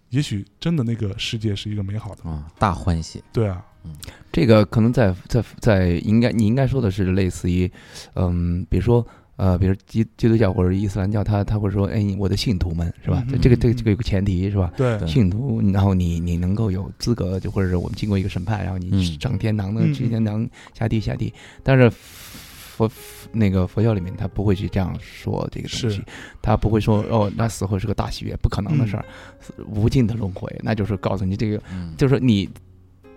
Speaker 1: 也许真的那个世界是一个美好的，
Speaker 2: 啊，大欢喜。
Speaker 1: 对啊，
Speaker 3: 这个可能在在在应该你应该说的是类似于，嗯，比如说呃，比如基基督教或者伊斯兰教，他他会说，哎，我的信徒们是吧？
Speaker 1: 嗯
Speaker 3: 这个这
Speaker 1: 嗯
Speaker 3: 个
Speaker 1: 嗯
Speaker 3: 这个有个前提是吧？
Speaker 1: 对啊
Speaker 2: 对
Speaker 3: 信徒，然后你你能够有资格，就或者是我们经过一个审判，然后你
Speaker 2: 嗯
Speaker 3: 上天堂的
Speaker 1: 嗯嗯
Speaker 3: 去天堂，下地下地。但是佛那个佛教里面他不会去这样说这个东
Speaker 1: 是
Speaker 3: 西，他不会说哦，那死后是个大喜悦，不可能的事儿，
Speaker 1: 嗯
Speaker 3: 无尽的轮回，那就是告诉你这个
Speaker 2: 嗯，
Speaker 3: 就是你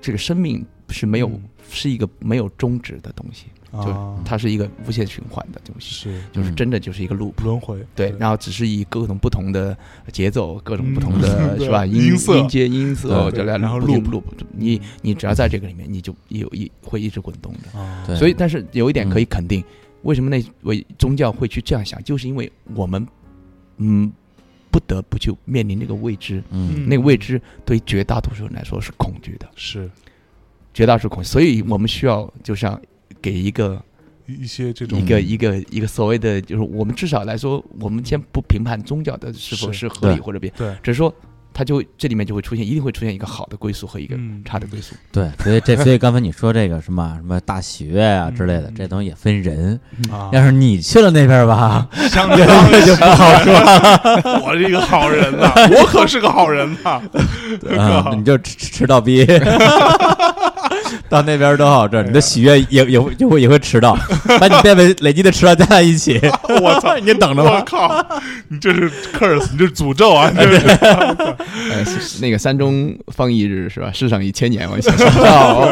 Speaker 3: 这个生命是没有、
Speaker 1: 嗯
Speaker 3: 是一个没有终止的东西，就是
Speaker 1: 啊，
Speaker 3: 它是一个无限循环的东西，
Speaker 1: 是
Speaker 3: 就是真的就是一个 loop。
Speaker 1: 轮回，
Speaker 3: 对，然后只是以各种不同的节奏、各种不同
Speaker 1: 嗯
Speaker 3: 的 是吧
Speaker 1: 对
Speaker 3: 音
Speaker 1: 音色
Speaker 3: 音阶、音色，
Speaker 1: 对
Speaker 3: 就来
Speaker 1: 然后
Speaker 3: 不停
Speaker 1: loop 嗯
Speaker 3: loop。你你只要在这个里面，你就有一会一直滚动的。
Speaker 1: 啊，
Speaker 2: 对
Speaker 3: 所以，但是有一
Speaker 2: 嗯
Speaker 3: 点可以肯定，为什么那为宗教会去这样想，就是因为我们嗯不得不去面临这个未知，
Speaker 2: 嗯
Speaker 1: 嗯
Speaker 3: 那个未知对于绝大多数人来说是恐惧的，
Speaker 1: 是
Speaker 3: 绝大多数恐惧，所以我们需要就像给一个
Speaker 1: 一一些这种
Speaker 3: 一个一个一个所谓的，就是我们至少来说，我们先不评判宗教的是否
Speaker 1: 是
Speaker 3: 是合理
Speaker 2: 对
Speaker 3: 或者别，
Speaker 1: 对
Speaker 3: 只是说它就这里面就会出现，一定会出现一个好的归宿和一个
Speaker 1: 嗯
Speaker 3: 差的归 宿。
Speaker 2: 对，所以这所以刚才你说这个什么什么大喜悦啊之类的，
Speaker 1: 嗯
Speaker 2: 这东西也分人。
Speaker 1: 啊，
Speaker 2: 要是你去了那边儿 吧，
Speaker 1: 相
Speaker 2: 这
Speaker 1: 当于
Speaker 2: 就不好说了，
Speaker 1: 我是一个好人呐、我可是个好人呐、
Speaker 2: 啊你就吃吃吃到 逼。 到那边儿多好，这你的喜悦也也会也会也会迟到，把你变为累积的迟到加在 一起，
Speaker 1: 我操！
Speaker 2: 你等着
Speaker 1: 我
Speaker 2: 吧。
Speaker 1: 靠！你这是 curse，你这是诅咒啊！你这是
Speaker 3: 呃，是那个山中放一日是吧？世上一千 年，我想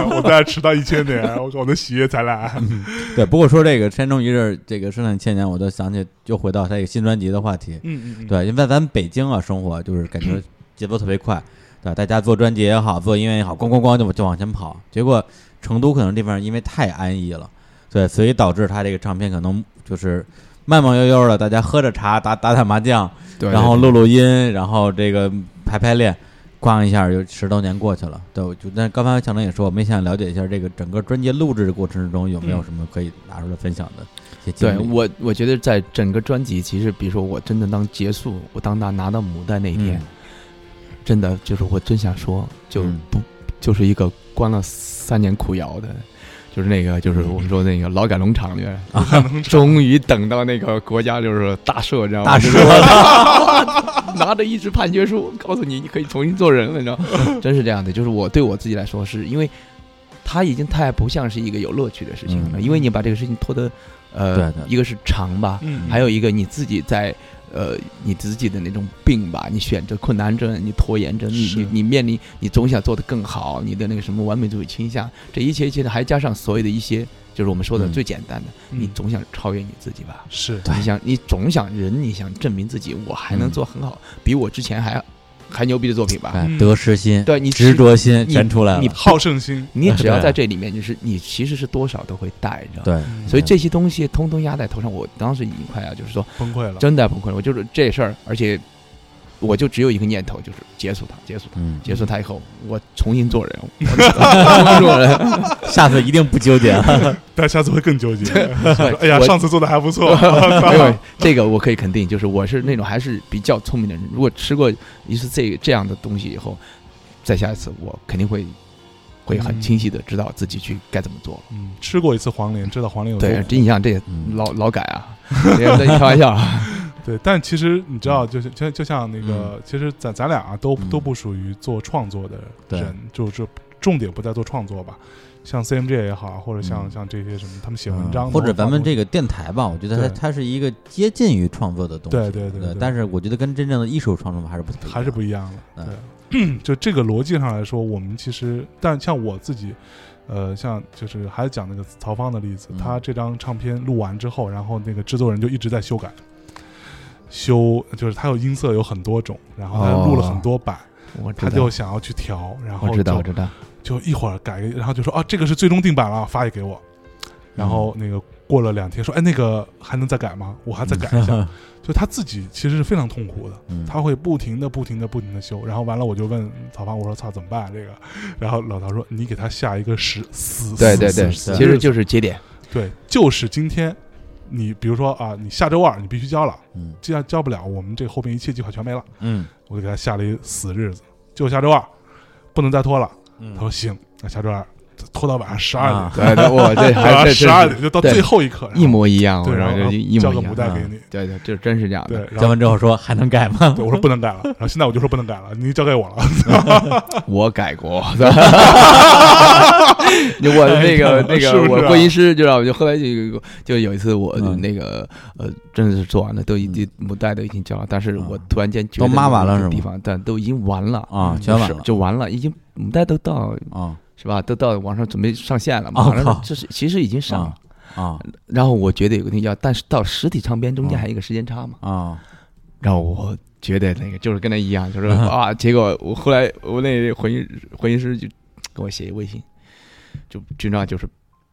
Speaker 1: 我在这迟到一千年，我靠，我的喜悦才来。
Speaker 2: 对，不过说这个山中一日，这个生产千年，我都想起又回到他这个新专辑的话题。
Speaker 1: 嗯嗯，
Speaker 2: 对，因为在咱们北京啊，生活就是感觉节奏特别快，对吧？大家做专辑也好，做音乐也好，咣咣咣就就往前跑。结果成都可能地方因为太安逸了，对，所以导致他这个唱片可能就是慢慢悠悠的，大家喝着茶，打打打麻将，
Speaker 3: 对
Speaker 2: 然后录录音，然后这个排排练。咣一下就十多年过去了，对，我就那刚才强龙也说，我们也想了解一下这个整个专辑录制的过程之中有没有
Speaker 1: 嗯
Speaker 2: 什么可以拿出来分享的一些经
Speaker 3: 对
Speaker 2: 历。
Speaker 3: 我，我觉得在整个专辑，其实比如说我真的当结束，我当拿拿到母带那一天，
Speaker 2: 嗯
Speaker 3: 真的就是我真想说，就
Speaker 2: 嗯
Speaker 3: 不、就是一个关了三年苦窑的，就是那个，
Speaker 2: 嗯
Speaker 3: 就是我们说那个劳改农场里面，
Speaker 2: 啊
Speaker 1: 可能
Speaker 3: 终于等到那个国家就是大
Speaker 1: 嗯
Speaker 3: 赦，知道吗？
Speaker 2: 大赦
Speaker 3: 赦， 拿着一纸判决书，告诉你你可以重新做人了，你知道 吗？真是这样的，就是我对我自己来说，是因为它已经太不像是一个有乐趣的事情了，
Speaker 2: 嗯
Speaker 3: 因为你把这个事情拖得，
Speaker 2: 对
Speaker 3: 呃
Speaker 2: 对，
Speaker 3: 一个是长吧，
Speaker 1: 嗯
Speaker 3: 还有一个你自己在。呃，你自己的那种病吧，你选择困难症，你拖延症，你
Speaker 1: 是
Speaker 3: 你你面临你总想做得更好，你的那个什么完美主义倾向，这一切一切的，还加上所有的一些，就是我们说的
Speaker 2: 嗯
Speaker 3: 最简单的，你总想超越你自己吧？
Speaker 1: 是
Speaker 2: 对嗯
Speaker 3: 你想，你总想人，你想证明自己，我还能做很好，比我之前还还牛逼的作品吧？
Speaker 2: 哎
Speaker 1: 嗯
Speaker 2: 得失心、
Speaker 3: 对你其
Speaker 2: 执着心
Speaker 3: 你
Speaker 2: 全出来
Speaker 3: 你
Speaker 2: 了。
Speaker 1: 好胜心，
Speaker 3: 你只要
Speaker 2: 对
Speaker 3: 在这里面，你是你其实是多少都会带着。
Speaker 2: 对，
Speaker 1: 嗯
Speaker 3: 所以这些东西通通压在头上，我当时已经快要就是说
Speaker 1: 崩溃了，
Speaker 3: 真的崩溃了。我就是这事儿，而且我就只有一个念头，就是结束它，结束它，
Speaker 2: 嗯，
Speaker 3: 结束它以 后，我重新做人，我重新做人。
Speaker 2: 下次一定不纠结了。
Speaker 1: 但下次会更纠结。
Speaker 3: 对
Speaker 1: 哎呀，
Speaker 3: 我
Speaker 1: 上次做的还不错，
Speaker 3: 没有这个我可以肯定，就是我是那种还是比较聪明的人。如果吃过一次这这样的东西以后，再下一次我肯定会会很清晰的知道自己去该怎么做了。
Speaker 1: 嗯，吃过一次黄连，知道黄连有多
Speaker 3: 对，
Speaker 1: 苦
Speaker 3: 这你想这也
Speaker 2: 嗯
Speaker 3: 劳劳改啊，别人在开玩笑啊，
Speaker 1: 对，但其实你知道，就是就就像那个，其实咱咱俩啊，都
Speaker 2: 嗯
Speaker 1: 都不属于做创作的
Speaker 2: 对
Speaker 1: 人，就是重点不在做创作吧。像 CMJ 也好，啊或者像
Speaker 2: 嗯
Speaker 1: 像这些什么，他们写文章，
Speaker 2: 或者咱们这
Speaker 1: 个，
Speaker 2: 个电台吧，我觉得它
Speaker 1: 对
Speaker 2: 它是一个接近于创作的东西，
Speaker 1: 对对对对对
Speaker 2: 但是我觉得跟真正的艺术创作还是不太一样
Speaker 1: 还是不一样的。
Speaker 2: 嗯
Speaker 1: 对， 就这个逻辑上来说，我们其实，但像我自己，呃，像就是还是讲那个曹芳的例子，
Speaker 2: 嗯
Speaker 1: 他这张唱片录完之后，然后那个制作人就一直在修改，修就是他有音色有很多种，然后他
Speaker 3: 哦
Speaker 1: 录了很多版，
Speaker 3: 我知
Speaker 1: 他就
Speaker 3: 道，
Speaker 1: 想要去调，然后
Speaker 3: 我知道，
Speaker 1: 就
Speaker 3: 我知道，
Speaker 1: 就一会儿改，然后就说啊，这个是最终定版了，发也给我。
Speaker 3: 嗯
Speaker 1: 然后那个过了两天说，哎，那个还能再改吗？我还再改 一下。就他自己其实是非常痛苦的，
Speaker 2: 嗯，
Speaker 1: 他会不停的、不停的、不停的修。然后完了，我就问曹芳，我说操，怎么办、这个？ 然后老曹说，你给他下一个时死，
Speaker 3: 对
Speaker 1: 死
Speaker 3: 对
Speaker 1: 死
Speaker 3: 对，
Speaker 1: 死
Speaker 3: 其实就是节点，
Speaker 1: 对，就是今天。你比如说啊，你下周二你必须交了，
Speaker 2: 嗯
Speaker 1: 这样交不了，我们这后面一切计划全没了。
Speaker 2: 嗯
Speaker 1: 我给他下了一死日子，就下周二，不能再拖了。
Speaker 2: 嗯
Speaker 1: 他说行，那下周二拖到晚上十二
Speaker 2: 啊
Speaker 1: 点，
Speaker 3: 对，我这
Speaker 1: 晚
Speaker 3: 还
Speaker 1: 上
Speaker 3: 哎这
Speaker 1: 十二点就到
Speaker 3: 对
Speaker 1: 最后一刻，
Speaker 3: 一模一样，我
Speaker 1: 对，然
Speaker 3: 说
Speaker 1: 后
Speaker 3: 这一
Speaker 1: 交
Speaker 3: 模
Speaker 1: 个
Speaker 3: 一
Speaker 1: 母
Speaker 3: 样
Speaker 1: 带
Speaker 3: 啊，
Speaker 1: 给你，
Speaker 3: 对对，这真是这样
Speaker 1: 对
Speaker 3: 的。，
Speaker 1: 然
Speaker 2: 交
Speaker 1: 后
Speaker 2: 完之后说还能改吗？
Speaker 1: 对我说不能改了，然后现在我就说不能改了，你交给我了，
Speaker 3: 我改过， 我的那
Speaker 2: 哎
Speaker 3: 个那
Speaker 1: 是
Speaker 3: 个
Speaker 1: 不是
Speaker 3: 我
Speaker 1: 啊
Speaker 3: 婚姻师知道吗？就后来就有一个就有一次我
Speaker 2: 嗯
Speaker 3: 那个呃，真的是做完了，都已经母带都已经交了，但是
Speaker 2: 啊
Speaker 3: 我突然间觉
Speaker 2: 都
Speaker 3: 得
Speaker 2: 抹完了
Speaker 3: 有
Speaker 2: 是吗
Speaker 3: 地方，但都已经完了。
Speaker 2: 啊，
Speaker 1: 嗯
Speaker 2: 全完
Speaker 3: 是
Speaker 2: 了
Speaker 3: 就完了，已经母带都到
Speaker 2: 啊
Speaker 3: 是吧？都到网上准备上线了嘛？
Speaker 2: 啊
Speaker 3: 网
Speaker 2: 靠
Speaker 3: 上这是其实已经上了
Speaker 2: 啊。啊
Speaker 3: 然后我觉得有个东西要，但是到实体唱片中间
Speaker 2: 啊
Speaker 3: 还有一个时间差嘛。
Speaker 2: 啊
Speaker 3: 让我觉得那个就是跟他一样，就是
Speaker 2: 嗯
Speaker 3: 啊，结果我后来我那混音混音师就给我写一微信，就经常就是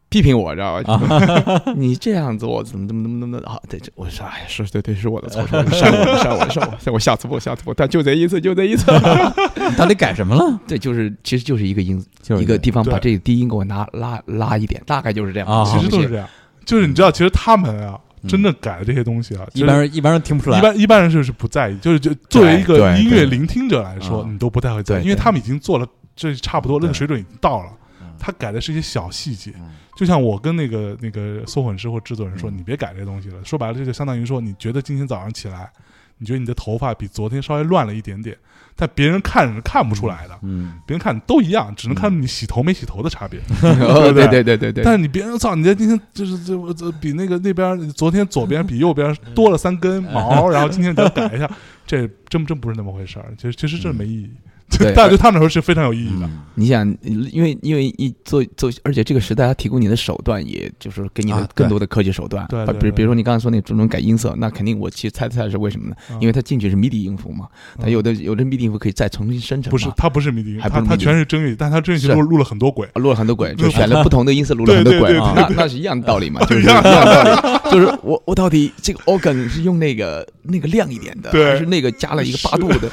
Speaker 3: 批评我，知道吧？就你这样子，我怎么怎么怎么怎么啊？对，这我说哎呀，是对对，是我的错，是我的删我删我删我删我，下次不下次不，但就这一次，就这一次。
Speaker 2: 你到底改什么了？
Speaker 3: 对，就是其实就是一个音，
Speaker 2: 就是
Speaker 3: 一个地方把
Speaker 1: 对
Speaker 3: 这个低音给我拉拉拉一点，大概就是这样。
Speaker 2: 啊
Speaker 3: 就
Speaker 1: 其
Speaker 3: 是
Speaker 1: 实都是这样，就是你知道，其实他们啊，
Speaker 3: 嗯
Speaker 1: 真正改的这些东西啊，
Speaker 2: 一般。人一般人听不出来
Speaker 1: 一，般一般人是是不在意，就是就作为一个
Speaker 3: 对
Speaker 1: 音乐
Speaker 3: 对
Speaker 1: 聆听者来说，
Speaker 2: 嗯
Speaker 1: 你都不太会在意，
Speaker 3: 对
Speaker 1: 因为
Speaker 3: 对
Speaker 1: 他们已经做了，这差不多那个水准已经到了
Speaker 2: 嗯。
Speaker 1: 他改的是一些小细节，
Speaker 2: 嗯
Speaker 1: 就像我跟那个那个缩混师或制作人说，
Speaker 2: 嗯
Speaker 1: 你别改这东西了。说白了，这就相当于说，你觉得今天早上起来，你觉得你的头发比昨天稍微乱了一点点，但别人看是看不出来的，
Speaker 2: 嗯
Speaker 1: 别人看都一样，只能看你洗头没洗头的差别。
Speaker 3: 哦
Speaker 1: 对
Speaker 3: 对
Speaker 1: 不
Speaker 3: 对对对对，
Speaker 1: 但是你别人操，你这今天就是这这比那个那边昨天左
Speaker 3: 嗯
Speaker 1: 边比右边多了三根毛，然后今天你再改一下， 这真真不是那么回事儿。其实其实这没意义，就
Speaker 3: 嗯对
Speaker 1: 但对他们来说是非常有意义的。
Speaker 2: 嗯
Speaker 3: 你想，因为因为一做做，而且这个时代它提供你的手段，也就是给你
Speaker 2: 啊
Speaker 3: 的
Speaker 2: 对
Speaker 3: 更多的科技手段。
Speaker 1: 对
Speaker 3: 比
Speaker 1: 对
Speaker 3: 比
Speaker 1: 对
Speaker 3: 比如说你刚才说那种改音色，那肯定我其实猜猜是为什么呢？因
Speaker 1: 他
Speaker 3: 为它进去是 MIDI 音符嘛，它有的有的 MIDI 音符可以再重新生成
Speaker 1: 嗯
Speaker 3: 嘛。
Speaker 1: 不是他不是迷笛，
Speaker 3: 还不
Speaker 1: 他
Speaker 3: 是
Speaker 1: 他
Speaker 3: 迷笛
Speaker 1: 全是真乐器，但他真乐器
Speaker 3: 是
Speaker 1: 录录了很多轨。
Speaker 3: 啊录了很多轨，
Speaker 1: 对
Speaker 3: 就选了不同的音色，录了很多
Speaker 1: 对
Speaker 3: 轨，
Speaker 1: 对
Speaker 3: 啊
Speaker 1: 对
Speaker 3: 那
Speaker 1: 对
Speaker 3: 那是一样道 理嘛，就是
Speaker 1: 一
Speaker 3: 一
Speaker 1: 样
Speaker 3: 样道理， 就是我我到底这个 organ 是用那个那个亮一点的，
Speaker 1: 对
Speaker 3: 还是那个加了一个八度的？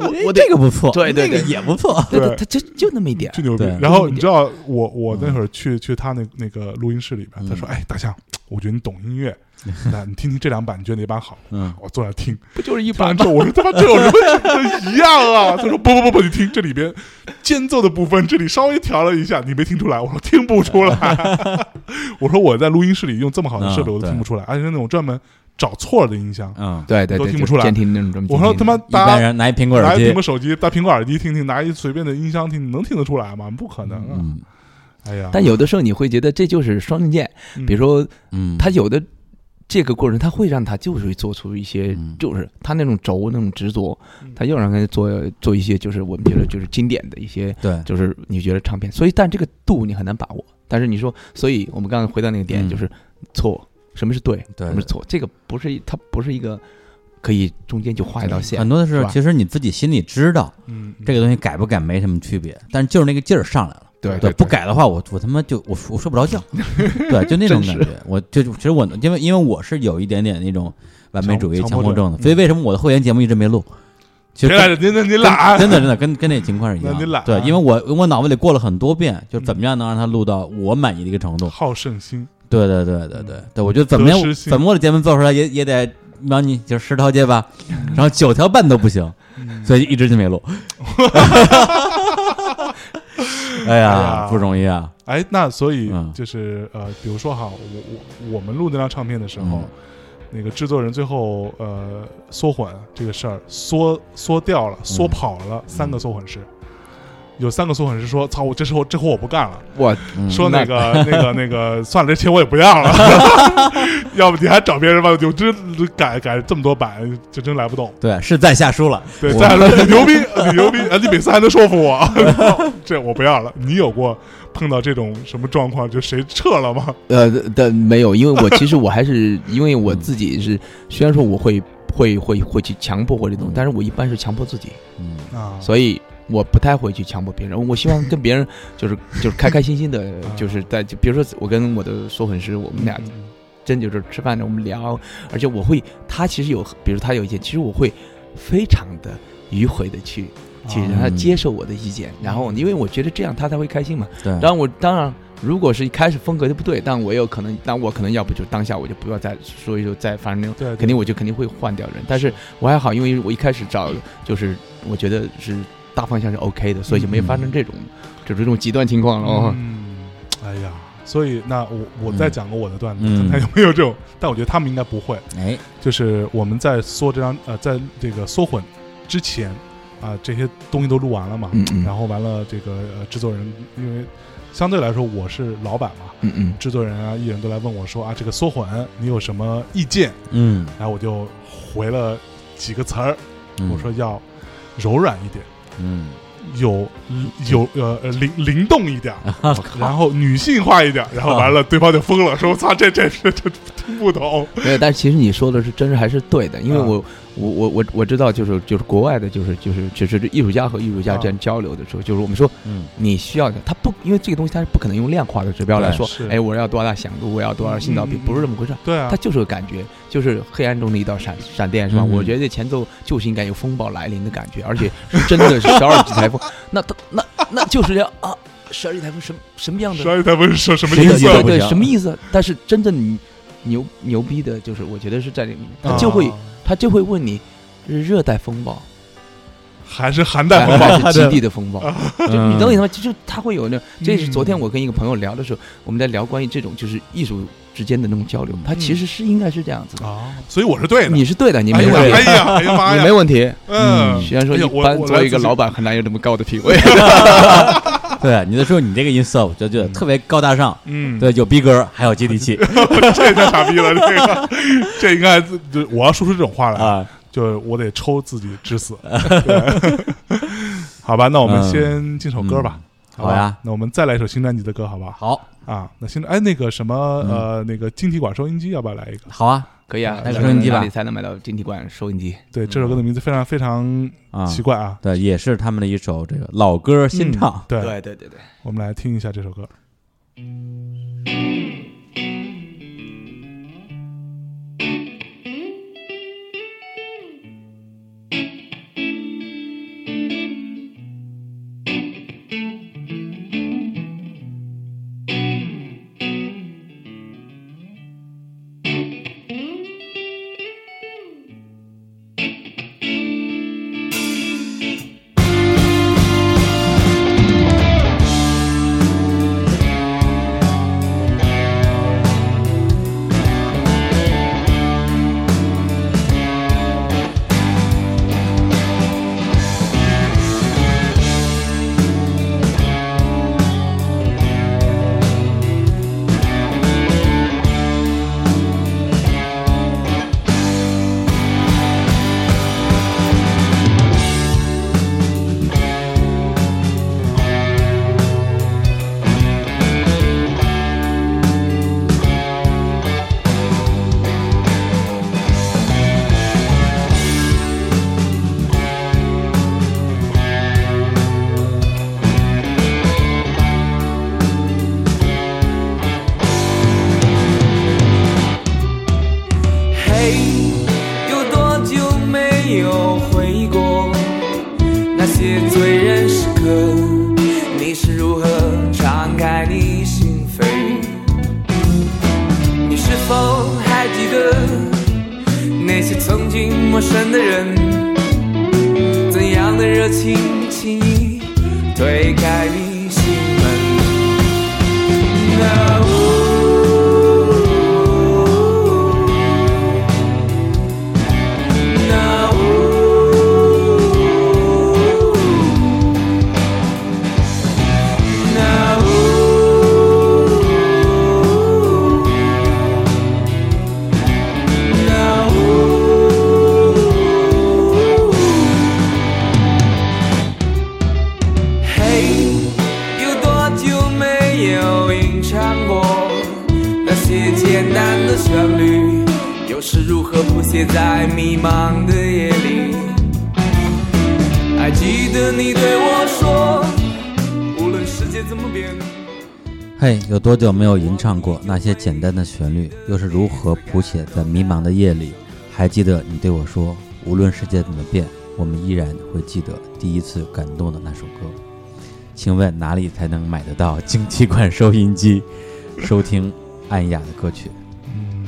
Speaker 3: 我 我得
Speaker 2: 哎这个不错，
Speaker 3: 对对
Speaker 2: 那个
Speaker 3: 对
Speaker 2: 也不错，
Speaker 3: 对
Speaker 1: 对
Speaker 3: 对，它就就那么一点
Speaker 1: 巨，牛逼
Speaker 2: 对！
Speaker 1: 然后你
Speaker 3: 嗯
Speaker 1: 知道我我那会儿去去他那那个录音室里边，他说：“哎，大象，我觉得你懂音乐，那你听听这两版，你觉得哪版好？
Speaker 2: 嗯，
Speaker 1: 我坐那听，
Speaker 3: 不就是一
Speaker 1: 听
Speaker 3: 把
Speaker 1: 完之后我说他妈这 有什么一样啊？ 他说不不不不，你听这里边间奏的部分，这里稍微调了一下，你没听出来？我说听不出来。 我说我在录音室里用这么好的设备
Speaker 2: 嗯
Speaker 1: 我都听不出来，而且是那种专门找错了的音箱。
Speaker 2: 嗯，
Speaker 3: 对对
Speaker 1: 都
Speaker 3: 对，
Speaker 1: 听
Speaker 3: 就
Speaker 1: 不出来
Speaker 3: 监听那种这么监听的。
Speaker 1: 我说他妈
Speaker 2: 一般
Speaker 1: 大家
Speaker 2: 人拿一苹果
Speaker 1: 拿
Speaker 2: 耳
Speaker 1: 一
Speaker 2: 机
Speaker 1: 苹果，手机、拿苹果耳机听听，拿一随便的音箱听，你能听得出来吗？不可能啊！
Speaker 2: 嗯
Speaker 1: 哎呀，
Speaker 3: 但有的时候你会觉得这就是双刃剑，
Speaker 1: 嗯
Speaker 3: 比如说
Speaker 2: 嗯，
Speaker 3: 他有的这个过程，他会让他就是会做出一些
Speaker 2: 嗯，
Speaker 3: 就是他那种轴那种执着
Speaker 1: 嗯，
Speaker 3: 他又让他做做一些就是我们觉得就是经典的一些，
Speaker 2: 对，
Speaker 3: 就是你觉得唱片，所以但这个度你很难把握。但是你说，所以我们刚刚回到那个点，
Speaker 2: 嗯
Speaker 3: 就是错，什么是对，
Speaker 2: 对
Speaker 3: 什么是错，这个不是它不是一个可以中间就画一道线
Speaker 2: 很。多的
Speaker 3: 是
Speaker 2: 时候
Speaker 3: 吧
Speaker 2: 其实你自己心里知道
Speaker 1: 嗯，嗯
Speaker 2: 这个东西改不改没什么区别，但是就是那个劲儿上来了。
Speaker 1: 啊
Speaker 3: 对
Speaker 2: 对，不改的话，我我他妈就我我睡不着觉，对，就那种感觉。我就其实我因为因为我是有一点点那种完美主义、
Speaker 1: 强
Speaker 2: 强迫症的，
Speaker 1: 强迫症
Speaker 2: 所以为什么我的会员节目一直没录？其
Speaker 1: 别
Speaker 2: 实
Speaker 1: 来着，哎您您您懒，
Speaker 2: 真的真的跟跟那情况是一样
Speaker 1: 那你
Speaker 2: 的
Speaker 1: 懒。啊
Speaker 2: 对，因为我我脑子里过了很多遍，就
Speaker 1: 嗯
Speaker 2: 怎么样能让它录到我满意的一个程度。
Speaker 1: 好胜心，
Speaker 2: 对对对对对对，我觉得怎么样
Speaker 1: 得失嗯心
Speaker 2: 怎么我的节目做出来也也得，比方你就十条街吧，然后九条半都不行，
Speaker 1: 嗯
Speaker 2: 所以一直就没 录。哎
Speaker 1: 哎
Speaker 2: 呀
Speaker 1: 呀，
Speaker 2: 不容易啊！
Speaker 1: 哎，那所以
Speaker 2: 嗯
Speaker 1: 就是、呃，比如说哈，我我我们录那张唱片的时候，
Speaker 2: 嗯
Speaker 1: 那个制作人最后呃缩混这个事儿缩缩掉了，缩
Speaker 2: 嗯
Speaker 1: 跑了、三个缩混师。有三个缩混师说：“操，我这时候这活我不干了。
Speaker 3: 我
Speaker 2: 嗯
Speaker 1: 说那个 那个那个，算了，这钱我也不要了。 要不你还找别人吧？就真改改这么多版，就真来不动。
Speaker 2: 对，是在下书了。
Speaker 1: 对，
Speaker 2: 我
Speaker 1: 再来你牛逼，你牛逼！啊，你每次还能说服 我，这我不要了。你有过碰到这种什么状况，就谁撤了吗？
Speaker 3: 呃的没有，因为我其实我还是因为我自己是，虽然说我会会会会去强迫或这种
Speaker 2: 嗯，
Speaker 3: 但是我一般是强迫自己，
Speaker 2: 嗯，
Speaker 1: 啊，
Speaker 3: 所以我不太会去强迫别人。我希望跟别人就是就是开开心心的
Speaker 1: 啊，
Speaker 3: 就是在就比如说我跟我的说粉师，我们俩
Speaker 1: 嗯
Speaker 3: 真就是吃饭我们聊，而且我会他其实有，比如他有意见，其实我会非常的迂回的去去
Speaker 1: 啊哦
Speaker 3: 让他接受我的意见，然后因为我觉得这样他才会开心嘛。
Speaker 2: 对，
Speaker 3: 当然我当然，如果是一开始风格就不对，但我有可能，但我可能要不就当下我就不要再说一说再发生那种，
Speaker 1: 对，
Speaker 3: 肯定我就肯定会换掉人。但是我还好，因为我一开始找就是我觉得是大方向是 OK 的，所以就没发生这种就是这种极端情况了。哦
Speaker 1: 嗯，哎呀，所以那我我再讲个我的段子，
Speaker 2: 嗯
Speaker 1: 看看有没有这种，但我觉得他们应该不会。
Speaker 2: 哎，
Speaker 1: 就是我们在缩这张呃，在这个缩混之前啊、这些东西都录完了嘛，
Speaker 3: 嗯嗯，
Speaker 1: 然后完了这个、呃、制作人，因为相对来说我是老板嘛，
Speaker 3: 嗯嗯
Speaker 1: 制作人啊、艺人都来问我说啊，这个缩混你有什么意见？
Speaker 2: 嗯，
Speaker 1: 然后我就回了几个词儿，
Speaker 2: 嗯
Speaker 1: 我说，要柔软一点，
Speaker 2: 嗯，
Speaker 1: 有有呃呃灵灵动一点儿，然后女性化一点儿，然后完了对方就疯了，说我操，这这这这听不懂。
Speaker 3: 没有，但是其实你说的是真是还是对的，因为
Speaker 1: 啊
Speaker 3: 我、我我我我知道，就是就是国外的、就是，就是就是艺术家和艺术家
Speaker 1: 啊
Speaker 3: 这样交流的时候，就是我们说
Speaker 2: 嗯，
Speaker 3: 你需要的，他不因为这个东西它是不可能用量化的指标来
Speaker 2: 对
Speaker 3: 说
Speaker 1: 是，
Speaker 3: 哎，我要多大响度，我要多少信噪比，
Speaker 1: 嗯嗯嗯
Speaker 3: 不是这么回事儿。
Speaker 1: 对啊
Speaker 3: 它，就是个感觉，就是黑暗中的一道闪闪电，是吧？
Speaker 2: 嗯
Speaker 3: 我觉得前奏就是应该有风暴来临的感觉，而且是真的是小耳机 台风，那它那那就是要啊，小耳机台风什么什么样的
Speaker 1: 十二月份是什么
Speaker 2: 谁
Speaker 1: 意
Speaker 2: 理解
Speaker 1: 思
Speaker 3: 对
Speaker 2: 不
Speaker 3: 对，
Speaker 2: 行
Speaker 3: 什么意思？但是真正你牛牛逼的，就是我觉得是在这里面，他
Speaker 1: 啊？
Speaker 3: 就会、他就会问你，是热带风暴
Speaker 1: 还是寒带风
Speaker 3: 还
Speaker 1: 暴，
Speaker 3: 是 极地的风暴？
Speaker 2: 就
Speaker 3: 你等等，就就他会有那，这是
Speaker 1: 嗯
Speaker 3: 昨天我跟一个朋友聊的时候，我们在聊关于这种就是艺术之间的那种交流
Speaker 2: 嗯，
Speaker 3: 他其实是应该是这样子的。
Speaker 1: 啊，所以我是对的。
Speaker 3: 你是对的，你
Speaker 1: 哎
Speaker 3: 没
Speaker 1: 呀
Speaker 3: 问
Speaker 1: 哎
Speaker 3: 题，
Speaker 1: 呀，哎呀妈
Speaker 3: 你
Speaker 1: 呀
Speaker 3: 没，问题。
Speaker 1: 嗯，
Speaker 3: 虽然说
Speaker 1: 哎呀
Speaker 3: 一
Speaker 1: 我
Speaker 3: 般
Speaker 1: 我
Speaker 3: 作
Speaker 1: 来
Speaker 3: 为一个
Speaker 1: 自
Speaker 3: 老板很难有这么高的品 位，
Speaker 2: 对，你的时候你这个音色，我就觉得特别高大上，
Speaker 1: 嗯，
Speaker 2: 对，有逼格，还有接地 气
Speaker 1: 这太傻逼了，这个这应该就我要说出这种话来，
Speaker 2: 啊，
Speaker 1: 就是我得抽自己致死。对 好吧，那我们
Speaker 2: 嗯
Speaker 1: 先进首歌吧。
Speaker 2: 嗯
Speaker 1: 吧
Speaker 2: 好呀
Speaker 1: 那我们再来一首新专辑的歌，好不好？
Speaker 2: 好，
Speaker 1: 啊，那新哎那个什么
Speaker 2: 嗯
Speaker 1: 呃那个晶体管收音机，要不要来一个？
Speaker 2: 好啊，
Speaker 3: 可以啊。
Speaker 2: 那收音机吧
Speaker 3: 哪里才能买到晶体管收音机？
Speaker 1: 对，这首歌的名字非常非常
Speaker 2: 嗯啊，
Speaker 1: 奇怪啊，
Speaker 2: 对，也是他们的一首这个老歌新唱
Speaker 1: 嗯，对，
Speaker 3: 对对对，
Speaker 1: 我们来听一下这首歌。
Speaker 5: 你
Speaker 4: 否还记得那些曾经陌生的人？怎样的热情轻易推开你心门？No。No. No. 嘿，有多久没有吟唱过那些简单的旋律？又是如何谱写在迷茫的夜里？还记得你对我说，无论世界怎么变。
Speaker 2: 嘿，有多久没有吟唱过那些简单的旋律？又是如何谱写在迷茫的夜里？还记得你对我说，无论世界怎么变，我们依然会记得第一次感动的那首歌。请问哪里才能买得到经济款收音机，收听暗哑的歌曲？
Speaker 1: 嗯，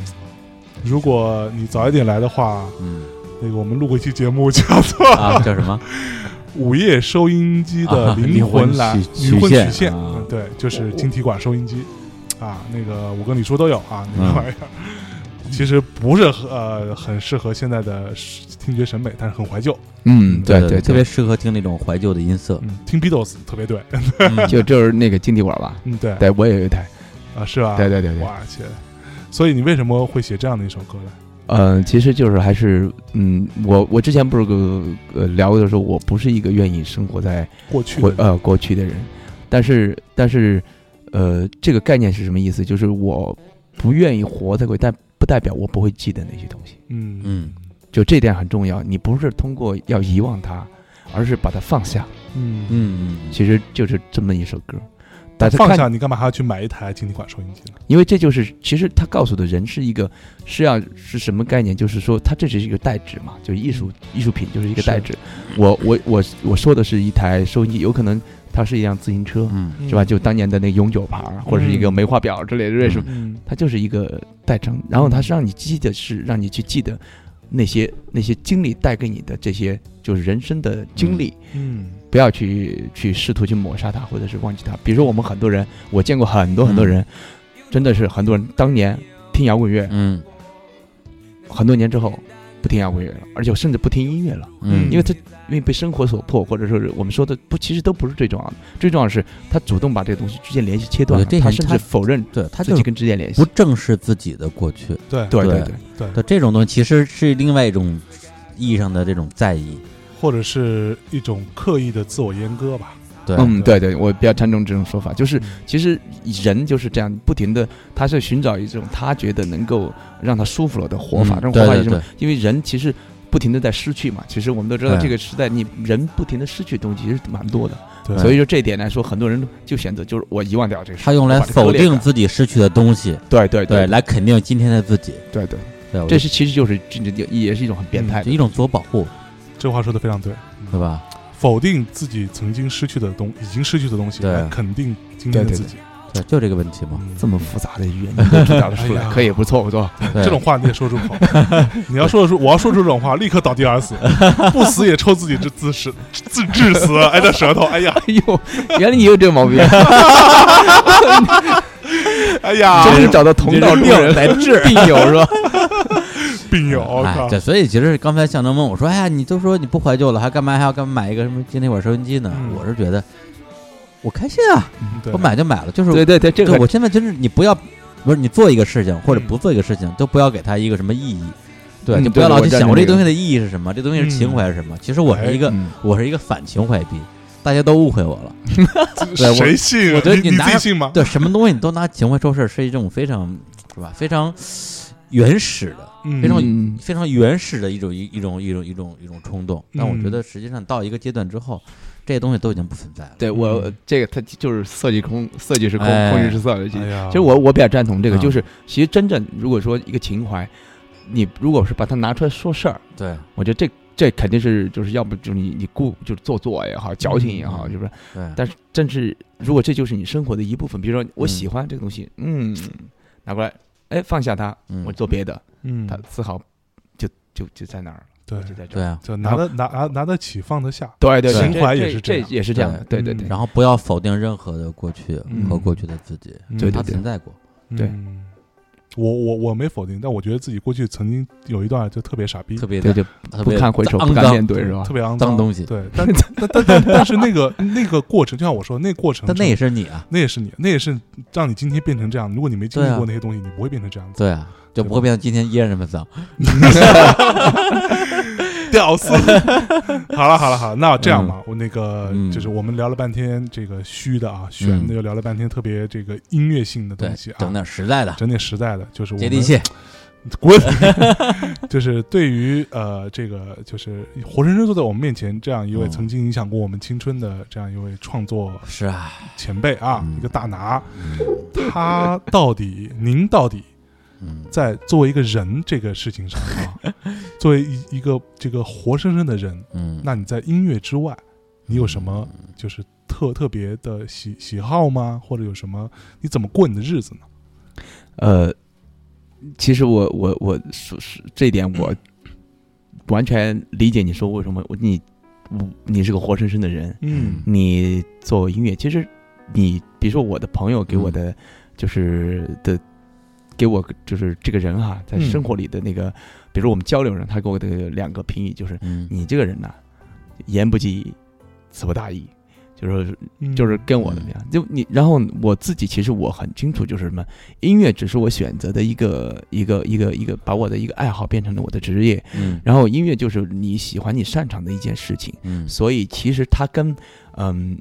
Speaker 1: 如果你早一点来的话，
Speaker 2: 嗯，
Speaker 1: 那个我们录过一期节目叫做
Speaker 2: 啊，叫什么？
Speaker 1: 《午夜收音机的
Speaker 2: 啊灵
Speaker 1: 魂
Speaker 2: 魂
Speaker 1: 来
Speaker 2: 曲曲
Speaker 1: 魂
Speaker 2: 线
Speaker 1: 曲线》
Speaker 2: 啊
Speaker 1: 嗯，对，就是晶体管收音机啊，那个我跟你说都有啊，那个
Speaker 2: 嗯
Speaker 1: 玩意儿。其实不是呃很适合现在的听觉审美，但是很怀旧。
Speaker 3: 嗯，对对，
Speaker 2: 特别适合听那种怀旧的音色。
Speaker 1: 嗯，听 Beatles 特别对。
Speaker 2: 嗯
Speaker 3: 就就是那个经济馆吧。
Speaker 1: 嗯，对，
Speaker 3: 对，我也有一台。
Speaker 1: 啊，是吧？
Speaker 3: 对对对对，
Speaker 1: 哇切！所以你为什么会写这样的一首歌呢？
Speaker 3: 呃，其实就是还是，嗯，我我之前不是个呃聊的时候，我不是一个愿意生活在
Speaker 1: 过去
Speaker 3: 过
Speaker 1: 的
Speaker 3: 呃过去的人，但是但是，呃，这个概念是什么意思？就是我不愿意活在过去，但不代表我不会记得那些东西，
Speaker 1: 嗯
Speaker 2: 嗯
Speaker 3: 就这点很重要。你不是通过要遗忘它，而是把它放下，
Speaker 1: 嗯嗯，
Speaker 2: 嗯嗯，
Speaker 3: 其实就是这么一首歌。大家
Speaker 1: 放
Speaker 3: 看
Speaker 1: 下你干嘛还要去买一台经济管收音机呢？
Speaker 3: 因为这就是其实他告诉的人是一个是要是什么概念？就是说，它这只是一个代指嘛，就是艺术艺术品就是一个代指。我我我我说的是一台收音机，有可能它是一辆自行车，
Speaker 2: 嗯
Speaker 3: 是吧？就当年的那个永久牌儿，或者是一个梅花表之类的，为什么？
Speaker 1: 嗯
Speaker 3: 嗯它就是一个代称，然后它是让你记得是让你去记得那些那些经历带给你的这些就是人生的经历，
Speaker 1: 嗯
Speaker 3: 不要去去试图去抹杀它或者是忘记它。比如说我们很多人，我见过很多很多人，真的是很多人当年听摇滚乐，
Speaker 2: 嗯
Speaker 3: 很多年之后不听摇滚乐了，而且甚至不听音乐了，
Speaker 2: 嗯，
Speaker 3: 因为他因为被生活所迫，或者说是我们说的不，其实都不是最重要的，最重要的是他主动把这个东西之间联系切断
Speaker 2: 我
Speaker 3: 了，
Speaker 2: 觉得这
Speaker 3: 他
Speaker 2: 人
Speaker 3: 甚
Speaker 2: 他
Speaker 3: 至否认
Speaker 2: 对他
Speaker 3: 自
Speaker 2: 就
Speaker 3: 己
Speaker 2: 是
Speaker 3: 跟之间联系
Speaker 2: 不。正视自己的过去。
Speaker 1: 对
Speaker 3: 对
Speaker 2: 对
Speaker 3: 对，
Speaker 2: 对这种东西，其实是另外一种意义上的这种在意。
Speaker 1: 或者是一种刻意的自我阉割吧。
Speaker 2: 对，
Speaker 3: 嗯，对对，我比较看重这种说法，就是
Speaker 1: 嗯
Speaker 3: 其实人就是这样，不停的，他是寻找一种他觉得能够让他舒服了的活法，
Speaker 2: 嗯
Speaker 3: 这种活法
Speaker 2: 对
Speaker 3: 是什
Speaker 2: 对
Speaker 3: 么？因为人其实不停的在失去嘛，其实我们都知道
Speaker 2: 对
Speaker 3: 这个时代，你人不停的失去的东西其实蛮多的，
Speaker 1: 对，
Speaker 3: 所以就这一点来说，很多人就选择就是我遗忘掉这个事，
Speaker 2: 他用来
Speaker 3: 我把这个
Speaker 2: 否
Speaker 3: 割裂
Speaker 2: 定
Speaker 3: 开
Speaker 2: 自己失去的东西，
Speaker 3: 对对
Speaker 2: 对，来肯定今天的自己。
Speaker 3: 对对，
Speaker 2: 对，我
Speaker 3: 这
Speaker 2: 觉
Speaker 3: 是其实就是这这也是一种很变态
Speaker 2: 得
Speaker 3: 的
Speaker 2: 一，种自我保护，
Speaker 1: 这话说的非常对，
Speaker 2: 对吧？
Speaker 1: 否定自己曾经失去的东，已经失去的东西，
Speaker 2: 对
Speaker 1: 来肯定今天的
Speaker 3: 对对
Speaker 1: 自己。
Speaker 2: 对，就这个问题嘛。
Speaker 1: 嗯
Speaker 3: 这么复杂的语言你都知道得出
Speaker 1: 哎
Speaker 3: 来，
Speaker 1: 呀
Speaker 3: 可以不错不错，
Speaker 2: 对
Speaker 1: 这种话你也说出口， 你要说的是我要说出这种话，立刻倒地而死，不死也抽自己这自死自致 死，挨着舌头，哎呀
Speaker 3: 哎呦，原来你有这个毛病，
Speaker 1: 哎呀，
Speaker 3: 真是找到同道中人来治病友是吧？
Speaker 1: 病友，我
Speaker 2: 哎
Speaker 1: 靠，
Speaker 2: 对，所以其实刚才向征问我说：“哎呀，你都说你不怀旧了，还干嘛还要干嘛买一个什么今天管收音机呢？”
Speaker 1: 嗯
Speaker 2: 我是觉得我开心啊，
Speaker 1: 嗯对
Speaker 2: 我买就买了，就是
Speaker 3: 对对对，这
Speaker 2: 对
Speaker 3: 个
Speaker 2: 我现在真是你不要，不是你做一个事情或者
Speaker 1: 嗯
Speaker 2: 不做一个事情，都不要给它一个什么意义，对，
Speaker 3: 嗯
Speaker 2: 就不
Speaker 3: 对
Speaker 2: 要
Speaker 3: 对
Speaker 2: 老
Speaker 3: 我
Speaker 2: 去
Speaker 3: 赞
Speaker 2: 想
Speaker 3: 成
Speaker 2: 我这
Speaker 3: 这个
Speaker 2: 东西的意义是什么，这东西是情怀是什么。其实我是一个
Speaker 3: 嗯
Speaker 2: 我是一个反情怀币，大家都误会我 了。对我
Speaker 1: 谁信啊
Speaker 2: 我？觉得
Speaker 1: 你
Speaker 2: 你拿
Speaker 1: 自己信吗？
Speaker 2: 对，什么东西你都拿情怀说事儿，是一种非常是吧？非常原始的、
Speaker 1: 嗯
Speaker 2: 非常
Speaker 3: 嗯
Speaker 2: 非常原始的一种一一种一种一种一种冲动。但我觉
Speaker 1: 嗯
Speaker 2: 得实际上到一个阶段之后，这些东西都已经不存在了。嗯
Speaker 3: 对我这个它就是色即空，色即是空，
Speaker 2: 哎
Speaker 3: 空即是色的。
Speaker 1: 哎呀，
Speaker 3: 其实我我比较赞同这个，
Speaker 2: 嗯
Speaker 3: 就是其实真正如果说一个情怀，你如果是把它拿出来说事儿，
Speaker 2: 对
Speaker 3: 我觉得这这肯定是就是要不就是你你故就是做作也好，矫情也好，
Speaker 2: 嗯
Speaker 3: 是不是？
Speaker 2: 对，
Speaker 3: 但是正是如果这就是你生活的一部分，比如说我
Speaker 2: 嗯
Speaker 3: 喜欢这个东西，嗯，拿过来哎，放下它，
Speaker 2: 嗯
Speaker 3: 我做别的，
Speaker 1: 嗯，
Speaker 3: 它丝毫就就就在那儿了，
Speaker 1: 对，
Speaker 3: 就在这
Speaker 2: 对
Speaker 3: 儿。
Speaker 2: 啊，
Speaker 1: 就拿得拿拿拿得起放得下，
Speaker 3: 对对对，
Speaker 1: 情怀也是这
Speaker 3: 这
Speaker 1: 样
Speaker 3: 也是这样的，对嗯对对，
Speaker 2: 然后不要否定任何的过去
Speaker 1: 嗯
Speaker 2: 和过去的自己，
Speaker 1: 嗯
Speaker 3: 对
Speaker 2: 它
Speaker 3: 对对
Speaker 2: 存在过。
Speaker 3: 对
Speaker 1: 嗯我我我没否定，但我觉得自己过去曾经有一段就特别傻逼，
Speaker 2: 特别
Speaker 3: 对
Speaker 2: 的
Speaker 3: 就
Speaker 2: 特
Speaker 3: 不
Speaker 2: 别
Speaker 3: 看回首，不
Speaker 2: 肮
Speaker 3: 敢面
Speaker 2: 脏，
Speaker 3: 对是吧
Speaker 1: 特？别肮
Speaker 2: 脏东西
Speaker 1: 对，但但但但但是那个那个过程，就像我说，那过程
Speaker 2: 但那也是你啊，
Speaker 1: 那也是你，那也是让你今天变成这样。如果你没经历
Speaker 2: 对啊
Speaker 1: 过那些东西，你不会变成这样子。
Speaker 2: 对啊，就不会变成今天依然这么脏。
Speaker 1: 屌丝。好了好了好了，那这样吧，我那个
Speaker 2: 嗯
Speaker 1: 就是我们聊了半天这个虚的啊，玄的，又聊了半天特别这个音乐性的
Speaker 2: 对
Speaker 1: 东西，啊，
Speaker 2: 整点实在的，
Speaker 1: 整点实在的，就是我
Speaker 2: 接地
Speaker 1: 们
Speaker 2: 气。
Speaker 1: 滚， 就是对于呃这个就是活生生坐在我们面前这样一位
Speaker 2: 嗯
Speaker 1: 曾经影响过我们青春的这样一位创作
Speaker 2: 是啊，
Speaker 1: 前辈啊，
Speaker 2: 嗯
Speaker 1: 一个大拿，他到底您到底
Speaker 2: 嗯，
Speaker 1: 在作为一个人这个事情上啊， 作为一一个这个活生生的人，
Speaker 2: 嗯，
Speaker 1: 那你在音乐之外，你有什么
Speaker 3: 嗯
Speaker 1: 就是特特别的喜喜好吗？或者有什么你怎么过你的日子呢？
Speaker 3: 呃，其实我我我是是这一点 我完全理解你说为什么我你你是个活生生的人，
Speaker 1: 嗯
Speaker 3: 你做音乐，其实你比如说我的朋友给
Speaker 1: 嗯
Speaker 3: 我的就是的。给我就是这个人哈、在
Speaker 1: 嗯
Speaker 3: 生活里的那个，比如我们交流上，他给我的两个评语就是：
Speaker 2: 嗯，
Speaker 3: 你这个人呐、言不及义，词不达意，就是说
Speaker 1: 嗯
Speaker 3: 就是跟我怎么样？就你，然后我自己其实我很清楚，就是什么音乐只是我选择的一个一个一个一个，把我的一个爱好变成了我的职业。
Speaker 2: 嗯
Speaker 3: 然后音乐就是你喜欢你擅长的一件事情，
Speaker 2: 嗯
Speaker 3: 所以其实它跟嗯。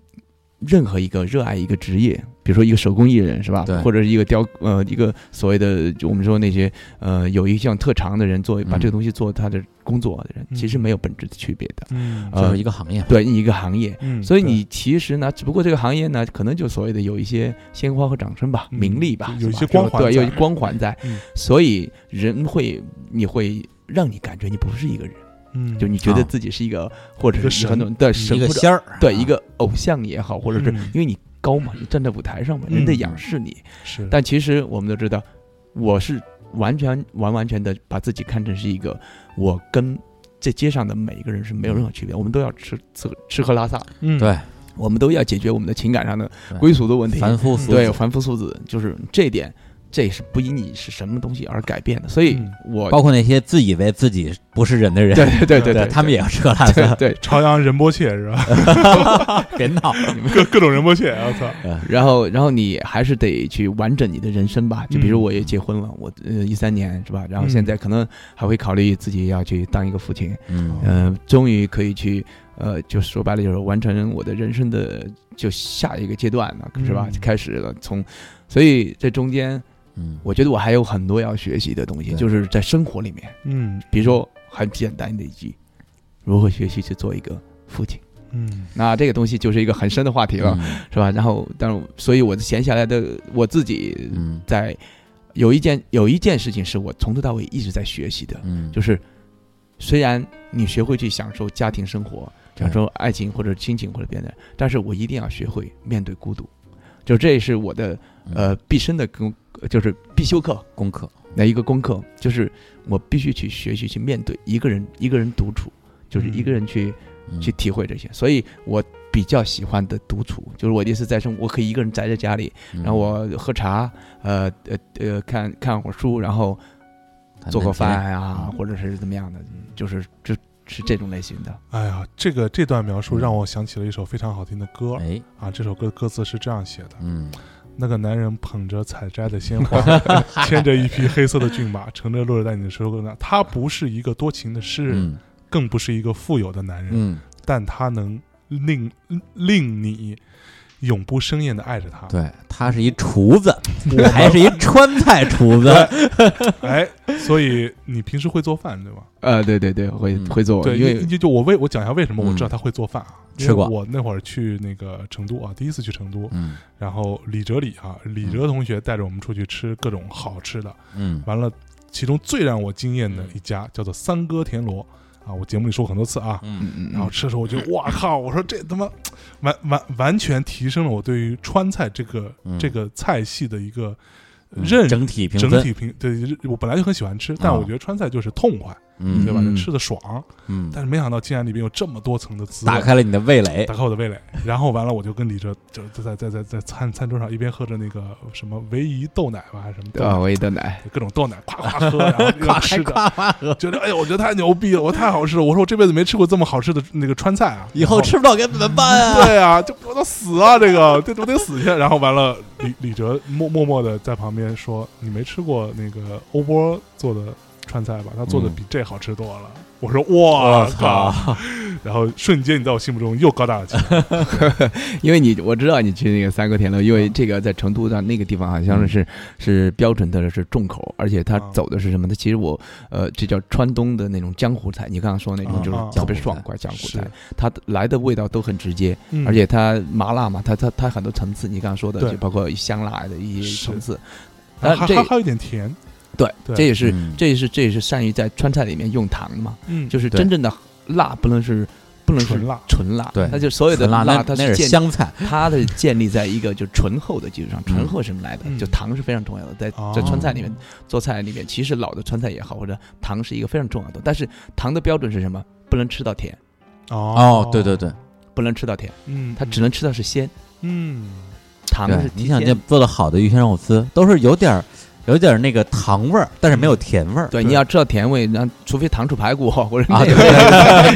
Speaker 3: 任何一个热爱一个职业，比如说一个手工艺人是吧
Speaker 2: 对？
Speaker 3: 或者是一个雕呃一个所谓的就我们说那些呃有一项特长的人做把
Speaker 2: 嗯
Speaker 3: 这个东西做他的工作的人，
Speaker 1: 嗯
Speaker 3: 其实没有本质的区别的。
Speaker 1: 嗯
Speaker 3: 呃
Speaker 2: 就是一个行业。
Speaker 3: 对一个行业，
Speaker 1: 嗯
Speaker 3: 所以
Speaker 1: 对
Speaker 3: 你其实呢，只不过这个行业呢，可能就所谓的有一些鲜花和掌声吧，
Speaker 1: 嗯
Speaker 3: 名利吧，
Speaker 1: 有一
Speaker 3: 是吧
Speaker 1: 些光环
Speaker 3: 对，
Speaker 1: 在
Speaker 3: 有一些光环在，
Speaker 1: 嗯
Speaker 3: 所以人会，你会让你感觉你不是一个人，
Speaker 1: 嗯
Speaker 3: 就你觉得
Speaker 2: 啊
Speaker 3: 自己是一个，或者
Speaker 1: 一个
Speaker 3: 是
Speaker 1: 神
Speaker 3: 很多对神
Speaker 2: 一个
Speaker 3: 或者
Speaker 2: 仙儿，
Speaker 3: 对一个偶像也好，或者是
Speaker 1: 嗯
Speaker 3: 因为你高嘛，你站在舞台上嘛，
Speaker 1: 嗯
Speaker 3: 人在仰视你，
Speaker 1: 是，
Speaker 3: 但其实我们都知道，我是完全完完全的把自己看成是一个，我跟这街上的每一个人是没有任何区别，我们都要吃吃吃喝拉撒。
Speaker 1: 嗯
Speaker 2: 对
Speaker 3: 嗯我们都要解决我们的情感上的
Speaker 2: 对
Speaker 3: 归属的问题。
Speaker 2: 凡夫俗
Speaker 3: 对，
Speaker 2: 子，
Speaker 3: 凡夫俗子就是这一点，这也是不以你是什么东西而改变的。所以
Speaker 1: 嗯
Speaker 3: 我，
Speaker 2: 包括那些自以为自己不是人的人，
Speaker 3: 对对对 对
Speaker 2: 对，他们也要吃喝拉
Speaker 3: 对
Speaker 2: 撒，
Speaker 3: 对。
Speaker 1: 朝阳仁波切 是吧？
Speaker 2: 别闹。
Speaker 1: 各各种仁波切，我操，
Speaker 3: 然后，然后你还是得去完整你的人生吧。就比如我也结婚了，我呃一三年是吧？然后现在可能还会考虑自己要去当一个父亲，
Speaker 2: 嗯
Speaker 3: 嗯、终于可以去呃，就说白了就是完成我的人生的就下一个阶段了，是吧？
Speaker 1: 嗯
Speaker 3: 开始了从，所以这中间
Speaker 2: 嗯，
Speaker 3: 我觉得我还有很多要学习的东西，
Speaker 2: 对
Speaker 3: 就是在生活里面，
Speaker 1: 嗯
Speaker 3: 比如说很简单的一句，如何学习去做一个父亲。
Speaker 1: 嗯
Speaker 3: 那这个东西就是一个很深的话题了，
Speaker 2: 嗯
Speaker 3: 是吧？然后，但是所以我闲下来的我自己
Speaker 2: 嗯
Speaker 3: 在有一件有一件事情是我从头到尾一直在学习的，
Speaker 2: 嗯，
Speaker 3: 就是是虽然你学会去享受家庭生活，
Speaker 2: 对
Speaker 3: 享受爱情或者亲情或者别的，但是我一定要学会面对孤独，就这也是我的呃毕生的功，就是必修课。
Speaker 2: 嗯功课，
Speaker 3: 那一个功课，就是我必须去学习去面对一个人一个人独处，就是一个人去、
Speaker 2: 嗯
Speaker 3: 去体会这些。所以我比较喜欢的独处，就是我的意思在生，我可以一个人宅在家里，
Speaker 2: 嗯
Speaker 3: 然后我喝茶，呃呃呃，看看会儿书，然后做个饭啊，
Speaker 2: 嗯
Speaker 3: 或者是怎么样的，就是就是这种类型的。
Speaker 1: 哎呀，这个这段描述
Speaker 3: 嗯
Speaker 1: 让我想起了一首非常好听的歌
Speaker 2: 哎，
Speaker 1: 啊，这首歌歌词是这样写的。
Speaker 2: 嗯，
Speaker 1: 那个男人捧着采摘的鲜花， 牵着一匹黑色的骏马，乘着落日带你的车过那。他不是一个多情的诗人，
Speaker 2: 嗯
Speaker 1: 更不是一个富有的男人，
Speaker 2: 嗯，
Speaker 1: 但他能令令你永不生厌的爱着他。
Speaker 2: 对，他是一厨子，
Speaker 1: 我
Speaker 2: 还是一川菜厨子，
Speaker 1: 哎，所以你平时会做饭对吧？
Speaker 3: 呃，对对对，会
Speaker 2: 嗯
Speaker 3: 会做，
Speaker 1: 对，
Speaker 3: 因为
Speaker 1: 就就我为我讲一下为什么我知道他会做饭啊。
Speaker 2: 嗯吃过
Speaker 1: 因为我那会儿去那个成都啊，第一次去成都，
Speaker 2: 嗯
Speaker 1: 然后李哲理啊，李哲同学带着我们出去吃各种好吃的，
Speaker 2: 嗯
Speaker 1: 完了，其中最让我惊艳的一家叫做三哥田螺啊，我节目里说过很多次啊。
Speaker 2: 嗯
Speaker 3: 嗯嗯，
Speaker 1: 然后吃的时 候，我觉得哇靠！我说这他妈完完完全提升了我对于川菜这个、
Speaker 2: 嗯
Speaker 1: 这个菜系的一个
Speaker 3: 嗯
Speaker 1: 任
Speaker 2: 整体评
Speaker 1: 整
Speaker 2: 分，啊
Speaker 1: 体评对，我本来就很喜欢吃，但我觉得川菜就是痛快，
Speaker 2: 嗯
Speaker 1: 对吧？
Speaker 3: 嗯
Speaker 1: 吃的爽，
Speaker 2: 嗯，
Speaker 1: 但是没想到竟然里面有这么多层的滋味
Speaker 2: 打开了你的味蕾
Speaker 1: 打，开我的味蕾。然后完了，我就跟李哲就就在在在在餐餐桌上一边喝着那个什么维怡豆奶吧，还是什么豆
Speaker 3: 啊，
Speaker 1: 奶，
Speaker 3: 我也得奶，
Speaker 1: 各种豆奶，夸夸喝，然后一边吃着。
Speaker 2: 夸喝，
Speaker 1: 觉得哎呦，我觉得太牛逼了，我太好吃了！我说我这辈子没吃过这么好吃的那个川菜啊！
Speaker 2: 以后
Speaker 1: 然
Speaker 2: 吃不到该怎么办啊？
Speaker 1: 对啊，就我都死啊！这个，这我得死去。然后完了，李李哲默默默的在旁边说：“你没吃过那个欧波做的川菜吧？他做的比这好吃多了。我说：“我靠！”然后瞬间你在我心目中又高大了起来。
Speaker 3: 因为你我知道你去那个三国田螺，因为这个在成都上那个地方好像是是标准的是重口，而且它
Speaker 1: 嗯啊
Speaker 3: 走的是什么呢？其实我呃，这叫川东的那种江湖菜，你刚刚说那种
Speaker 1: 啊
Speaker 3: 就是
Speaker 1: 啊
Speaker 3: 特
Speaker 2: 江湖
Speaker 3: 别
Speaker 2: 菜
Speaker 3: 爽快江湖
Speaker 1: 是
Speaker 3: 菜，它来的味道都很直接，
Speaker 1: 嗯
Speaker 3: 而且它麻辣嘛，它它它很多层次，你刚刚说的
Speaker 1: 对
Speaker 3: 就包括香辣的一
Speaker 1: 是
Speaker 3: 些层次，
Speaker 1: 还
Speaker 3: 啊
Speaker 1: 还
Speaker 3: 这
Speaker 1: 还还有一点甜，
Speaker 3: 对
Speaker 1: 对，
Speaker 3: 这也是
Speaker 2: 嗯
Speaker 3: 这也是这也是善于在川菜里面用糖的嘛，
Speaker 1: 嗯
Speaker 3: 就是
Speaker 2: 对
Speaker 3: 真正的辣不能是不能是
Speaker 1: 纯辣
Speaker 3: 纯辣，
Speaker 2: 对
Speaker 3: 它就所有的
Speaker 2: 纯辣那
Speaker 3: 它
Speaker 2: 那是
Speaker 3: 建
Speaker 2: 香菜，
Speaker 3: 它的建立在一个就醇厚的基础上，醇厚是什么来的？
Speaker 1: 嗯
Speaker 3: 就糖是非常重要的，在
Speaker 1: 哦
Speaker 3: 在川菜里面、做菜里面，其实老的川菜也好，或者糖是一个非常重要的。但是糖的标准是什么？不能吃到甜，
Speaker 1: 哦
Speaker 2: 哦，对对，对，
Speaker 3: 不能吃到甜，
Speaker 1: 嗯，
Speaker 3: 它只能吃到是鲜。
Speaker 1: 嗯
Speaker 3: 糖是
Speaker 2: 对，
Speaker 3: 提
Speaker 2: 你想这
Speaker 3: 鲜
Speaker 2: 做的好的鱼香肉丝都是有点儿有点儿那个糖味儿，但是没有甜味儿
Speaker 3: 对，
Speaker 1: 对
Speaker 3: 你要吃到甜味，那除非糖醋排骨 或者
Speaker 2: 啊，
Speaker 3: 那
Speaker 2: 对
Speaker 3: 个
Speaker 2: 对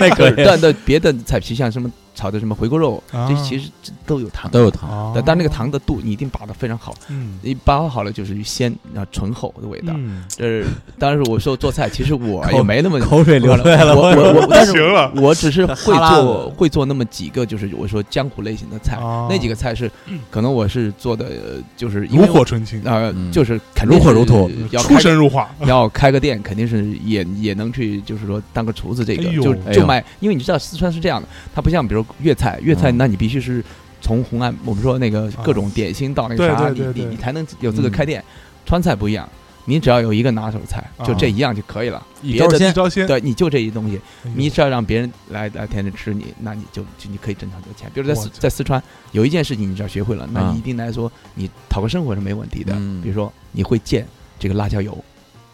Speaker 2: 那可 以
Speaker 3: 但但别的菜系像什么炒的什么回锅肉，
Speaker 1: 啊
Speaker 3: 这其实这都有糖
Speaker 2: 都。有糖，
Speaker 1: 哦
Speaker 3: 但但那个糖的度你一定把得非常好，
Speaker 1: 嗯
Speaker 3: 你把好了就是鲜，然后醇厚的味道。
Speaker 1: 嗯
Speaker 3: 这是当然是我说做 菜，其实我
Speaker 2: 口
Speaker 3: 也没那么
Speaker 2: 口水流出来了。
Speaker 3: 我
Speaker 2: 我
Speaker 3: 我我，但是
Speaker 1: 行了
Speaker 3: 我只是会
Speaker 2: 哈喇
Speaker 3: 做
Speaker 2: 子
Speaker 3: 会做那么几个，就是我说江湖类型的菜，
Speaker 1: 哦
Speaker 3: 那几个 菜是可能我是做的，呃就是因
Speaker 1: 炉
Speaker 3: 为
Speaker 1: 火纯青，
Speaker 3: 啊
Speaker 2: 嗯，
Speaker 3: 就是肯定
Speaker 2: 如火如荼
Speaker 3: 是要
Speaker 1: 出
Speaker 3: 开
Speaker 1: 神
Speaker 3: 个
Speaker 1: 入化，
Speaker 3: 要开个店，肯定是也也能去，就是说当个厨子，这个
Speaker 1: 哎呦
Speaker 3: 就
Speaker 2: 哎呦
Speaker 3: 就卖，因为你知道四川是这样的，它不像比如粤菜，粤菜
Speaker 2: 嗯
Speaker 3: 那你必须是从红案，我们说那个
Speaker 1: 啊
Speaker 3: 各种点心到那
Speaker 1: 对
Speaker 3: 个啥，
Speaker 1: 对对
Speaker 3: 你你
Speaker 1: 对
Speaker 3: 你才能有资格开
Speaker 2: 嗯
Speaker 3: 店。川菜不一样，你只要有一个拿手菜，就
Speaker 1: 啊
Speaker 3: 这一样就可以了，
Speaker 2: 一
Speaker 3: 别
Speaker 2: 招
Speaker 3: 的
Speaker 2: 鲜嗯
Speaker 1: 一招鲜，
Speaker 3: 对，你就这一东西，
Speaker 1: 哎呦
Speaker 3: 你只要让别人来来天天吃你，那你就就你可以正常挣钱。比如在
Speaker 1: 我
Speaker 3: 四
Speaker 1: 操
Speaker 3: 在四川有一件事情你只要学会了，那
Speaker 2: 啊
Speaker 3: 你一定来说你讨个生活是没问题的。
Speaker 2: 嗯
Speaker 3: 比如说你会建这个辣椒油，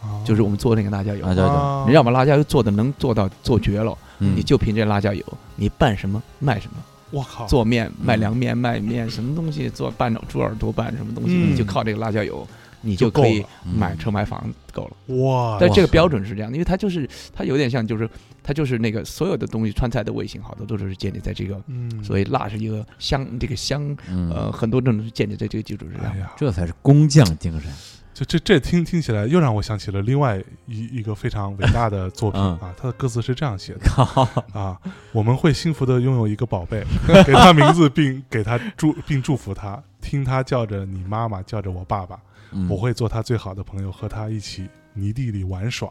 Speaker 1: 啊
Speaker 3: 就是我们做那个辣椒油，
Speaker 2: 辣椒油，
Speaker 1: 啊
Speaker 3: 你要把辣椒油做的能做到做绝了，
Speaker 2: 嗯
Speaker 3: 你就凭这辣椒油，你拌什么卖什么，
Speaker 1: 我靠，
Speaker 3: 做面卖
Speaker 2: 嗯
Speaker 3: 凉面卖面，什么东西做拌猪耳朵拌什么东西，
Speaker 1: 嗯
Speaker 3: 你就靠这个辣椒油，你
Speaker 1: 就
Speaker 3: 就
Speaker 1: 够
Speaker 3: 可以
Speaker 1: 了
Speaker 2: 嗯
Speaker 3: 买车买房够了。
Speaker 1: 哇，
Speaker 3: 但
Speaker 2: 哇
Speaker 3: 这个
Speaker 2: 塞
Speaker 3: 标准是这样的，因为它就是它有点像，就是它就是那个所有的东西，川菜的味型好多都是建立在这个，
Speaker 1: 嗯，
Speaker 3: 所以辣是一个香，这个香
Speaker 2: 嗯，
Speaker 3: 呃很多种都是建立在这个基础之上
Speaker 1: 哎。呀，
Speaker 2: 这才是工匠精 神。
Speaker 1: 就这这听听起来又让我想起了另外一一个非常伟大 的作品
Speaker 2: 嗯
Speaker 1: 啊，它的歌词是这样写的
Speaker 2: 靠，
Speaker 1: 啊，我们会幸福的拥有一个宝贝，给他名字并给他祝并祝福他，听他叫着你妈妈，叫着我爸爸，
Speaker 2: 嗯
Speaker 1: 我会做他最好的朋友，和他一起泥地里玩耍。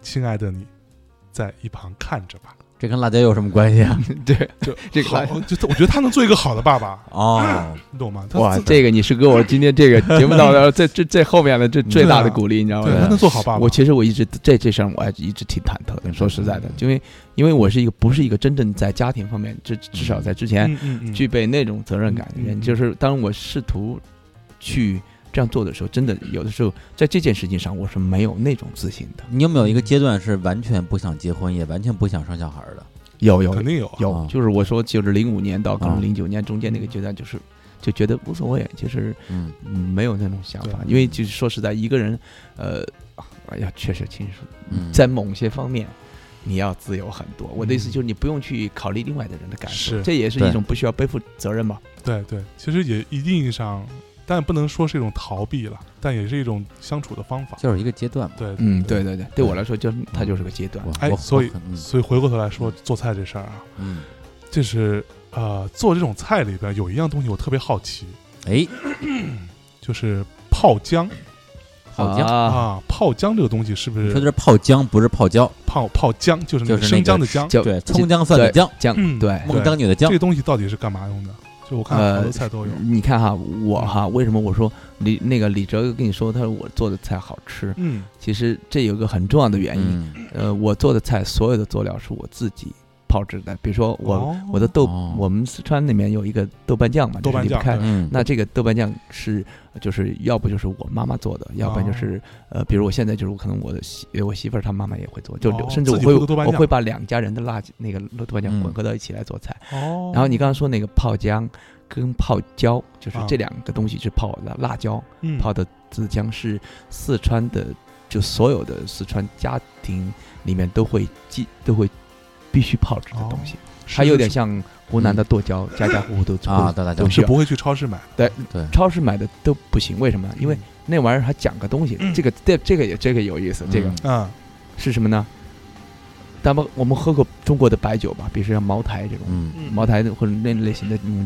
Speaker 1: 亲爱的你，在一旁看着吧。
Speaker 2: 这跟辣椒有什么关系啊？
Speaker 3: 对，
Speaker 1: 就
Speaker 3: 这个
Speaker 1: 好，就我觉得他能做一个好的爸爸，
Speaker 2: 哦，
Speaker 1: 你懂吗？他
Speaker 3: 哇，
Speaker 1: 自
Speaker 3: 这个你是给我今天这个节目到 这这这这后面的这最大的鼓励，你知道
Speaker 1: 对他
Speaker 3: 吗？
Speaker 1: 能做好爸嗯爸。
Speaker 3: 我其实我一直这这事儿我还一直挺忐忑的，说实在的，因为因为我是一个不是一个真正在家庭方面，至至少在之前
Speaker 1: 嗯嗯嗯，
Speaker 3: 具备那种责任感的
Speaker 1: 嗯嗯
Speaker 3: 人，就是当我试图去这样做的时候，真的有的时候在这件事情上我是没有那种自信的。
Speaker 2: 你有没有一个阶段是完全不想结婚，也完全不想生小孩儿的？
Speaker 3: 有有
Speaker 1: 肯定有啊，
Speaker 3: 有
Speaker 2: 啊，
Speaker 3: 就是我说就是零五年到可
Speaker 2: 啊
Speaker 3: 能零九年中间那个阶段，就是就觉得无所谓，就是
Speaker 2: 嗯，
Speaker 3: 嗯没有那种想法，
Speaker 1: 对
Speaker 3: 因为就是说实在，一个人，呃，哎呀，确实清楚，
Speaker 2: 嗯
Speaker 3: 在某些方面。你要自由很多，我的意思就是你不用去考虑另外的人的感受，
Speaker 1: 嗯是
Speaker 3: 这也是
Speaker 2: 对
Speaker 3: 一种不需要背负责任吧。
Speaker 1: 对对，其实也一定意义上，但不能说是一种逃避了，但也是一种相处的方法。
Speaker 2: 就是一个阶段嘛。
Speaker 1: 对，
Speaker 3: 嗯，对。对对，对我来说，就是它就是个阶段。
Speaker 2: 我
Speaker 1: 哎
Speaker 2: 我，
Speaker 1: 所以
Speaker 2: 我很
Speaker 1: 所以回过头来说做菜这事儿啊，
Speaker 2: 嗯，
Speaker 1: 就是呃，做这种菜里边有一样东西我特别好奇，
Speaker 2: 哎，
Speaker 1: 就是泡姜
Speaker 2: 泡姜，
Speaker 3: 啊，
Speaker 1: 啊，泡姜这个东西是不
Speaker 2: 你说的
Speaker 1: 是
Speaker 2: 是泡姜，不是泡椒，
Speaker 1: 泡泡姜就是那
Speaker 2: 就
Speaker 1: 个
Speaker 2: 是那
Speaker 1: 生姜的
Speaker 2: 个
Speaker 1: 姜？
Speaker 3: 就
Speaker 2: 对，葱姜蒜的姜，
Speaker 3: 姜
Speaker 1: 嗯，
Speaker 3: 对。
Speaker 2: 孟姜女的姜
Speaker 1: 这，东西到底是干嘛用的？就我看好多
Speaker 3: 呃
Speaker 1: 菜都有，
Speaker 3: 你看哈，我哈，为什么我说李那个李哲跟你说，他说我做的菜好吃，
Speaker 1: 嗯
Speaker 3: 其实这有个很重要的原因。
Speaker 2: 嗯
Speaker 3: 呃，我做的菜所有的佐料是我自己泡制的，比如说我、
Speaker 1: 哦
Speaker 3: 我的豆
Speaker 2: 哦，
Speaker 3: 我们四川里面有一个豆瓣酱嘛，
Speaker 1: 豆瓣
Speaker 3: 这是离
Speaker 1: 酱
Speaker 3: 不开
Speaker 1: 对
Speaker 2: 嗯，
Speaker 3: 那这个豆瓣酱是就是要不就是我妈妈做的，要不
Speaker 1: 哦
Speaker 3: 然就是、呃，比如我现在就是我可能我的媳我媳妇儿她妈妈也会做，就留、
Speaker 1: 哦
Speaker 3: 甚至我
Speaker 1: 自己
Speaker 3: 会
Speaker 1: 做个豆瓣
Speaker 3: 我
Speaker 1: 酱
Speaker 3: 会把两家人的辣那个豆瓣酱
Speaker 2: 嗯
Speaker 3: 混合到一起来做菜。
Speaker 1: 哦
Speaker 3: 然后你刚刚说那个泡姜跟泡椒，就是
Speaker 1: 啊
Speaker 3: 这两个东西是泡的辣椒，
Speaker 1: 嗯
Speaker 3: 泡的子姜是四川的，就所有的四川家庭里面都会记都会必须泡制的东西，
Speaker 1: 哦
Speaker 3: 它有点像湖南的剁椒，家家户户
Speaker 2: 嗯
Speaker 3: 都
Speaker 2: 啊，
Speaker 3: 做。
Speaker 2: 大大
Speaker 3: 都
Speaker 2: 家
Speaker 1: 是
Speaker 3: 需要
Speaker 1: 不会去超市买的，
Speaker 2: 对，
Speaker 3: 超市买的都不行，为什么？因为那玩意儿还讲个东西，
Speaker 1: 嗯
Speaker 3: 这个这这个也这个有意思，这个
Speaker 2: 嗯
Speaker 1: 嗯
Speaker 3: 是什么呢？咱们我们喝过中国的白酒吧，比如说像茅台这种，
Speaker 2: 嗯
Speaker 1: 嗯
Speaker 3: 茅台的或者那类型的，嗯，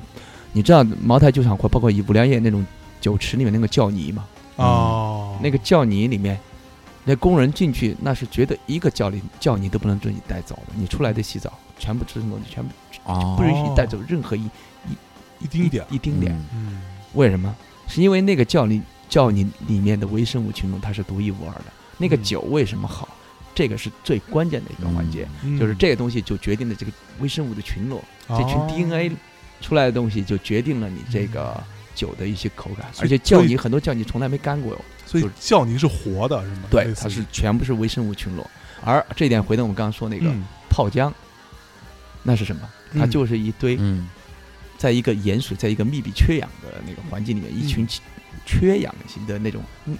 Speaker 3: 你知道茅台酒厂或包括以五粮液那种酒池里面那个窖泥嘛？
Speaker 1: 哦
Speaker 3: 嗯那个窖泥里面，那工人进去那是觉得一个窖里窖泥都不能自己带走的，你出来得洗澡，全部这种东西全部
Speaker 2: 哦，
Speaker 3: 不允许带走任何一
Speaker 1: 哦一丁点儿，
Speaker 3: 一丁点。
Speaker 2: 嗯
Speaker 1: 嗯
Speaker 3: 为什么？是因为那个窖里窖泥里面的微生物群落它是独一无二的。那个
Speaker 1: 嗯
Speaker 3: 酒为什么好？这个是最关键的一个环节，
Speaker 1: 嗯
Speaker 3: 就是这个东西就决定了这个微生物的群落，
Speaker 1: 哦嗯
Speaker 3: 这群 DNA 出来的东西就决定了你这个酒的一些口感。
Speaker 1: 所以
Speaker 3: 而且窖
Speaker 1: 所
Speaker 3: 泥很多窖泥从来没干过哟，
Speaker 1: 所以
Speaker 3: 就是
Speaker 1: 窖泥是活的，是吗？
Speaker 3: 对
Speaker 1: 类，似
Speaker 3: 它是
Speaker 1: 于
Speaker 3: 全部是微生物群落。而这一点回到我们刚刚说那个
Speaker 1: 嗯
Speaker 3: 泡姜，那是什么？它
Speaker 1: 嗯
Speaker 3: 就是一堆
Speaker 2: 嗯
Speaker 3: 在一个盐水，在一个密闭缺氧的那个环境里
Speaker 2: 嗯
Speaker 3: 面，一群缺缺氧型的那种嗯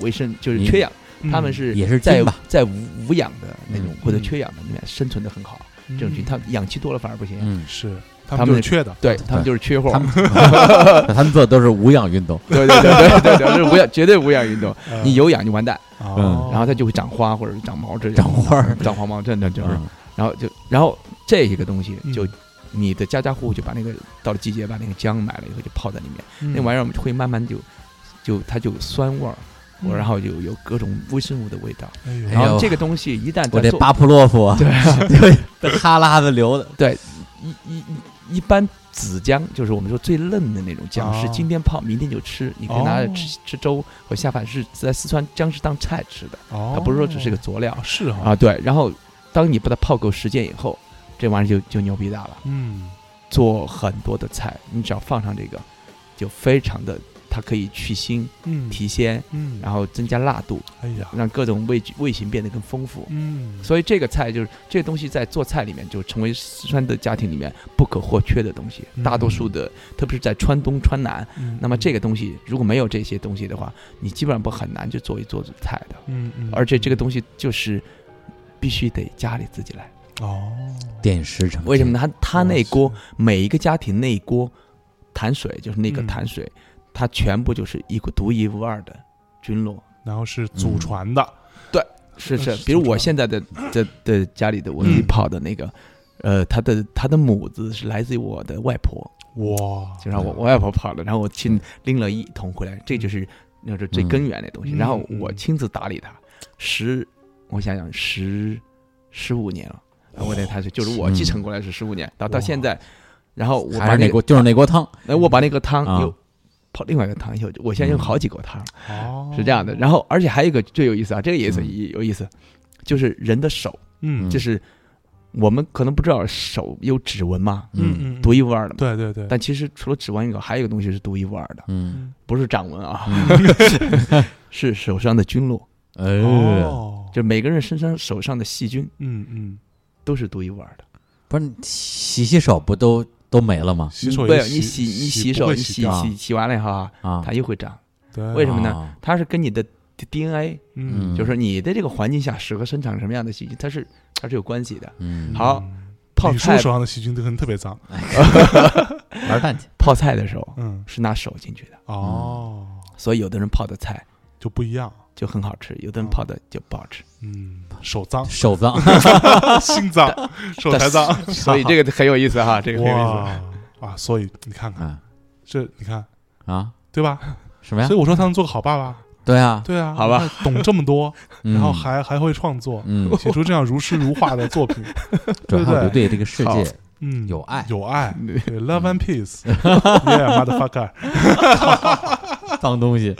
Speaker 3: 维生，就是
Speaker 2: 嗯
Speaker 3: 缺氧，
Speaker 1: 嗯
Speaker 3: 他们是
Speaker 2: 也是
Speaker 3: 在
Speaker 2: 金吧，
Speaker 3: 在无无氧的那种
Speaker 2: 嗯
Speaker 3: 或者
Speaker 1: 嗯
Speaker 3: 缺氧的里面生存的很好。这种群，
Speaker 1: 嗯
Speaker 3: 它氧气多了反而不行，
Speaker 2: 嗯，
Speaker 1: 是
Speaker 3: 他
Speaker 1: 他们就
Speaker 3: 们
Speaker 1: 是缺的，
Speaker 3: 对他们就是缺货
Speaker 2: 他，们 他们做的都是无氧运动，
Speaker 3: 对对对对对对， 就是无氧，绝对无氧运动。
Speaker 1: 呃
Speaker 2: 嗯
Speaker 3: 你有氧就完蛋，
Speaker 1: 哦
Speaker 3: 然后它就会长花或者长毛这
Speaker 2: 长花儿
Speaker 3: 长黄毛，真的就是，
Speaker 2: 嗯
Speaker 3: 然后就然后这一个东西就
Speaker 1: 嗯
Speaker 3: 你的家家户户就把那个到了季节把那个姜买了以后就泡在里面。
Speaker 2: 嗯
Speaker 3: 那玩
Speaker 1: 意
Speaker 3: 意儿我们会慢慢就就它就有酸味儿，然后有有各种微生物的味道。
Speaker 1: 儿，哎呦
Speaker 2: 嗯哎
Speaker 3: 然后
Speaker 2: 呦
Speaker 3: 这个东西一旦
Speaker 2: 我
Speaker 3: 在
Speaker 2: 这
Speaker 3: 做
Speaker 2: 巴甫洛夫，
Speaker 3: 对
Speaker 2: 这哈喇子流的，
Speaker 3: 一一一般紫姜就是我们说最嫩的那种姜，
Speaker 1: 哦
Speaker 3: 是今天泡明天就吃，你可以
Speaker 2: 哦
Speaker 3: 拿来吃吃粥和下饭，是在四川姜是当菜吃的，它
Speaker 2: 哦
Speaker 1: 它
Speaker 3: 不是说只是个佐料
Speaker 1: 哦是哈
Speaker 3: 啊。对，然后当你把它泡够时间以后，这玩意儿就就牛逼大了。
Speaker 1: 嗯
Speaker 3: 做很多的菜，你只要放上这个，就非常的，它可以去腥
Speaker 1: 嗯
Speaker 3: 提鲜，
Speaker 1: 嗯，
Speaker 3: 然后增加辣度，
Speaker 1: 哎呀
Speaker 3: 让各种味味型变得更丰富。
Speaker 1: 嗯，
Speaker 3: 所以这个菜就是这个东西在做菜里面就成为四川的家庭里面不可或缺的东西
Speaker 1: 嗯。
Speaker 3: 大多数的，特别是在川东、川南，
Speaker 1: 以
Speaker 3: 那么这个东西如果没有这些东西的话，你基本上不很难去做一做菜的。
Speaker 1: 嗯嗯，
Speaker 3: 而且这个东西就是必须得家里自己来，
Speaker 1: 哦，
Speaker 2: 点石成金
Speaker 3: 为什么呢？？它它那锅
Speaker 1: 哇
Speaker 3: 每一个家庭那一锅潭水就是那个
Speaker 1: 嗯
Speaker 3: 潭水，它全部就是一个独一无二的菌落。
Speaker 1: 塞，然后是祖传的，
Speaker 3: 是是
Speaker 1: 是，
Speaker 3: 比如
Speaker 1: 祖传
Speaker 3: 我现在的的的家里的我
Speaker 1: 嗯
Speaker 3: 自己泡的那个，呃，它的它的母子是来自于我的外婆，
Speaker 1: 哇，
Speaker 3: 就让我我外婆泡的，然后我去拎了一桶回来，这就是那是最
Speaker 2: 嗯
Speaker 3: 根源的东西，
Speaker 1: 嗯
Speaker 3: 然后
Speaker 1: 嗯
Speaker 3: 我亲自打理它，十我想想十十五年了，啊我得开始就是我
Speaker 2: 嗯
Speaker 3: 继承过来是十五年，到到
Speaker 1: 哇
Speaker 3: 现在，然后我
Speaker 2: 还
Speaker 3: 把
Speaker 2: 是
Speaker 3: 那
Speaker 2: 那
Speaker 3: 个
Speaker 2: 锅，就是那锅汤，
Speaker 3: 哎我把那个汤
Speaker 1: 嗯
Speaker 2: 啊
Speaker 3: 又泡另外一个汤以后，我现在有好几口汤。
Speaker 1: 哦
Speaker 3: 是这样的。然后，而且还有一个最有意思啊，这个也是
Speaker 2: 嗯
Speaker 3: 有意思，就是人的手，
Speaker 1: 嗯
Speaker 3: 就
Speaker 2: 嗯
Speaker 3: 是我们可能不知道手有指纹嘛，
Speaker 2: 嗯
Speaker 1: 嗯
Speaker 3: 独一无二的嘛。
Speaker 1: 对对对，
Speaker 3: 但其实除了指纹以外，还有一个东西是独一无二的，
Speaker 2: 嗯，
Speaker 3: 不是掌纹啊，
Speaker 1: 嗯
Speaker 3: 是手上的菌落，
Speaker 2: 呃，
Speaker 1: 哦，
Speaker 3: 就每个人身上手上的细菌
Speaker 1: 嗯嗯，
Speaker 3: 都是独一无二的。
Speaker 2: 不是你洗洗手不都都没了吗？
Speaker 1: 洗手
Speaker 3: 不
Speaker 1: 也
Speaker 3: 要你洗
Speaker 1: 洗
Speaker 3: 你
Speaker 1: 洗
Speaker 3: 手，
Speaker 1: 不
Speaker 3: 你
Speaker 1: 会
Speaker 3: 洗
Speaker 1: 掉嗯
Speaker 3: 洗洗完了以后啊，
Speaker 2: 啊，
Speaker 3: 它又会长。
Speaker 1: 对，
Speaker 3: 为什么呢
Speaker 2: 啊
Speaker 3: 它是跟你的 D- DNA，
Speaker 2: 嗯
Speaker 1: 嗯
Speaker 3: 就是你的这个环境下适合生长什么样的细菌，它是它是有关系的。
Speaker 2: 嗯，哎
Speaker 3: 好
Speaker 1: 嗯
Speaker 3: 泡
Speaker 1: 李叔
Speaker 3: 菜
Speaker 1: 手上的细菌都可能特别脏，
Speaker 2: 玩蛋去，，
Speaker 3: 泡菜的时候
Speaker 1: 嗯，
Speaker 3: 是拿手进去的。
Speaker 1: 哦，
Speaker 3: 所以有的人泡的菜
Speaker 1: 就不一样，
Speaker 3: 就很好吃，有的人
Speaker 1: 哦
Speaker 3: 泡的就不好吃。
Speaker 1: 嗯，手脏
Speaker 2: 手 脏，
Speaker 1: 心脏， 手
Speaker 3: 但
Speaker 1: 才脏，
Speaker 3: 所 以这个很有意思哈，这个很有意思。
Speaker 1: 哇啊！所以你看看，
Speaker 2: 啊
Speaker 1: 这你看
Speaker 2: 啊，
Speaker 1: 对吧？
Speaker 2: 什么呀
Speaker 1: 所以？我说他能做个好爸爸，
Speaker 2: 对啊，
Speaker 1: 对啊，
Speaker 3: 好吧，嗯
Speaker 1: 懂这么 多，
Speaker 2: 然
Speaker 1: 然后还还会创作，
Speaker 2: 嗯，
Speaker 1: 写出这样如诗如画的作品，
Speaker 2: 主要
Speaker 1: 对不
Speaker 2: 我
Speaker 1: 对
Speaker 2: 对这个世
Speaker 3: 好
Speaker 2: 界
Speaker 1: 嗯，
Speaker 2: 有爱，
Speaker 1: 有爱，
Speaker 3: 对
Speaker 1: 对，love and peace，yeah motherfucker，
Speaker 2: 脏东西，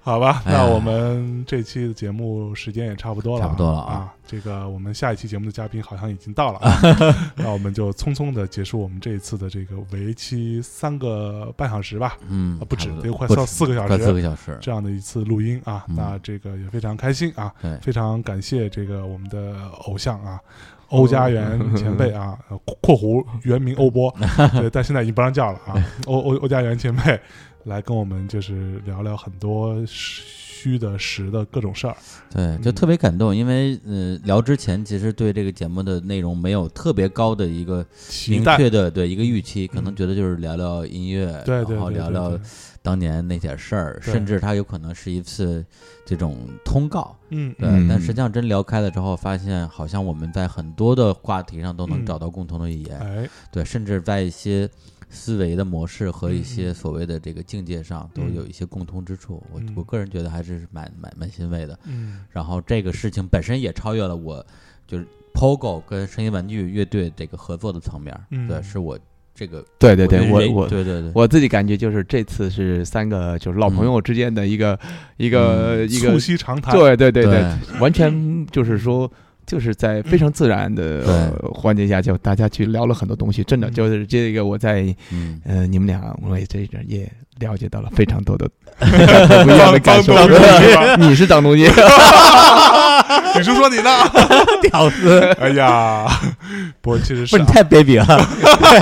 Speaker 1: 好吧，
Speaker 2: 哎呀
Speaker 1: 那我们这期的节目时间也差不多了啊，
Speaker 2: 差不多了啊
Speaker 1: 啊。这个我们下一期节目的嘉宾好像已经到了啊， 那我们就匆匆的结束我们这一次的这个为期三个半小时吧，
Speaker 2: 嗯
Speaker 1: 啊，不止
Speaker 2: 差，多
Speaker 1: 得快
Speaker 2: 不
Speaker 1: 到
Speaker 2: 止
Speaker 1: 四个小
Speaker 2: 快四
Speaker 1: 时
Speaker 2: 个小时，
Speaker 1: 这样的一次录音啊。
Speaker 2: 嗯
Speaker 1: 那这个也非常开心啊，
Speaker 2: 对，
Speaker 1: 非常感谢这个我们的偶像啊。
Speaker 2: 哦
Speaker 1: 欧家园前辈 啊，呃括弧原名欧波，对，但现在已经不让 叫了啊。欧欧欧家园前辈来跟我们就是聊聊很多虚的实的各种事儿，
Speaker 2: 对，
Speaker 1: 嗯
Speaker 2: 就特别感动，因为呃，聊之前其实对这个节目的内容没有特别高的一个
Speaker 1: 期
Speaker 2: 明
Speaker 1: 待
Speaker 2: 确的对一个预期，可能
Speaker 1: 嗯
Speaker 2: 觉得就是聊聊音乐，
Speaker 1: 对对
Speaker 2: 然后
Speaker 1: 对
Speaker 2: 聊
Speaker 1: 对
Speaker 2: 聊
Speaker 1: 对
Speaker 2: 当年那点事儿，
Speaker 1: 对
Speaker 2: 甚至它有可能是一次这种通告，
Speaker 1: 嗯
Speaker 2: 对。
Speaker 3: 嗯
Speaker 2: 但实际上真聊开了之后，发现好像我们在很多的话题上都能
Speaker 1: 嗯
Speaker 2: 找到共同的语言，
Speaker 1: 哎，
Speaker 2: 对，甚至在一些思维的模式和一
Speaker 1: 嗯
Speaker 2: 些
Speaker 1: 嗯
Speaker 2: 所谓的这个境界上都
Speaker 1: 嗯
Speaker 2: 有一些共通之处。我
Speaker 1: 嗯
Speaker 2: 我个人觉得还是蛮蛮蛮欣慰的。
Speaker 1: 嗯
Speaker 2: 然后这个事情本身也超越了我就是 POGO 跟声音玩具乐队这个合作的层面儿，
Speaker 1: 嗯
Speaker 2: 对，是我这个
Speaker 3: 对对对，
Speaker 2: 我
Speaker 3: 我
Speaker 2: 人
Speaker 3: 我
Speaker 2: 对对对，
Speaker 3: 我自己感觉就是这次是三个就是老朋友之间的一个、一个、一个
Speaker 1: 促，膝长谈，
Speaker 3: 对对对
Speaker 2: 对
Speaker 3: 嗯对，完全就是说。就是在非常自然的、
Speaker 2: 对
Speaker 3: 呃环境下，就大家去聊了很多东西。真的，
Speaker 1: 嗯
Speaker 3: 就是这个，我在
Speaker 2: 嗯，
Speaker 3: 呃，你们俩，我也这一点也了解到了非常多 的不一样的感受。
Speaker 1: 当当东西吧
Speaker 3: 你是当中间，
Speaker 1: 你是说你 呢？
Speaker 2: 屌 丝，
Speaker 1: 哎呀，不过其实
Speaker 2: 不
Speaker 1: 是
Speaker 2: 是你
Speaker 1: 啊、
Speaker 2: 太卑鄙了。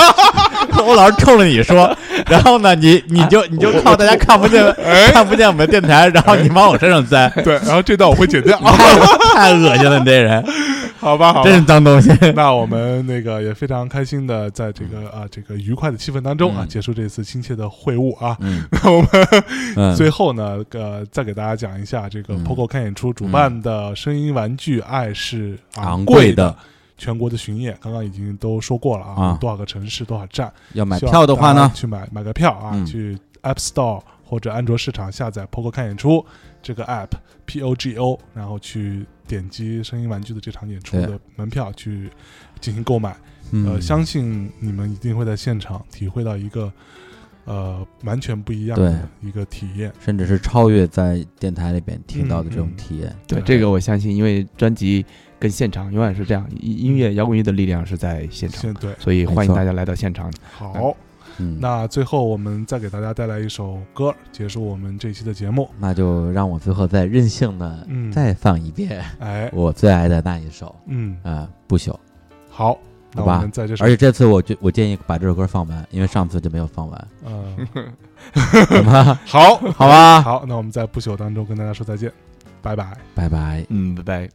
Speaker 2: 我老是冲着你说，然后呢，你你就你就靠大家
Speaker 1: 哎
Speaker 2: 看不见 看不见我们的电台，然后你往我身上栽，
Speaker 1: 对，然后这段我会剪 掉，
Speaker 2: 太太恶心了，你这人
Speaker 1: 好哎吧，好吧
Speaker 2: 真。是脏东西。
Speaker 1: 那我们那个也非常开心的在这个啊这个愉快的气氛当中啊，
Speaker 2: 嗯
Speaker 1: 结束这次亲切的会晤 啊。
Speaker 2: 嗯
Speaker 1: 那我们
Speaker 2: 嗯，
Speaker 1: 最后呢，呃，再给大家讲一下这个
Speaker 2: 嗯
Speaker 1: POGO 看演出主办的声音玩具爱是
Speaker 2: 昂
Speaker 1: 贵
Speaker 2: 贵的，
Speaker 1: 全国的巡演，刚刚已经都说过了
Speaker 2: 啊
Speaker 1: 多少个城市多少站，
Speaker 2: 要买
Speaker 1: 希望
Speaker 2: 票的话
Speaker 1: 大
Speaker 2: 呢
Speaker 1: 家，去买买个票啊，
Speaker 2: 嗯
Speaker 1: 去 App Store 或者安卓市场下载 POGO 看演出这个 App P O G O，然后去点击声音玩具的这场演出
Speaker 2: 对
Speaker 1: 的门票去进行购买。呃，
Speaker 2: 嗯，
Speaker 1: 相信你们一定会在现场体会到一个呃完全不一样
Speaker 2: 对
Speaker 1: 的一个体验。
Speaker 2: 甚至是超越在电台里边听到的这种
Speaker 1: 嗯嗯
Speaker 2: 体验。
Speaker 3: 对
Speaker 1: 对
Speaker 3: 这个我相信，因为专辑跟现场永远是这样，音音乐摇滚乐的力量是在现场
Speaker 1: 现，对，
Speaker 3: 所以欢
Speaker 2: 没
Speaker 3: 迎
Speaker 2: 错
Speaker 3: 大家来到现场。
Speaker 1: 好，
Speaker 2: 嗯，
Speaker 1: 那最后我们再给大家带来一首歌，结束我们这一期的节目。
Speaker 2: 那就让我最后再任性的
Speaker 1: 嗯，
Speaker 2: 再放一 遍
Speaker 1: 哎，
Speaker 2: 我最爱的那一首
Speaker 1: 嗯，
Speaker 2: 啊，不朽。
Speaker 1: 好，那
Speaker 2: 好吧
Speaker 1: 我们在这首
Speaker 2: 而且这次我就我建议把这首歌放完，因为上次就没有放完，
Speaker 1: 呃，
Speaker 2: 好吧？
Speaker 1: 好，
Speaker 2: 好吧，
Speaker 1: 好，那我们在不朽当中跟大家说再见，拜拜。
Speaker 2: 拜拜。
Speaker 3: 嗯，拜拜。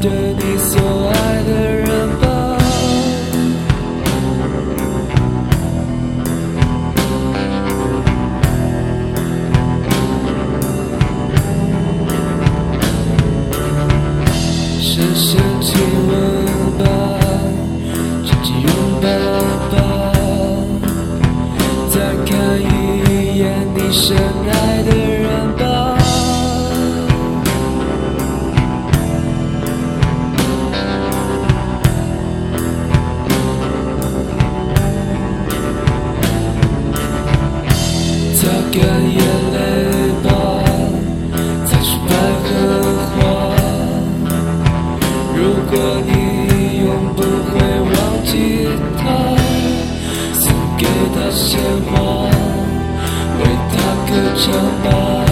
Speaker 4: 着你所爱的人吧。深深亲吻吧，紧紧拥抱吧，再看一眼你深爱的人吧。擦干眼泪吧，再去白荷花。如果你永不会忘记他，送给他鲜花，为他歌唱吧。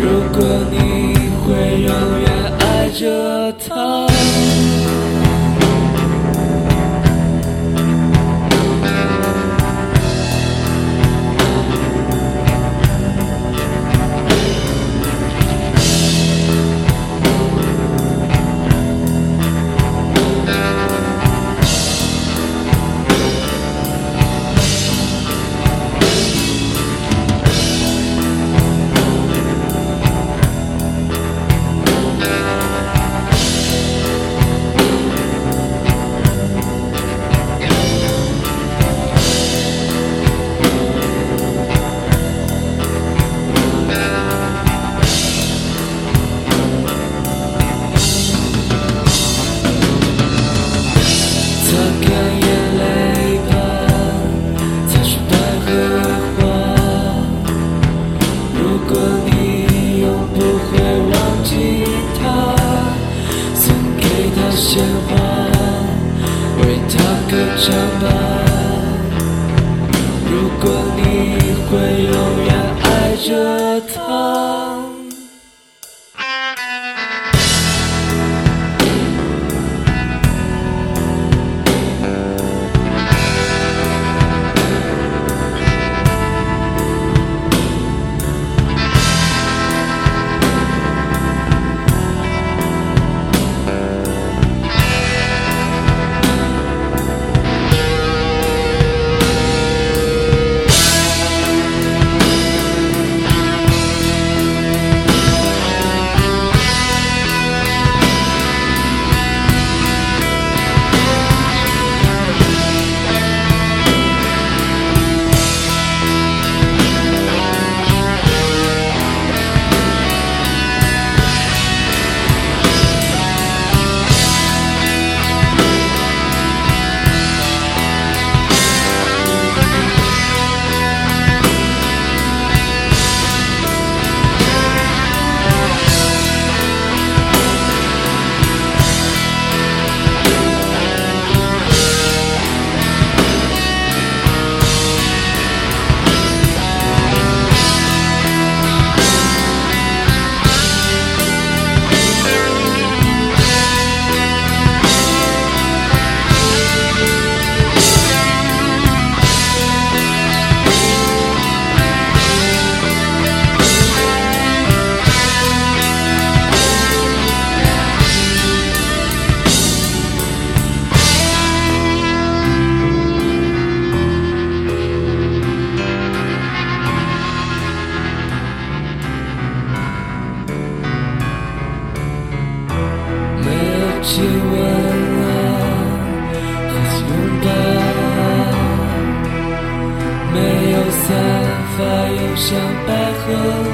Speaker 4: 如果你会永远爱着他。擦干眼泪吧，擦去白荷花。如果你永不会忘记他，送给他鲜花，为他歌唱吧。如果你会永远爱着他。没有亲吻啊，还是拥抱啊，没有散发幽香百合